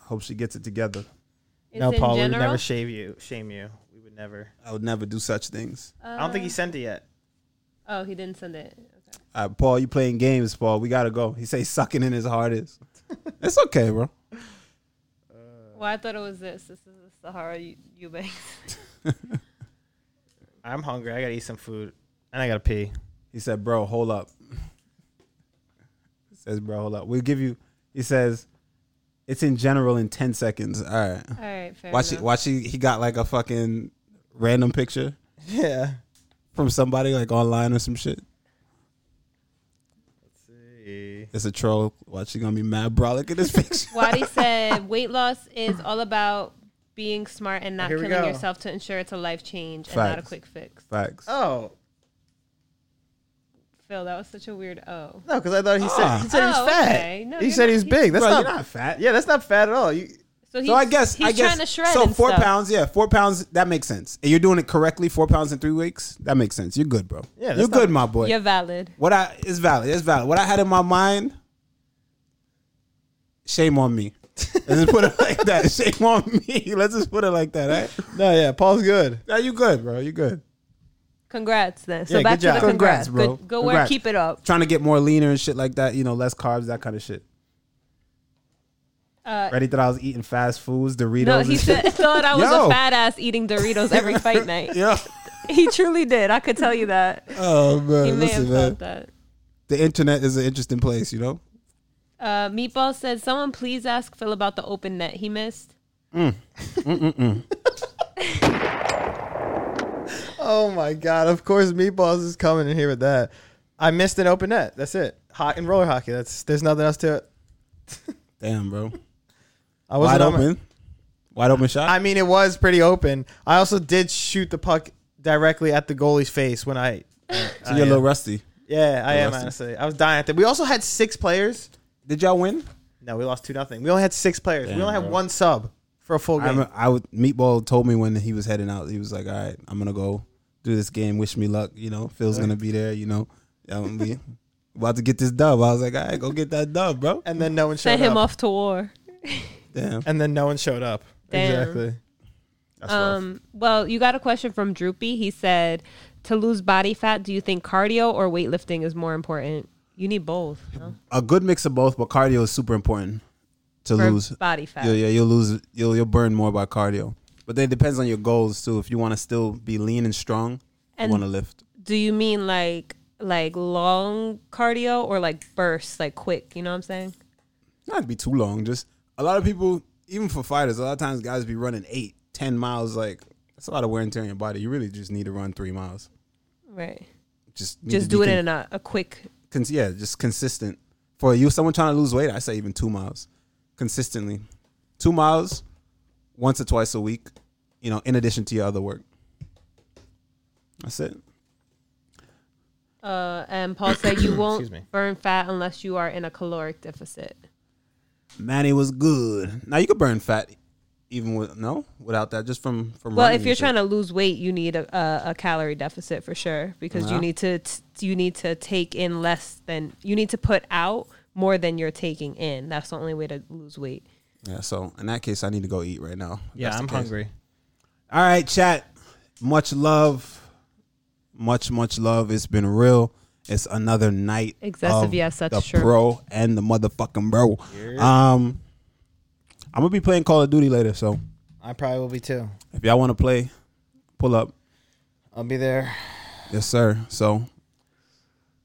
S1: I hope she gets it together.
S3: It's
S2: no,
S3: in
S2: Paul, we would
S3: general.
S2: never shave you. Shame you. We would never.
S1: I would never do such things.
S2: I don't think
S3: Uh.
S2: he sent it yet.
S3: oh, he didn't send it. Okay.
S1: All right, Paul, you playing games, Paul. We gotta go. He say sucking in his hardest. it's okay, bro.
S3: Well, I thought it was this. This is the Sahara Eu- Eubanks.
S2: I'm hungry. I gotta eat some food, and I gotta pee.
S1: He said, bro, hold up. He says, bro, hold up. We'll give you he says it's in general in ten seconds. All right.
S3: All right, fair
S1: Watch it
S3: enough.
S1: watch he, he got like a fucking random picture
S2: Yeah.
S1: from somebody like online or some shit. It's a troll. Watch she gonna be mad brolic in this picture.
S3: Wadi said weight loss is all about being smart and not
S2: Here we
S3: killing
S2: go.
S3: yourself to ensure it's a life change and not a
S1: Facts.
S3: quick fix.
S1: Facts.
S2: Oh
S3: Phil, that was such a weird oh.
S2: no, because I thought he said he said he
S3: Oh,
S2: was fat.
S3: okay. No,
S2: he
S3: you're
S2: said
S3: not-
S2: he was
S3: he-
S2: big. That's
S1: Bro,
S2: not,
S1: you're not fat.
S2: Yeah, that's not fat at all. You,
S3: So, he's,
S1: So I guess
S3: he's
S1: I guess
S3: trying to shred.
S1: so
S3: and
S1: four
S3: stuff.
S1: pounds, yeah, four pounds. That makes sense. And you're doing it correctly. Four pounds in three weeks. That makes sense. You're good, bro.
S2: Yeah, that's
S1: you're good,
S2: not-
S1: my boy.
S3: You're valid.
S1: What I it's valid. It's valid. What I had in my mind. Shame on me. Let's just put it like that. Shame on me. Let's just put it like that. Right?
S2: no, yeah, Paul's good.
S1: Now you good, bro. You good.
S3: Congrats then. So
S2: Yeah,
S3: back
S2: good
S3: to the
S2: job.
S3: congrats.
S1: Congrats, bro.
S3: Good- Go where
S1: Congrats.
S3: keep it up.
S1: Trying to get more leaner and shit like that. You know, less carbs, that kind of shit.
S3: Uh,
S1: Ready that I was eating fast foods, Doritos.
S3: no, he
S1: and shit.
S3: said, thought I was
S1: Yo.
S3: a fat ass eating Doritos every fight night.
S1: Yeah.
S3: He truly did. I could tell you that.
S1: Oh
S3: He
S1: man,
S3: may have
S1: listen, man.
S3: felt that.
S1: The internet is an interesting place, you know.
S3: Uh, Meatball said, "Someone please ask Phil about the open net he missed."
S2: Oh my god! Of course, meatballs is coming in here with that. I missed an open net. That's it. Hot and roller hockey. That's there's nothing else to it.
S1: Damn, bro.
S2: I
S1: Wide
S2: wasn't on my-
S1: open. Wide open shot.
S2: I mean, it was pretty open. I also did shoot the puck directly at the goalie's face when I.
S1: So you're a little rusty.
S2: yeah, I am
S1: rusty.
S2: honestly. I was dying at that. We also had six players.
S1: Did y'all win?
S2: No, we lost two nothing. We only had six players.
S1: Damn,
S2: we only
S1: bro.
S2: had one sub for a full
S1: I,
S2: game.
S1: remember, I would, Meatball told me when he was heading out, he was like, "All right, I'm gonna go do this game. Wish me luck. You know, Phil's gonna be there. You know, I'm gonna be about to get this dub." I was like, "All right, go get that dub, bro."
S2: and then no one showed
S3: Sent him
S2: up.
S3: off to war.
S1: Damn.
S2: And then no one showed up.
S3: Damn.
S2: Exactly. That's rough.
S3: Um, well, you got a question from Droopy. He said, "To lose body fat, do you think cardio or weightlifting is more important? You need both no?
S1: A good mix of both, but cardio is super important to
S3: for
S1: lose.
S3: body fat."
S1: Yeah, yeah, you'll lose. You'll you'll burn more by cardio, but then it depends on your goals too. If you want to still be lean and strong,
S3: And-
S1: you want to lift.
S3: Do you mean like like long cardio or like bursts, like quick? You know what I'm saying?
S1: not to be too long. Just a lot of people, even for fighters, a lot of times guys be running eight, ten miles. Like that's a lot of wear and tear on your body. You really just need to run three miles.
S3: Right.
S1: Just need
S3: Just
S1: to be
S3: do it
S1: con-
S3: in a, a quick.
S1: cons- yeah, just consistent. For you, someone trying to lose weight, I say even two miles consistently. Two miles, once or twice a week. You know, in addition to your other work. That's it.
S3: Uh, and Paul said, "You won't
S2: Excuse me.
S3: burn fat unless you are in a caloric deficit."
S1: Manny was good. Now you could burn fat, even with no without that. Just from from.
S3: Well, if you're trying to lose weight, you need a, a, a calorie deficit for sure because
S1: Yeah.
S2: Uh-huh.
S3: you need to t- you need to take in less than you need to put out more than you're taking in. That's the only way to lose weight.
S1: yeah. So in that case, I need to go eat right now. If
S2: Yeah,
S1: that's the
S2: I'm
S1: case.
S2: hungry.
S1: All right, chat. Much love. Much, much love. It's been real. It's another night.
S3: Excessive,
S1: of
S3: yes, that's
S1: the
S3: true.
S1: Pro and the motherfucking bro. Um, I'm gonna be playing Call of Duty later, so
S2: I probably will be too.
S1: if y'all want to play, pull up.
S2: I'll be there.
S1: Yes, sir. So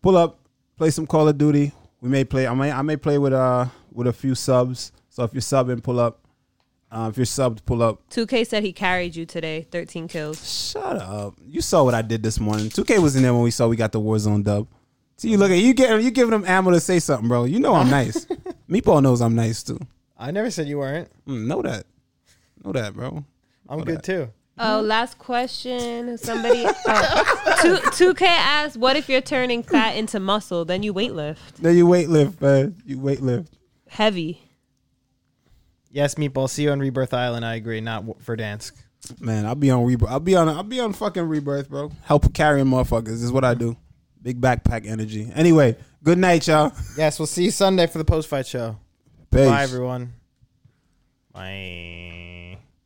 S1: pull up, play some Call of Duty. We may play. I may. I may play with uh with a few subs. So if you're subbing, pull up. Uh, if you're subbed, pull up.
S3: 2K said he carried you today, 13 kills.
S1: Shut up. You saw what I did this morning. 2K was in there when we saw we got the Warzone dub. See you look at you get you giving them ammo to say something, bro. You know I'm nice. Meatball knows I'm nice too.
S2: I never said you weren't.
S1: Mm, know that. Know that, bro.
S2: I'm good too.
S3: Oh, last question. Somebody, oh, 2, 2K asked, "What if you're turning fat into muscle? Then you weightlift
S1: No, you weight lift, man. You weight lift.
S3: heavy."
S2: Yes, meatball. See you on Rebirth Island. I agree. Not w- Verdansk.
S1: Man, I'll be on rebirth. I'll be on. I'll be on fucking rebirth, bro. Help carrying motherfuckers is what I do. Big backpack energy. Anyway, good night, y'all.
S2: Yes, we'll see you Sunday for the post fight show.
S1: Peace.
S2: Bye, everyone. Bye.